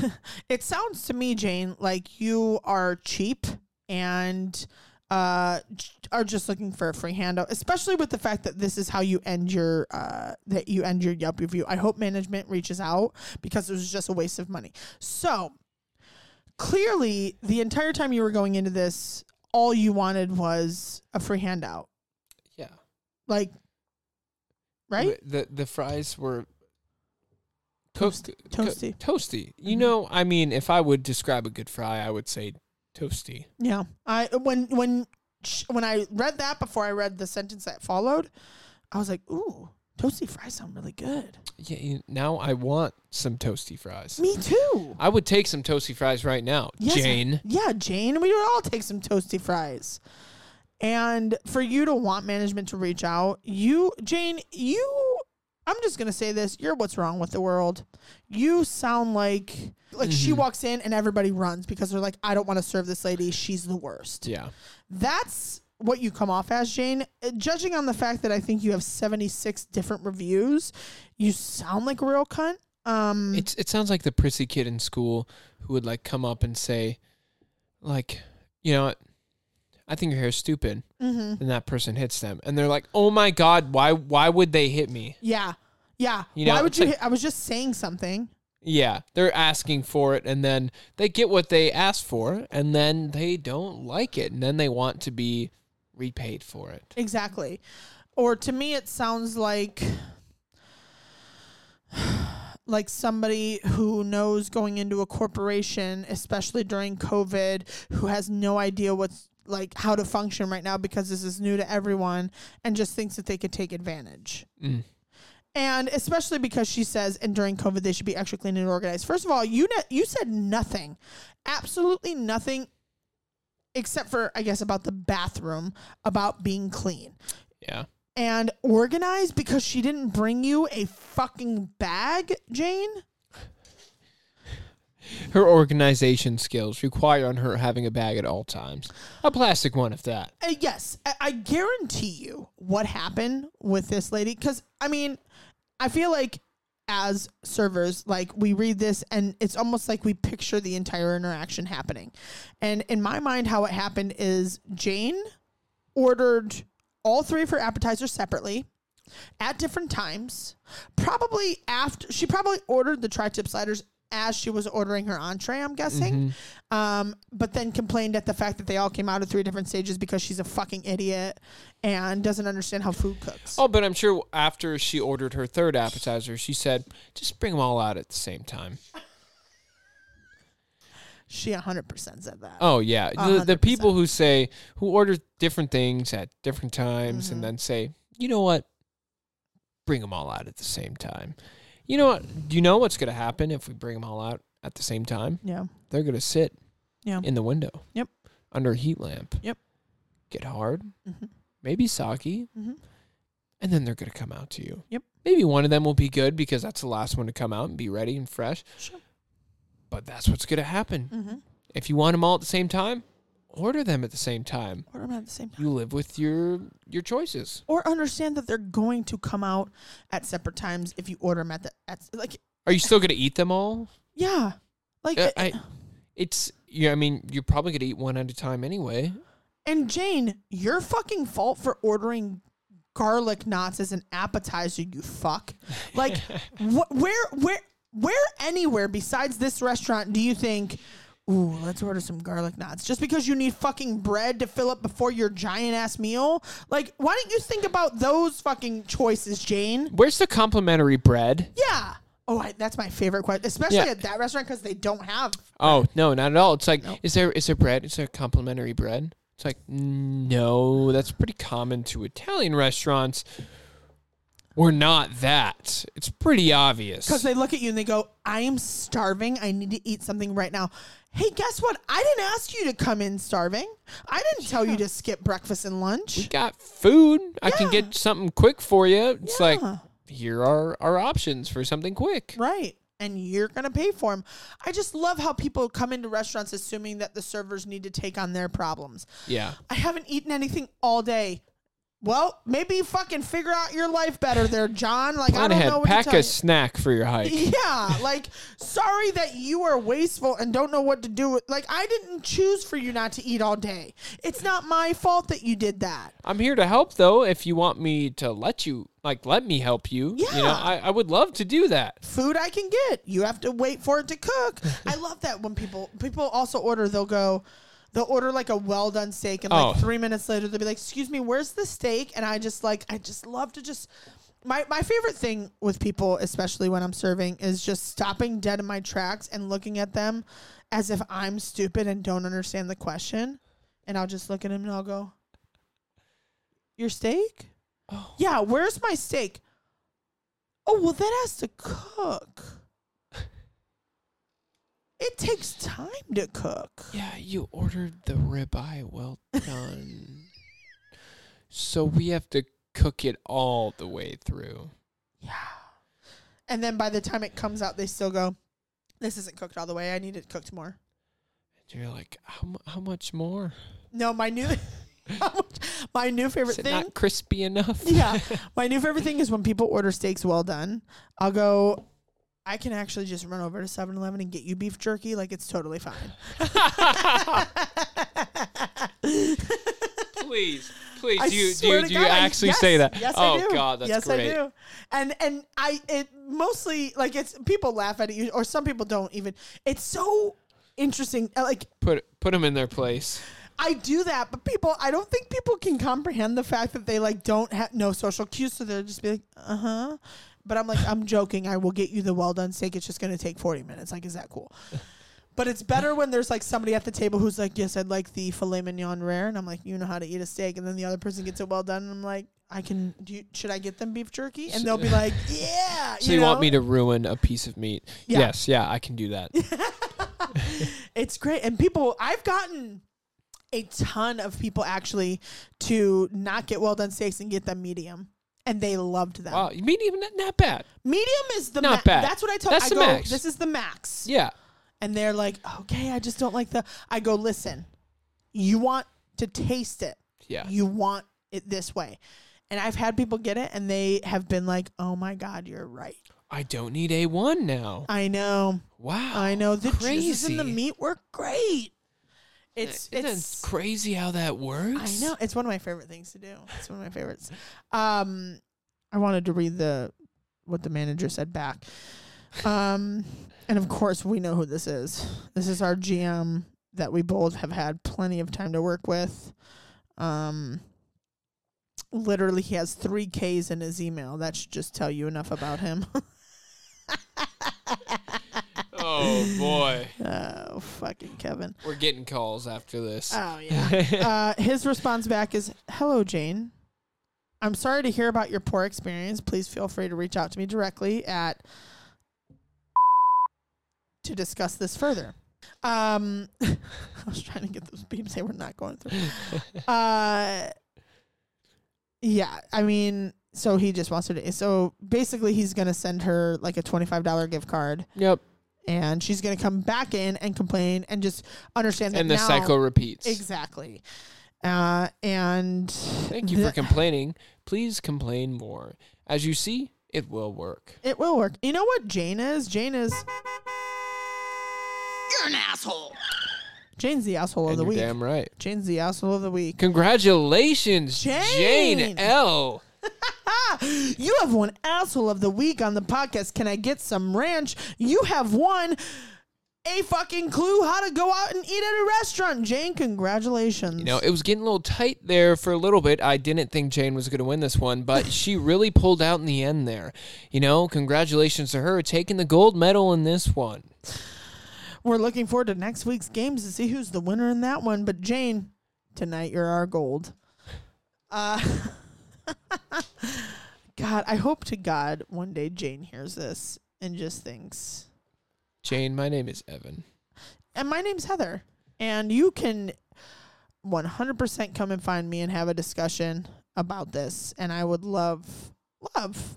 S3: [laughs] it sounds to me, Jane, like you are cheap and uh j- are just looking for a free handout, especially with the fact that this is how you end your uh that you end your Yelp review. I hope management reaches out because it was just a waste of money. So clearly the entire time you were going into this, all you wanted was a free handout.
S4: yeah
S3: Like right?
S4: the the fries were cooked
S3: Toasty. Mm-hmm.
S4: toasty you know i mean if i would describe a good fry i would say toasty
S3: Yeah, I when when sh- when I read that before I read the sentence that followed, I was like, "Ooh, toasty fries sound really good."
S4: yeah you- now i want some toasty fries
S3: Me too.
S4: I would take some toasty fries right now,
S3: Yes, I-
S4: Jane.
S3: Yeah, Jane. We would all take some toasty fries. And for you to want management to reach out, you, Jane, you, I'm just going to say this. You're what's wrong with the world. You sound like, like she walks in and everybody runs because they're like, I don't want to serve this lady. She's the worst.
S4: Yeah.
S3: that's what you come off as, Jane. Uh, Judging on the fact that I think you have 76 different reviews, you sound like a real cunt. Um,
S4: It's it sounds like the prissy kid in school who would like come up and say, like, you know, I think your hair's stupid. Mm-hmm. And that person hits them, and they're like, "Oh my god, why why would they hit me?"
S3: yeah. Yeah.
S4: You know,
S3: Why would
S4: it's
S3: you?
S4: like-
S3: hit- I was just saying something.
S4: Yeah, they're asking for it, and then they get what they asked for, and then they don't like it, and then they want to be repaid for it.
S3: Exactly. Or to me, it sounds like [sighs] like somebody who knows going into a corporation, especially during COVID, who has no idea what's like how to function right now because this is new to everyone and just thinks that they could take advantage. And especially because she says, and during COVID, they should be extra clean and organized. First of all, you ne- you said nothing, absolutely nothing, except for I guess about the bathroom, about being clean
S4: Yeah.
S3: and organized because she didn't bring you a fucking bag, Jane.
S4: Her organization skills require on her having a bag at all times. A plastic one if that.
S3: Uh, yes, I, I guarantee you what happened with this lady. Because, I mean, I feel like as servers like we read this and it's almost like we picture the entire interaction happening and in my mind how it happened is jane ordered all three of her appetizers separately at different times probably after she probably ordered the tri-tip sliders as she was ordering her entree i'm guessing um, but then complained at the fact that they all came out at three different stages because she's a fucking idiot and doesn't understand how food cooks
S4: Oh, but I'm sure after she ordered her third appetizer, she said, "Just bring them all out at the same time."
S3: she 100% said that
S4: Oh yeah, the, the people who say who order different things at different times
S3: Mm-hmm.
S4: and then say, "You know what? Bring them all out at the same time." You know what? Do you know what's going to happen if we bring them all out at the same time?
S3: yeah
S4: They're going to sit
S3: Yeah.
S4: in the window.
S3: Yep.
S4: Under a heat lamp.
S3: Yep.
S4: Get hard.
S3: Mhm.
S4: Maybe sake.
S3: Mhm.
S4: And then they're going to come out to you.
S3: Yep.
S4: Maybe one of them will be good because that's the last one to come out and be ready and fresh.
S3: Sure.
S4: But that's what's going to happen.
S3: Mhm.
S4: If you want them all at the same time, order them at the same time.
S3: Order them at the same time.
S4: You live with your your choices.
S3: Or understand that they're going to come out at separate times if you order them at the at like
S4: Are you still going to eat them all?
S3: yeah like
S4: Uh, I it's yeah, I mean, you're probably going to eat one at a time anyway.
S3: and Jane, your fucking fault for ordering garlic knots as an appetizer, you fuck. Like wh- where where where anywhere besides this restaurant do you think Ooh, let's order some garlic knots. Just because you need fucking bread to fill up before your giant ass meal? Like, why don't you think about those fucking choices, Jane?
S4: Where's the complimentary bread?
S3: Yeah. Oh, I, that's my favorite question, especially
S4: Yeah.
S3: at that restaurant because they don't have.
S4: Oh no, not at all. It's like, is there is there bread? Is there complimentary bread? It's like, no, that's pretty common to Italian restaurants. We're not that. It's pretty obvious.
S3: Because they look at you and they go, "I am starving. I need to eat something right now." Hey, guess what? I didn't ask you to come in starving. I didn't tell you to skip breakfast and lunch.
S4: You got food. I can
S3: Yeah.
S4: get something quick for you. It's like,
S3: Yeah.
S4: here are our options for something quick.
S3: Right. And you're going to pay for them. I just love how people come into restaurants assuming that the servers need to take on their problems.
S4: Yeah.
S3: I haven't eaten anything all day. Well, maybe fucking figure out your life better there, John. Like, I
S4: Plan
S3: don't
S4: ahead.
S3: know what
S4: Pack
S3: to
S4: a
S3: tell you.
S4: snack for your hike.
S3: [laughs] Yeah, like sorry that you are wasteful and don't know what to do. with Like I didn't choose for you not to eat all day. It's not my fault that you did that.
S4: I'm here to help though. If you want me to let you, like, let me help you. You know,
S3: Yeah.
S4: I, I would love to do that.
S3: Food I can get. You have to wait for it to cook. I love that when people people also order, they'll go they'll order like a well done steak and like
S4: Oh.
S3: 3 minutes later they'll be like, "Excuse me, where's the steak?" And I just like I just love to just my, my favorite thing with people, especially when I'm serving, is just stopping dead in my tracks and looking at them as if I'm stupid and don't understand the question. And I'll just look at him and I'll go, [laughs] Your steak? Yeah, where's my steak? Oh, well, that has to cook. it takes time to cook.
S4: Yeah, you ordered the ribeye. Well done. so we have to cook it all the way through.
S3: And then by the time it comes out, they still go, This isn't cooked all the way. I need it cooked more.
S4: And you're like, how, mu- how much more?
S3: No, my new [laughs] my new favorite
S4: Is it
S3: thing.
S4: not crispy enough? [laughs]
S3: yeah. My new favorite thing is when people order steaks well done. I'll go, I can actually just run over to 7 Eleven and get you beef jerky. Like, it's totally fine.
S4: please, please,
S3: I
S4: do you, do
S3: swear
S4: you,
S3: to
S4: do you
S3: God, I-
S4: actually
S3: yes,
S4: say that?
S3: Yes,
S4: oh
S3: I do.
S4: God, that's
S3: yes,
S4: great.
S3: I do. And and I it mostly like it's people laugh at it, you- or some people don't even. It's so interesting. uh, Like
S4: Put put them in their place.
S3: I do that, but people, I don't think people can comprehend the fact that they like don't have no social cues, so they'll just be like, uh huh. But I'm like, I'm joking. I will get you the well done steak. It's just gonna take 40 minutes. Like, is
S4: [laughs]
S3: that cool? But it's better when there's like somebody at the table who's like, yes, I'd like the filet mignon rare, and I'm like, you know how to eat a steak, and then the other person gets it well done, and I'm like, I can. Do you, should I get them beef jerky? And they'll be like, yeah.
S4: [laughs] So you, want
S3: know?
S4: me to ruin a piece of meat?
S3: Yeah.
S4: Yes, yeah, I can do
S3: [laughs]
S4: that.
S3: It's great. And people, I've gotten a ton of people actually to not get well done steaks and get them medium. And they loved them.
S4: wow, medium, not, not bad.
S3: Medium is the
S4: Not bad.
S3: That's what I tell
S4: That's
S3: I
S4: the
S3: go,
S4: max.
S3: This is the max.
S4: Yeah,
S3: And they're like, okay, I just don't like the. I go, listen, you want to taste it.
S4: yeah.
S3: You want it this way. And I've had people get it and they have been like, oh my God, you're right.
S4: I don't need A1 now.
S2: I know.
S4: Wow.
S2: I know. The juices in the
S4: Crazy.
S2: meat were great. It's
S4: Isn't
S2: it's
S4: it crazy how that works?
S2: I know. It's one of my favorite things to do. It's one of my favorites. Um, I wanted to read the what the manager said back. Um, and of course we know who this is. This is our GM that we both have had plenty of time to work with. Um, literally, he has three Ks in his email. That should just tell you enough about him.
S4: [laughs] Oh boy.
S2: [laughs] oh, fucking Kevin.
S4: We're getting calls after this.
S3: Uh,
S2: Oh yeah. uh, his response back is, "Hello, Jane. I'm sorry to hear about your poor experience. Please feel free to reach out to me directly at to discuss this further." Um, [laughs] I was trying to get those beeps. They were not
S4: [laughs]
S2: going through. Uh, yeah. I mean, so he just wants her to. So basically, he's gonna send her like a twenty five dollar gift card.
S4: yep.
S2: And she's gonna come back in and complain and just understand that
S4: And the
S2: now,
S4: cycle repeats.
S2: Exactly. Uh, and
S4: Thank
S3: [laughs]
S4: you for complaining. Please complain more. As you see, it will work.
S2: it will work. You know what Jane is? Jane is
S6: You're an asshole.
S2: Jane's the asshole of
S4: and
S2: the
S4: you're
S2: week.
S4: damn right.
S2: Jane's the asshole of the week.
S4: Congratulations, Jane,
S2: Jane!
S4: L.
S2: You have one asshole of the week on the podcast. Can I get some ranch? You have one a fucking clue how to go out and eat at a restaurant. Jane, congratulations.
S4: You know, it was getting a little tight there for a little bit. I didn't think Jane was going to win this one, but she really pulled out in the end there. You know, congratulations to her taking the gold medal in this one.
S2: We're looking forward to next week's games to see who's the winner in that one. But Jane, tonight you're our gold. Uh, [laughs] God, I hope to God one day Jane hears this and just thinks,
S4: Jane, my name is Evan.
S2: and my name's Heather, and you can 100% come and find me and have a discussion about this. And I would love, love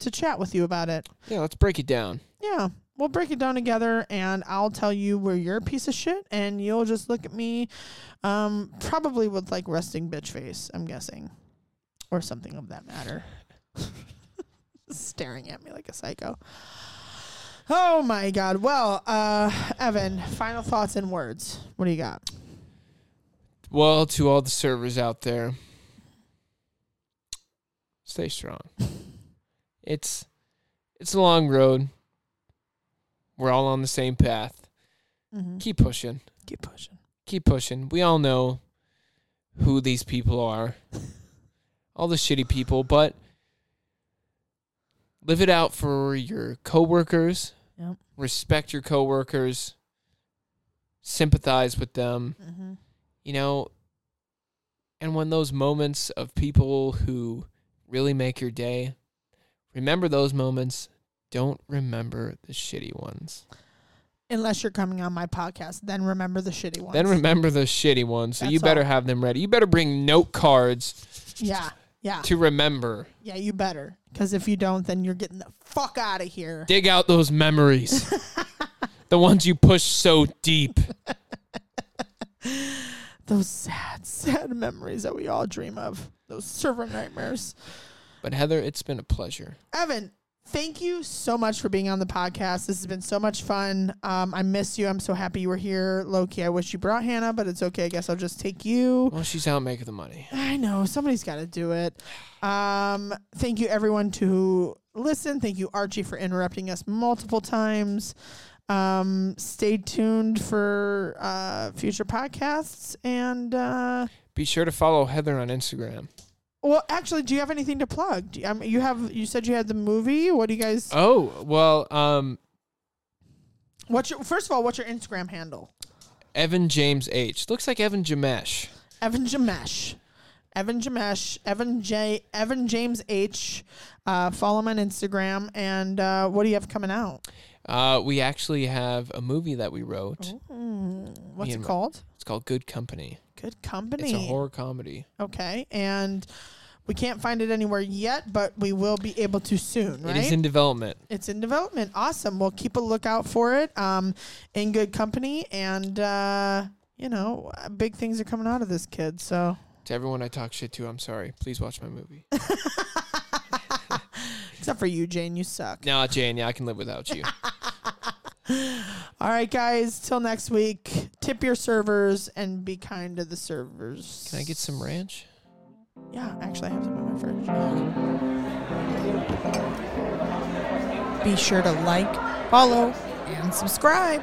S2: to chat with you about it.
S4: Yeah, let's break it down.
S2: Yeah. We'll break it down together and I'll tell you where you're a piece of shit and you'll just look at me um probably with like resting bitch face, I'm guessing. Or something of that matter. [laughs] Staring at me like a psycho. Oh my god. Well, uh Evan, final thoughts in words. What do you got?
S4: Well, to all the servers out there, stay strong. It's it's a long road. We're all on the same path.
S2: Mm-hmm.
S4: Keep pushing.
S2: Keep pushing.
S4: Keep pushing. We all know who these people
S2: [laughs]
S4: are. All the shitty people, but live it out for your coworkers.
S2: Yep.
S4: Respect your coworkers. Sympathize with them
S2: Mm-hmm.
S4: you know, and when those moments of people who really make your day, remember those moments. Don't remember the shitty ones.
S2: Unless you're coming on my podcast, then remember the shitty ones.
S4: Then remember the shitty ones. So you
S2: That's
S4: better
S2: all.
S4: have them ready. You better bring note cards
S2: yeah. Yeah.
S4: to remember.
S2: Yeah, you better. Because if you don't, then you're getting the fuck out of here.
S4: Dig out those memories. the ones you push so deep.
S2: Those sad, [laughs] sad memories that we all dream of. Those server nightmares.
S4: But Heather, it's been a pleasure.
S2: Evan, thank you so much for being on the podcast. This has been so much fun. Um, I miss you. I'm so happy you were here. Loki, I wish you brought Hannah, but it's okay. I guess I'll just take you.
S4: Well, she's out making the money.
S2: I know somebody's got to do it. Um, thank you everyone to who listened. Thank you Archie for interrupting us multiple times. Um, stay tuned for uh, future podcasts and uh,
S4: Be sure to follow Heather on Instagram.
S2: well, actually, do you have anything to plug? Do you, um, you have you said you had the movie. What do you guys?
S4: Oh, well, um,
S2: What's your first of all? What's your Instagram handle?
S4: Evan James H. Looks like Evan Jamesh.
S2: Evan Jamesh. Evan Jamesh, Evan J, Evan James H. Uh, follow him on Instagram. And uh, what do you have coming out?
S4: Uh, we actually have a movie that we wrote.
S2: Oh. Hmm, What's
S4: Me
S2: it
S4: and my-
S2: called?
S4: It's called Good Company.
S2: Good company.
S4: It's a horror comedy.
S2: Okay, and we can't find it anywhere yet, but we will be able to soon, right?
S4: It is in development.
S2: It's in development. Awesome. We'll keep a lookout for it. Um, in good company, and uh, you know, uh, big things are coming out of this kid. So
S4: To everyone I talk shit to, I'm sorry. Please watch my movie.
S2: Except for you, Jane. You suck.
S4: No, Jane, yeah, I can live without you.
S2: All right, guys. Till next week. Tip your servers and be kind to the servers.
S4: Can I get some ranch?
S2: Yeah, actually, I have some in my fridge. Be sure to like, follow, and subscribe.